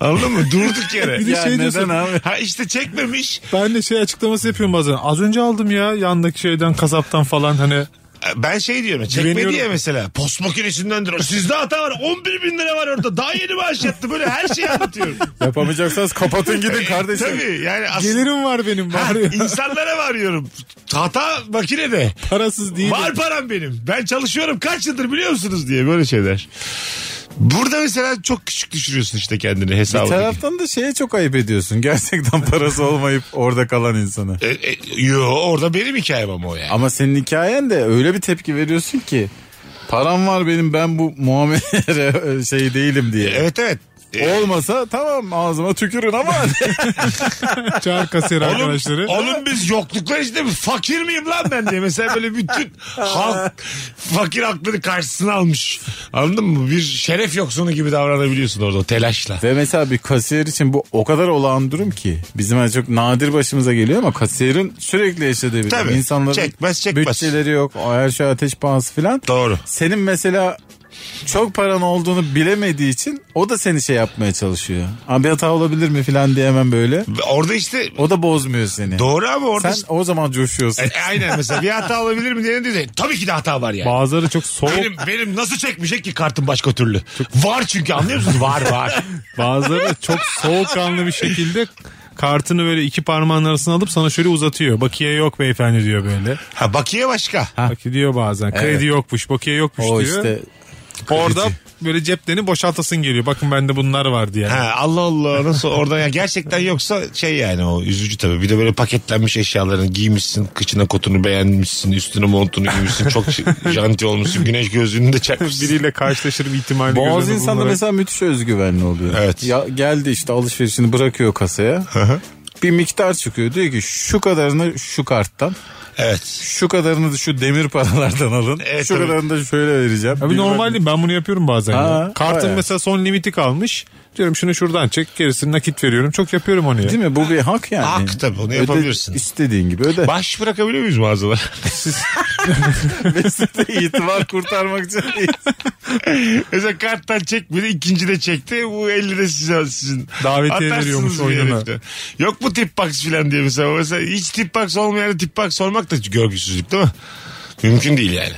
[SPEAKER 2] Anladın mı? Durduk yere.
[SPEAKER 3] Bir de
[SPEAKER 4] Ya
[SPEAKER 3] şey
[SPEAKER 4] neden
[SPEAKER 3] diyorsun.
[SPEAKER 4] abi?
[SPEAKER 2] Ha işte çekmemiş.
[SPEAKER 3] Ben de şey açıklaması yapıyorum bazen. Az önce aldım ya yandaki şeyden kasaptan falan hani.
[SPEAKER 2] Ben şey diyorum. Çekme
[SPEAKER 3] Güveniyorum.
[SPEAKER 2] diye mesela. Post makinesindendir. o. Sizde hata var. 11 bin lira var orada. Daha yeni bağış yattı. Böyle her şeyi anlatıyorum.
[SPEAKER 4] [laughs] Yapamayacaksanız kapatın gidin kardeşim.
[SPEAKER 2] Tabii yani aslında.
[SPEAKER 3] Gelirim var benim
[SPEAKER 2] Ha,
[SPEAKER 3] bağırıyor.
[SPEAKER 2] insanlara varıyorum. Hata makinede.
[SPEAKER 3] Parasız değil.
[SPEAKER 2] Var param benim. Ben çalışıyorum kaç yıldır biliyor musunuz diye böyle şeyler. Burada mesela çok küçük düşürüyorsun işte kendini
[SPEAKER 4] Bir
[SPEAKER 2] hesabı.
[SPEAKER 4] taraftan da şeye çok ayıp ediyorsun. [laughs] Gerçekten parası olmayıp orada kalan insana.
[SPEAKER 2] E, e, yo orada benim hikayem ama o yani.
[SPEAKER 4] Ama senin hikayen de öyle bir tepki veriyorsun ki. Param var benim ben bu muamele şey değilim diye.
[SPEAKER 2] Evet E, evet.
[SPEAKER 4] Olmasa tamam ağzıma tükürün [laughs] ama
[SPEAKER 3] Çağır kasiyer
[SPEAKER 2] Oğlum,
[SPEAKER 3] arkadaşları.
[SPEAKER 2] oğlum biz yokluklar içinde mi? Fakir miyim lan ben diye. Mesela böyle bütün halk fakir aklını karşısına almış. Anladın mı? Bir şeref yoksunu gibi davranabiliyorsun orada telaşla.
[SPEAKER 4] Ve mesela bir kasiyer için bu o kadar olağan durum ki. Bizim hani çok nadir başımıza geliyor ama kasiyerin sürekli yaşadığı bir durum.
[SPEAKER 2] Tabii.
[SPEAKER 4] İnsanların
[SPEAKER 2] Çekmez, çekmez.
[SPEAKER 4] bütçeleri yok. Her şey ateş pahası filan.
[SPEAKER 2] Doğru.
[SPEAKER 4] Senin mesela çok paran olduğunu bilemediği için o da seni şey yapmaya çalışıyor. Abi hata olabilir mi filan diye hemen böyle.
[SPEAKER 2] Orada işte
[SPEAKER 4] O da bozmuyor seni.
[SPEAKER 2] doğru ama orada...
[SPEAKER 4] Sen o zaman coşuyorsun.
[SPEAKER 2] E, aynen mesela bir hata olabilir mi diye diyor. Tabii ki de hata var yani.
[SPEAKER 3] Bazıları çok soğuk.
[SPEAKER 2] Benim benim nasıl çekmeyecek ki kartım başka türlü? Var çünkü anlıyor musunuz? Var var.
[SPEAKER 3] [laughs] Bazıları çok soğukkanlı bir şekilde kartını böyle iki parmağın arasına alıp sana şöyle uzatıyor. Bakiye yok beyefendi diyor böyle.
[SPEAKER 2] Ha bakiye başka.
[SPEAKER 3] Bak diyor bazen. Kredi yokmuş, bakiye yokmuş
[SPEAKER 4] o
[SPEAKER 3] diyor.
[SPEAKER 4] işte
[SPEAKER 3] Orada böyle ceplerini boşaltasın geliyor. Bakın bende bunlar vardı yani.
[SPEAKER 2] Ha, Allah Allah nasıl orada ya gerçekten yoksa şey yani o üzücü tabii. Bir de böyle paketlenmiş eşyalarını giymişsin, kıçına kotunu beğenmişsin, üstüne montunu giymişsin, çok [laughs] janti olmuşsun, güneş gözlüğünü de çakmışsın.
[SPEAKER 3] Biriyle karşılaşırım ihtimali
[SPEAKER 4] Bazı
[SPEAKER 3] göz önünde
[SPEAKER 4] insanda
[SPEAKER 3] bulundurarak.
[SPEAKER 4] mesela müthiş özgüvenli oluyor.
[SPEAKER 2] Evet.
[SPEAKER 4] Ya geldi işte alışverişini bırakıyor kasaya. bir miktar çıkıyor. Diyor ki şu kadarını şu karttan,
[SPEAKER 2] Evet.
[SPEAKER 4] şu kadarını da şu demir paralardan alın.
[SPEAKER 2] Evet,
[SPEAKER 4] şu
[SPEAKER 2] tabii.
[SPEAKER 4] kadarını da şöyle vereceğim.
[SPEAKER 3] Abi
[SPEAKER 4] Bilmem-
[SPEAKER 3] normal değil ben bunu yapıyorum bazen. ya.
[SPEAKER 4] Ha,
[SPEAKER 3] Kartın
[SPEAKER 4] bayağı.
[SPEAKER 3] mesela son limiti kalmış. Diyorum şunu şuradan çek gerisini nakit veriyorum. Çok yapıyorum onu ya.
[SPEAKER 4] [laughs] Değil mi? Bu bir hak yani.
[SPEAKER 2] Hak tabii, onu
[SPEAKER 4] Öde-
[SPEAKER 2] yapabilirsin.
[SPEAKER 4] istediğin gibi öde. [laughs]
[SPEAKER 2] Baş bırakabiliyor muyuz mağazalara? [laughs]
[SPEAKER 4] Mesut'u itibar kurtarmak için değil.
[SPEAKER 2] Mesela karttan çekmedi ikinci de çekti. Bu 50 de size sizin.
[SPEAKER 3] Davetiye
[SPEAKER 2] Atarsınız
[SPEAKER 3] veriyormuş
[SPEAKER 2] bir
[SPEAKER 3] oyununa.
[SPEAKER 2] herifte. Yok mu tip box filan diye mesela. Mesela hiç tip box olmayan tip box sormak da görgüsüzlük değil mi? Mümkün değil yani.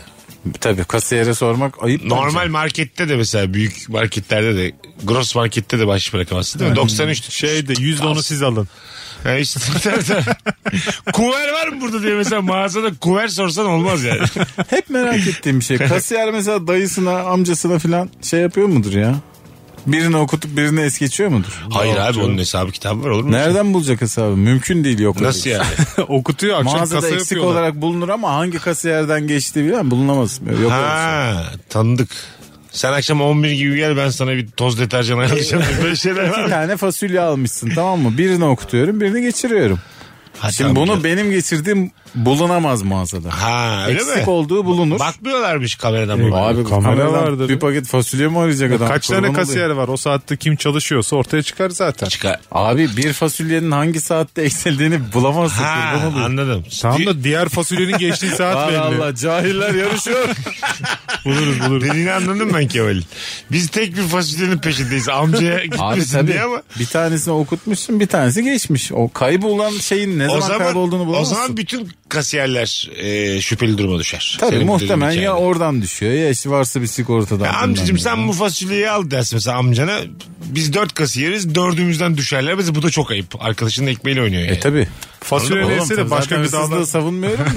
[SPEAKER 4] Tabii kasiyere sormak ayıp.
[SPEAKER 2] Normal
[SPEAKER 4] bence.
[SPEAKER 2] markette de mesela büyük marketlerde de gross markette de baş bırakamazsın değil mi? 93
[SPEAKER 3] Şey de yüzde onu siz alın. [laughs]
[SPEAKER 2] Ha işte, [laughs] tabii, tabii. kuver var mı burada diye mesela mağazada kuver sorsan olmaz yani.
[SPEAKER 4] Hep merak ettiğim bir şey. Kasiyer mesela dayısına, amcasına falan şey yapıyor mudur ya? Birini okutup birini es geçiyor mudur?
[SPEAKER 2] [laughs] Hayır
[SPEAKER 4] Yok
[SPEAKER 2] abi
[SPEAKER 4] canım.
[SPEAKER 2] onun hesabı kitabı var olur mu?
[SPEAKER 4] Nereden bulacak hesabı? Mümkün değil yok.
[SPEAKER 2] Nasıl
[SPEAKER 4] öyle. şey.
[SPEAKER 2] yani?
[SPEAKER 3] Okutuyor akşam
[SPEAKER 4] Mağazada
[SPEAKER 3] kasa
[SPEAKER 4] eksik
[SPEAKER 3] yapıyorlar.
[SPEAKER 4] olarak bulunur ama hangi kasiyerden geçtiği bilen bulunamaz. Yok öyle bir şey.
[SPEAKER 2] Ha tanıdık. Sen akşam 11 gibi gel ben sana bir toz deterjan [laughs] ayarlayacağım. Böyle şeyler var
[SPEAKER 4] Bir
[SPEAKER 2] mı?
[SPEAKER 4] tane fasulye almışsın tamam mı? Birini okutuyorum birini geçiriyorum.
[SPEAKER 2] Ha,
[SPEAKER 4] Şimdi
[SPEAKER 2] tamam,
[SPEAKER 4] bunu
[SPEAKER 2] gel.
[SPEAKER 4] benim geçirdiğim bulunamaz mağazada.
[SPEAKER 2] Ha öyle
[SPEAKER 4] Eksik
[SPEAKER 2] mi?
[SPEAKER 4] olduğu bulunur.
[SPEAKER 2] Bakmıyorlarmış kameradan bu.
[SPEAKER 4] Abi
[SPEAKER 3] kamera
[SPEAKER 4] kameradan
[SPEAKER 3] vardır.
[SPEAKER 4] Bir paket fasulye mi arayacak adam?
[SPEAKER 3] Kaç tane
[SPEAKER 4] Kurban
[SPEAKER 3] kasiyer
[SPEAKER 4] olayım.
[SPEAKER 3] var? O saatte kim çalışıyorsa ortaya çıkar zaten.
[SPEAKER 2] Çıkar.
[SPEAKER 4] Abi bir fasulyenin hangi saatte eksildiğini bulamazsın.
[SPEAKER 2] Ha
[SPEAKER 4] kurban olayım.
[SPEAKER 2] anladım.
[SPEAKER 3] Tam da diğer
[SPEAKER 4] [laughs]
[SPEAKER 3] fasulyenin geçtiği saat
[SPEAKER 4] Var
[SPEAKER 3] belli.
[SPEAKER 4] Allah
[SPEAKER 2] [laughs]
[SPEAKER 4] cahiller yarışıyor.
[SPEAKER 3] Buluruz buluruz.
[SPEAKER 2] Dediğini anladım ben Kemal'in. Biz tek bir fasulyenin peşindeyiz. Amcaya
[SPEAKER 4] Abi
[SPEAKER 2] gitmesin
[SPEAKER 4] tabii
[SPEAKER 2] diye ama.
[SPEAKER 4] bir tanesini okutmuşsun bir tanesi geçmiş. O kaybolan şeyin ne
[SPEAKER 2] O
[SPEAKER 4] zaman,
[SPEAKER 2] zaman,
[SPEAKER 4] kaybolduğunu
[SPEAKER 2] o
[SPEAKER 4] bulamazsın.
[SPEAKER 2] zaman bütün kasiyerler e, şüpheli duruma düşer.
[SPEAKER 4] Tabii
[SPEAKER 2] Senin bu dediğin
[SPEAKER 4] muhtemelen
[SPEAKER 2] hikaye.
[SPEAKER 4] ya oradan düşüyor ya işte varsa bir sigortadan.
[SPEAKER 2] Ya amcacım
[SPEAKER 4] bundan
[SPEAKER 2] sen
[SPEAKER 4] ya.
[SPEAKER 2] bu fasulyeyi al dersin mesela amcana. Biz dört kasiyeriz dördümüzden düşerler. Mesela bu da çok ayıp. Arkadaşının ekmeğiyle oynuyor yani.
[SPEAKER 4] E tabi.
[SPEAKER 3] Fasulye neyse de başka gıdalar.
[SPEAKER 4] savunmuyorum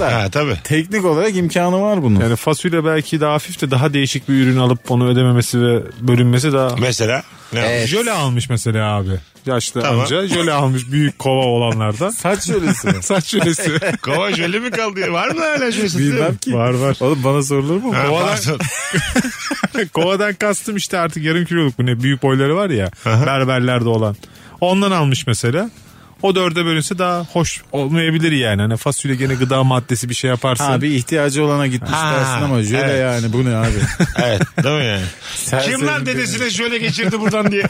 [SPEAKER 3] [laughs]
[SPEAKER 4] da.
[SPEAKER 2] Ha tabii.
[SPEAKER 4] Teknik olarak imkanı var bunun.
[SPEAKER 3] Yani fasulye belki daha hafif de daha değişik bir ürün alıp onu ödememesi ve bölünmesi daha...
[SPEAKER 2] Mesela ne yapmış?
[SPEAKER 3] Jöle almış mesela abi. Yaşlı
[SPEAKER 2] Tamam.
[SPEAKER 3] amca jöle almış büyük kova olanlardan.
[SPEAKER 4] Saç yölesi
[SPEAKER 3] [laughs]
[SPEAKER 4] mi?
[SPEAKER 3] Saç jölesi.
[SPEAKER 2] Kova jöle mi kaldı? Var mı hala jölesi?
[SPEAKER 4] Bilmem
[SPEAKER 3] [laughs]
[SPEAKER 4] ki.
[SPEAKER 3] var var.
[SPEAKER 4] Oğlum bana sorulur mu?
[SPEAKER 2] Ha,
[SPEAKER 3] Kovalar-
[SPEAKER 2] pardon.
[SPEAKER 3] Kovadan kastım işte artık yarım kiloluk bu ne büyük boyları var ya berberlerde olan. Ondan almış mesela. O dörde bölünse daha hoş olmayabilir yani. Hani fasulye gene gıda maddesi bir şey yaparsın.
[SPEAKER 4] Ha bir ihtiyacı olana gitmiş
[SPEAKER 2] Ha,
[SPEAKER 4] dersin ama jöle
[SPEAKER 2] evet.
[SPEAKER 4] yani bu
[SPEAKER 3] [laughs]
[SPEAKER 4] ne abi?
[SPEAKER 2] evet değil mi yani?
[SPEAKER 4] [laughs] Serseri
[SPEAKER 2] Kim lan
[SPEAKER 4] bir-
[SPEAKER 2] dedesine şöyle geçirdi buradan diye. [laughs]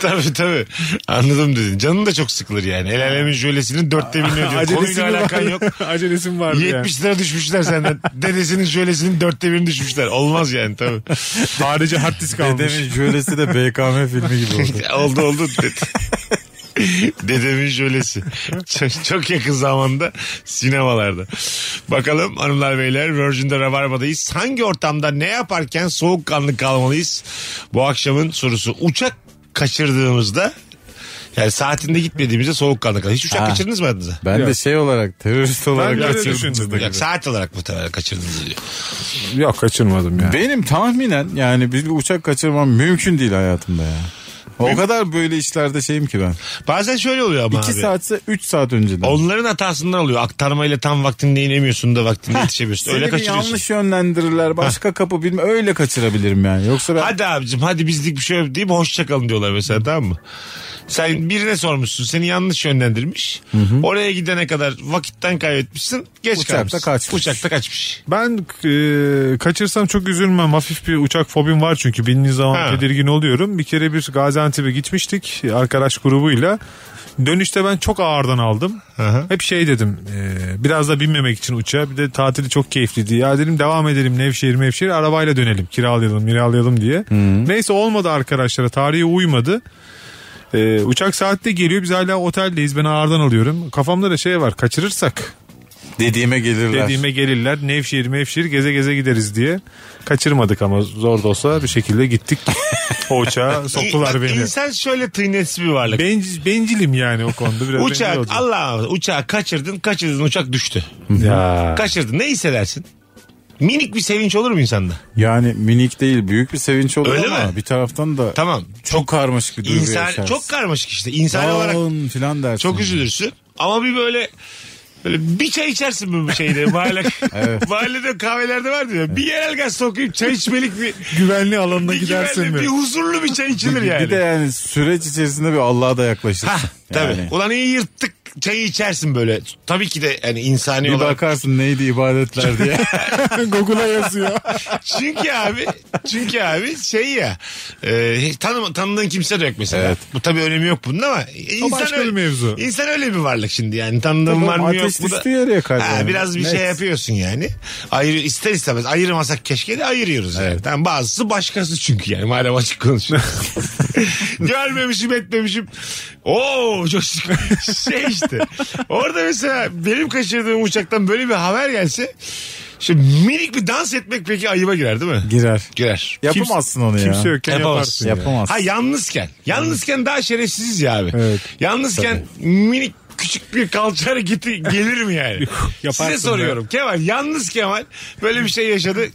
[SPEAKER 2] tabii tabii. Anladım dedin. Canın da çok sıkılır yani. El alemin jölesinin dörtte [laughs] birini ödüyor. Konuyla
[SPEAKER 3] mi
[SPEAKER 2] alakan
[SPEAKER 3] vardı? [laughs]
[SPEAKER 2] yok.
[SPEAKER 3] Acelesi mi vardı yani?
[SPEAKER 2] 70 lira düşmüşler senden. Dedesinin jölesinin dörtte birini düşmüşler. Olmaz yani tabii.
[SPEAKER 3] Harici hard disk almış.
[SPEAKER 4] Dedemin jölesi
[SPEAKER 3] [laughs]
[SPEAKER 4] de BKM filmi gibi oldu.
[SPEAKER 2] oldu oldu. Ded- [laughs] Dedemin jölesi. Çok, çok yakın zamanda sinemalarda. Bakalım hanımlar beyler Virgin'de Rabarba'dayız. Hangi ortamda ne yaparken soğukkanlı kalmalıyız? Bu akşamın sorusu. Uçak kaçırdığımızda yani saatinde gitmediğimizde soğukkanlı kalmalıyız. Hiç uçak
[SPEAKER 4] Ha.
[SPEAKER 2] kaçırdınız mı hayatınızda?
[SPEAKER 4] Ben de şey olarak terörist olarak
[SPEAKER 3] öyle
[SPEAKER 4] kaçırdım.
[SPEAKER 3] düşündüm.
[SPEAKER 2] Yok, saat olarak muhtemelen kaçırdınız diyor.
[SPEAKER 3] Yok kaçırmadım ya.
[SPEAKER 4] Benim tahminen yani bir uçak kaçırmam mümkün değil hayatımda ya. O kadar böyle işlerde şeyim ki ben.
[SPEAKER 2] Bazen şöyle oluyor ama
[SPEAKER 4] 2
[SPEAKER 2] abi.
[SPEAKER 4] saatse 3 saat önceden.
[SPEAKER 2] Onların hatasından oluyor. Aktarmayla tam vaktinde inemiyorsun da vaktinde yetişemiyorsun.
[SPEAKER 4] Öyle
[SPEAKER 2] Öyle
[SPEAKER 4] Seni bir
[SPEAKER 2] kaçırıyorsun.
[SPEAKER 4] yanlış yönlendirirler. Başka kapı bilme öyle kaçırabilirim yani. Yoksa ben
[SPEAKER 2] Hadi abicim hadi bizlik bir şey yok deyip hoşçakalın diyorlar mesela tamam mı? Sen birine sormuşsun seni yanlış yönlendirmiş. Oraya gidene kadar vakitten kaybetmişsin. Geç
[SPEAKER 4] Uçakta
[SPEAKER 2] kalmışsın.
[SPEAKER 4] kaçmış.
[SPEAKER 2] Uçakta
[SPEAKER 4] [laughs]
[SPEAKER 2] kaçmış.
[SPEAKER 3] Ben e, kaçırsam çok üzülmem. Hafif bir uçak fobim var çünkü. Bindiği zaman
[SPEAKER 2] Ha.
[SPEAKER 3] tedirgin oluyorum. Bir kere bir Gaziantep'e gitmiştik arkadaş grubuyla. Dönüşte ben çok ağırdan aldım.
[SPEAKER 2] hı.
[SPEAKER 3] Hep şey dedim. e, biraz da binmemek için uçağa. Bir de tatili çok keyifliydi. Ya dedim devam edelim Nevşehir Mevşehir arabayla dönelim. Kiralayalım kiralayalım diye. Neyse olmadı arkadaşlara. Tarihe uymadı. E, uçak saatte geliyor. Biz hala oteldeyiz. Ben ağırdan alıyorum. Kafamda da şey var. Kaçırırsak
[SPEAKER 4] dediğime gelirler.
[SPEAKER 3] dediğime gelirler. Nevşehir mevşehir geze geze gideriz diye. Kaçırmadık ama zor da olsa bir şekilde gittik. [laughs] o uçağa
[SPEAKER 2] İ-
[SPEAKER 3] soktular
[SPEAKER 2] bak,
[SPEAKER 3] beni.
[SPEAKER 2] İnsan şöyle tıynetsiz bir varlık.
[SPEAKER 3] Benc- bencilim yani o konuda biraz.
[SPEAKER 2] uçak
[SPEAKER 3] bencil oldum.
[SPEAKER 2] Allah uçağı kaçırdın kaçırdın uçak düştü.
[SPEAKER 3] Ya.
[SPEAKER 2] Kaçırdın ne hissedersin? Minik bir sevinç olur mu insanda?
[SPEAKER 4] Yani minik değil büyük bir sevinç oluyor
[SPEAKER 2] Öyle
[SPEAKER 4] ama
[SPEAKER 2] mi?
[SPEAKER 4] bir taraftan da
[SPEAKER 2] Tamam.
[SPEAKER 4] çok karmaşık bir duygu
[SPEAKER 2] İnsan
[SPEAKER 4] yaşarsın.
[SPEAKER 2] çok karmaşık işte. İnsan olarak
[SPEAKER 4] Down filan dersin.
[SPEAKER 2] Çok üzülürsün. Ama bir böyle böyle bir çay içersin bu şeyde
[SPEAKER 4] [laughs]
[SPEAKER 2] mahalle. Mahallede kahvelerde var diyor. Bir yerel gaz sokayım çay içmelik bir
[SPEAKER 3] [laughs] Güvenli alanına
[SPEAKER 2] bir,
[SPEAKER 3] gidersin
[SPEAKER 2] güvenli, bir
[SPEAKER 3] mi?
[SPEAKER 2] huzurlu bir çay içilir
[SPEAKER 4] Bir-
[SPEAKER 2] yani.
[SPEAKER 4] Bir de yani süreç içerisinde bir Allah'a da yaklaşırsın.
[SPEAKER 2] Hah, tabii.
[SPEAKER 4] Yani.
[SPEAKER 2] Ulan iyi yırttık çayı içersin böyle. Tabii ki de yani insani
[SPEAKER 4] Bir
[SPEAKER 2] olarak.
[SPEAKER 4] bakarsın neydi ibadetler diye.
[SPEAKER 3] [laughs] Google'a yazıyor.
[SPEAKER 2] [laughs] Çünkü abi çünkü abi şey ya e, tanım, tanıdığın kimse de yok mesela.
[SPEAKER 4] Evet.
[SPEAKER 2] Bu tabii önemi yok bunun ama insan
[SPEAKER 3] başka
[SPEAKER 2] öyle,
[SPEAKER 3] bir mevzu.
[SPEAKER 2] İnsan öyle bir varlık şimdi yani tanıdığın
[SPEAKER 4] Tamam,
[SPEAKER 2] var mı yok
[SPEAKER 4] ateş
[SPEAKER 2] bu da.
[SPEAKER 4] düştüğü yere yakar
[SPEAKER 2] Ha,
[SPEAKER 4] yani.
[SPEAKER 2] Biraz bir
[SPEAKER 4] Net.
[SPEAKER 2] şey yapıyorsun yani. Ayrı, ister istemez ayırmasak keşke de ayırıyoruz yani. Tamam, bazısı başkası çünkü yani madem açık konuşuyoruz.
[SPEAKER 4] [laughs]
[SPEAKER 2] Görmemişim etmemişim. Oo çok [laughs] şey işte. Orada mesela benim kaçırdığım uçaktan böyle bir haber gelse Şimdi minik bir dans etmek peki ayıba girer değil mi?
[SPEAKER 4] Girer.
[SPEAKER 2] Girer.
[SPEAKER 4] Yapamazsın onu ya.
[SPEAKER 3] Kimse yokken
[SPEAKER 2] Yapamazsın.
[SPEAKER 3] yaparsın. ya.
[SPEAKER 4] Yapamazsın.
[SPEAKER 2] Ha yalnızken. Yalnızken daha şerefsiziz ya abi.
[SPEAKER 3] Evet.
[SPEAKER 2] Yalnızken minik küçük bir kalça hareketi gelir mi yani?
[SPEAKER 3] Yaparsın
[SPEAKER 2] Size soruyorum. Kemal yalnız Kemal böyle bir şey
[SPEAKER 3] [laughs]
[SPEAKER 2] yaşadı.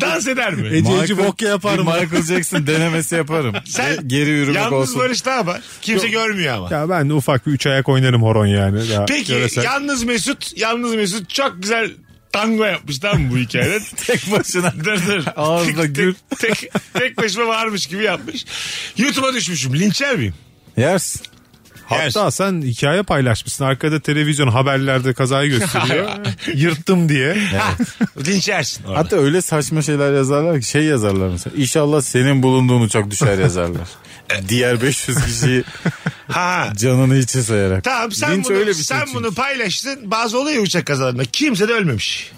[SPEAKER 2] Dans eder mi?
[SPEAKER 4] Michael-
[SPEAKER 3] Ececi bok
[SPEAKER 4] bir
[SPEAKER 3] yaparım.
[SPEAKER 4] Michael Jackson
[SPEAKER 2] [laughs]
[SPEAKER 4] denemesi yaparım. Ge- Geri yürümek
[SPEAKER 2] yalnız
[SPEAKER 4] olsun.
[SPEAKER 2] Barış ne yapar? Kimse görmüyor ama.
[SPEAKER 3] Ya ben de ufak bir üç ayak oynarım horon yani. Daha
[SPEAKER 2] Peki
[SPEAKER 3] göresel.
[SPEAKER 2] yalnız Mesut, yalnız Mesut çok güzel tango yapmış tamam mı bu
[SPEAKER 3] [laughs]
[SPEAKER 2] hikayede?
[SPEAKER 4] Tek [laughs] başına.
[SPEAKER 2] dur dur.
[SPEAKER 4] Ağızda
[SPEAKER 2] Tek-
[SPEAKER 4] gül.
[SPEAKER 2] Tek, tek, tek başıma varmış gibi yapmış. YouTube'a düşmüşüm. Linçer miyim?
[SPEAKER 4] Yersin.
[SPEAKER 2] Yersin.
[SPEAKER 3] Hatta sen hikaye paylaşmışsın. Arkada televizyon haberlerde kazayı
[SPEAKER 2] [laughs]
[SPEAKER 3] gösteriyor. Yırttım diye.
[SPEAKER 2] Linç yersin orada.
[SPEAKER 4] Hatta öyle saçma şeyler yazarlar ki şey yazarlar mesela. İnşallah senin bulunduğun uçak
[SPEAKER 2] [laughs]
[SPEAKER 4] düşer yazarlar. Diğer 500 kişiyi
[SPEAKER 2] Ha.
[SPEAKER 4] canını içe sayarak.
[SPEAKER 2] Tamam sen
[SPEAKER 4] Linç
[SPEAKER 2] bunu
[SPEAKER 4] öyle bir şey
[SPEAKER 2] sen
[SPEAKER 4] çünkü.
[SPEAKER 2] bunu paylaştın. Bazı oluyor ya uçak kazalarında. Kimse de ölmemiş.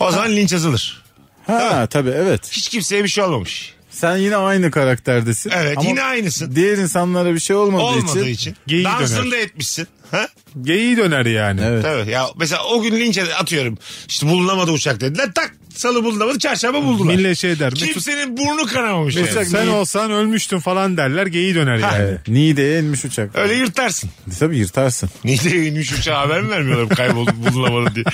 [SPEAKER 2] O zaman linç yazılır.
[SPEAKER 4] Ha tabii evet.
[SPEAKER 2] Hiç kimseye bir şey olmamış.
[SPEAKER 4] Sen yine aynı karakterdesin.
[SPEAKER 2] Evet,
[SPEAKER 4] Ama
[SPEAKER 2] yine aynısın.
[SPEAKER 4] Diğer insanlara bir şey olmadığı,
[SPEAKER 2] Olmadığı için.
[SPEAKER 3] Geyiği
[SPEAKER 2] Dansını
[SPEAKER 3] döner.
[SPEAKER 2] da etmişsin. Ha?
[SPEAKER 3] Geyiği döner yani.
[SPEAKER 4] Evet.
[SPEAKER 2] Tabii. Ya mesela o gün linç ed- atıyorum. İşte bulunamadı uçak dediler. Tak salı bulunamadı çarşamba buldular.
[SPEAKER 3] Millet şey der. Mesut
[SPEAKER 2] Kimsenin burnu kanamamış. yani.
[SPEAKER 3] Uçak sen olsan ölmüştün falan derler geyi döner yani.
[SPEAKER 4] Evet. Niğde'ye inmiş uçak.
[SPEAKER 2] Öyle yırtarsın.
[SPEAKER 4] Tabii yırtarsın.
[SPEAKER 2] Niye inmiş uçağa haber mi vermiyorlar bu kayboldu bulunamadı diye.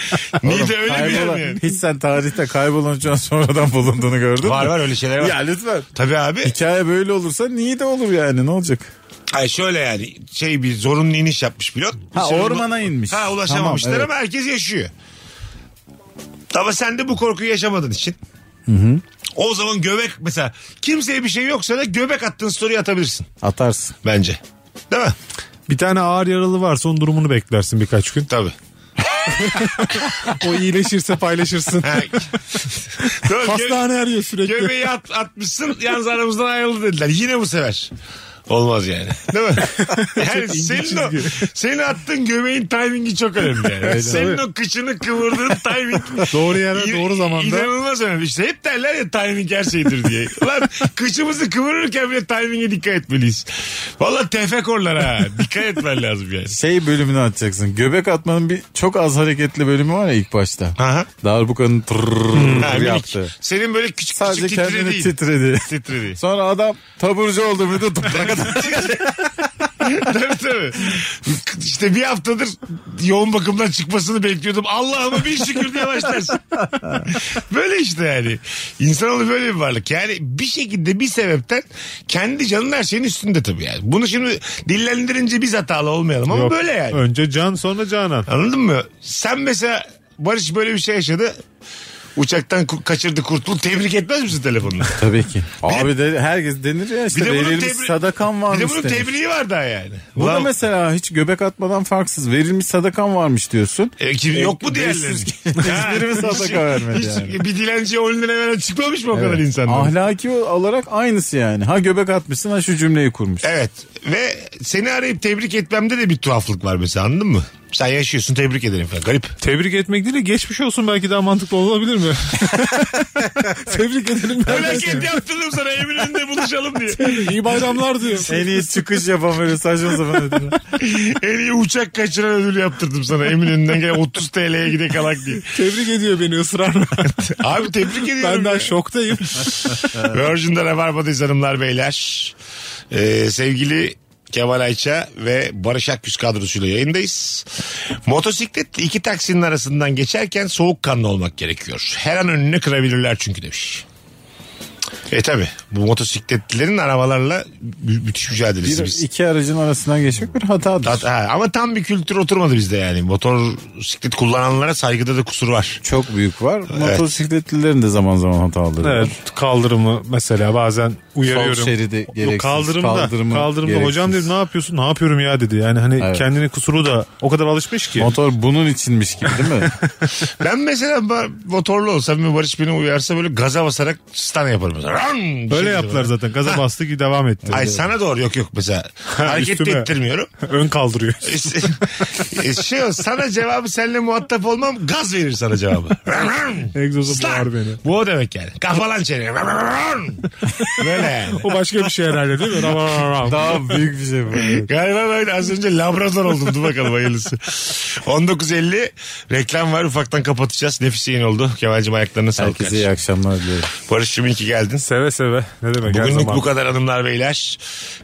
[SPEAKER 2] Niye de öyle bir yer
[SPEAKER 4] Kaybolan-
[SPEAKER 2] mi yani?
[SPEAKER 4] Hiç sen tarihte kaybolan uçağın sonradan bulunduğunu gördün
[SPEAKER 2] Var
[SPEAKER 4] mü?
[SPEAKER 2] var öyle şeyler var.
[SPEAKER 4] Ya lütfen.
[SPEAKER 2] Tabii abi.
[SPEAKER 4] Hikaye böyle olursa Niğde olur yani ne olacak?
[SPEAKER 2] Ay şöyle yani şey bir zorunlu iniş yapmış pilot.
[SPEAKER 4] Ha,
[SPEAKER 2] Sonra
[SPEAKER 4] ormana inmiş.
[SPEAKER 2] Ha ulaşamamışlar
[SPEAKER 4] Tamam, evet.
[SPEAKER 2] ama herkes yaşıyor. Ama sen de bu korkuyu yaşamadığın için. O zaman göbek mesela kimseye bir şey yoksa da göbek attığın story atabilirsin
[SPEAKER 4] Atarsın.
[SPEAKER 2] bence. Değil mi?
[SPEAKER 3] Bir tane ağır yaralı varsa onun durumunu beklersin birkaç gün.
[SPEAKER 2] Tabii.
[SPEAKER 3] O iyileşirse paylaşırsın.
[SPEAKER 4] [laughs]
[SPEAKER 2] Ha. Doğru, gö-
[SPEAKER 3] Hastane arıyor sürekli.
[SPEAKER 2] göbeği at, atmışsın yalnız aramızdan ayrıldı dediler. Yine bu sefer. Olmaz yani. Değil mi? Yani senin, o, senin attığın göbeğin timingi çok önemli. Yani. senin o kıçını kıvırdığın timing.
[SPEAKER 3] Doğru yere, doğru zamanda.
[SPEAKER 2] İnanılmaz önemli. İşte hep derler ya timing her şeydir diye. Lan kıçımızı kıvırırken bile timing'e dikkat etmeliyiz. Valla tefekorlar ha. Dikkat etmen lazım yani.
[SPEAKER 4] Şey bölümünü atacaksın. Göbek atmanın bir çok az hareketli bölümü var ya ilk başta.
[SPEAKER 2] Aha.
[SPEAKER 4] Darbukanın
[SPEAKER 2] Ha,
[SPEAKER 4] tırrrr
[SPEAKER 2] minik.
[SPEAKER 4] yaptı.
[SPEAKER 2] Senin böyle küçük
[SPEAKER 4] Sadece
[SPEAKER 2] küçük
[SPEAKER 4] kendini
[SPEAKER 2] titrediğin.
[SPEAKER 4] titredi.
[SPEAKER 2] Titrediği.
[SPEAKER 4] Sonra adam taburcu oldu. Bir de tıp-
[SPEAKER 2] [laughs] tabii tabii. İşte bir haftadır yoğun bakımdan çıkmasını bekliyordum. Allah'ıma bir şükür diye başlarsın. [laughs] böyle işte yani. İnsanoğlu böyle bir varlık. Yani bir şekilde bir sebepten kendi canın her şeyin üstünde tabii yani. Bunu şimdi dillendirince biz hatalı olmayalım ama
[SPEAKER 3] Yok.
[SPEAKER 2] böyle yani.
[SPEAKER 3] Önce can sonra canan.
[SPEAKER 2] Anladın mı? Sen mesela Barış böyle bir şey yaşadı. Uçaktan ku- kaçırdı kurtuldu. Tebrik etmez misin telefonla?
[SPEAKER 4] Tabii ki. Abi de herkes denir ya işte verilmiş
[SPEAKER 2] tebri-
[SPEAKER 4] sadakan
[SPEAKER 2] Bir de
[SPEAKER 4] varmış
[SPEAKER 2] bunun
[SPEAKER 4] denir.
[SPEAKER 2] tebriği var daha yani.
[SPEAKER 4] Bu da
[SPEAKER 2] Ulan-
[SPEAKER 4] mesela hiç göbek atmadan farksız verilmiş sadakan varmış diyorsun.
[SPEAKER 2] E, kim, yok mu diğerleri?
[SPEAKER 4] 500 Hiçbirimiz sadaka vermedi yani.
[SPEAKER 2] Bir dilenciye 10 lira veren çıkmamış mı o kadar insandan?
[SPEAKER 4] [laughs] Ahlaki olarak aynısı yani. Ha göbek atmışsın ha şu cümleyi kurmuş.
[SPEAKER 2] Evet ve seni arayıp tebrik etmemde de bir tuhaflık var mesela anladın mı? Sen yaşıyorsun tebrik ederim falan garip.
[SPEAKER 3] Tebrik etmek değil de geçmiş olsun belki daha mantıklı olabilir
[SPEAKER 4] [laughs]
[SPEAKER 3] mi? Tebrik ederim.
[SPEAKER 2] Felaket yaptırdım sana evin önünde buluşalım diye.
[SPEAKER 3] İyi bayramlar diyor.
[SPEAKER 4] En iyi çıkış yapan böyle saçma
[SPEAKER 3] [laughs]
[SPEAKER 4] sapan ödül.
[SPEAKER 2] en iyi uçak kaçıran ödül yaptırdım sana emin önünden gel 30 TL'ye gide kalak diye.
[SPEAKER 3] Tebrik ediyor beni ısrarla.
[SPEAKER 2] Abi tebrik ediyorum.
[SPEAKER 3] ben daha
[SPEAKER 2] ya.
[SPEAKER 3] şoktayım.
[SPEAKER 2] Virgin'de Rabarba'dayız hanımlar beyler. Ee, sevgili Kemal Ayça ve Barış Akgüz kadrosuyla yayındayız. Motosikletle iki taksinin arasından geçerken soğukkanlı olmak gerekiyor. Her an önünü kırabilirler çünkü demiş. E tabi bu motosikletlilerin arabalarla mü- müthiş mücadelesi
[SPEAKER 4] Bir,
[SPEAKER 2] biz.
[SPEAKER 4] iki aracın arasından geçmek bir hatadır.
[SPEAKER 2] Ha, ha, ama tam bir kültür oturmadı bizde yani. Motor siklet kullananlara saygıda da kusur var.
[SPEAKER 4] Çok büyük var. Motosikletlilerin de zaman zaman hataları var.
[SPEAKER 3] Evet, kaldırımı mesela bazen uyarıyorum.
[SPEAKER 4] Sol şeridi
[SPEAKER 3] Yok,
[SPEAKER 4] gereksiz,
[SPEAKER 3] Kaldırımda,
[SPEAKER 4] kaldırımı
[SPEAKER 3] kaldırımda,
[SPEAKER 4] gereksiz.
[SPEAKER 3] hocam dedim ne yapıyorsun? Ne yapıyorum ya dedi. Yani hani
[SPEAKER 4] Evet.
[SPEAKER 3] kendini kusuru da o kadar alışmış ki.
[SPEAKER 4] Motor bunun içinmiş gibi değil mi?
[SPEAKER 2] Ben mesela ba- motorlu olsam ve Barış beni uyarsa böyle gaza basarak stan yaparım. Ram!
[SPEAKER 3] Böyle
[SPEAKER 2] Şey
[SPEAKER 3] yaptılar
[SPEAKER 2] bana.
[SPEAKER 3] zaten.
[SPEAKER 4] [laughs]
[SPEAKER 3] Gaza bastı ki devam etti.
[SPEAKER 2] Ay sana doğru yok yok
[SPEAKER 3] [laughs]
[SPEAKER 2] mesela. Hareket de
[SPEAKER 3] üstüme.
[SPEAKER 2] ettirmiyorum. [laughs]
[SPEAKER 3] [laughs] Ön
[SPEAKER 4] [laughs]
[SPEAKER 3] kaldırıyor.
[SPEAKER 2] E, şey o sana cevabı seninle muhatap olmam gaz verir sana
[SPEAKER 3] [laughs]
[SPEAKER 2] cevabı.
[SPEAKER 3] Egzozu
[SPEAKER 2] Star.
[SPEAKER 3] boğar beni.
[SPEAKER 2] Bu o demek yani. Kafalan çeneye.
[SPEAKER 3] [laughs]
[SPEAKER 2] Böyle yani.
[SPEAKER 3] O başka bir şey herhalde
[SPEAKER 4] [laughs]
[SPEAKER 3] değil mi? Ram, ram, ram.
[SPEAKER 4] Daha büyük bir şey bu.
[SPEAKER 2] Galiba ben az önce labrador oldum. Dur bakalım hayırlısı. 19.50 reklam var ufaktan kapatacağız. Nefis yayın oldu. Kemal'cim ayaklarına sağlık.
[SPEAKER 4] Herkese iyi akşamlar diliyorum.
[SPEAKER 2] Barış'cığım iyi ki geldin.
[SPEAKER 3] Seve seve. Ne demek her
[SPEAKER 2] Bugünlük
[SPEAKER 3] zaman.
[SPEAKER 2] bu kadar hanımlar beyler.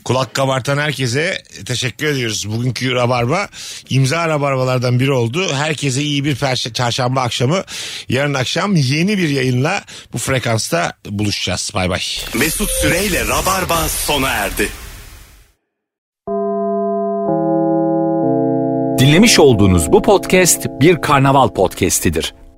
[SPEAKER 2] Kulak kabartan herkese teşekkür ediyoruz. Bugünkü Rabarba imza Rabarbalardan biri oldu. Herkese iyi bir perş- çarşamba akşamı. Yarın akşam yeni bir yayınla bu frekansta buluşacağız. Bay bay.
[SPEAKER 1] Mesut Süreyle Rabarba sona erdi.
[SPEAKER 7] Dinlemiş olduğunuz bu podcast bir karnaval podcastidir.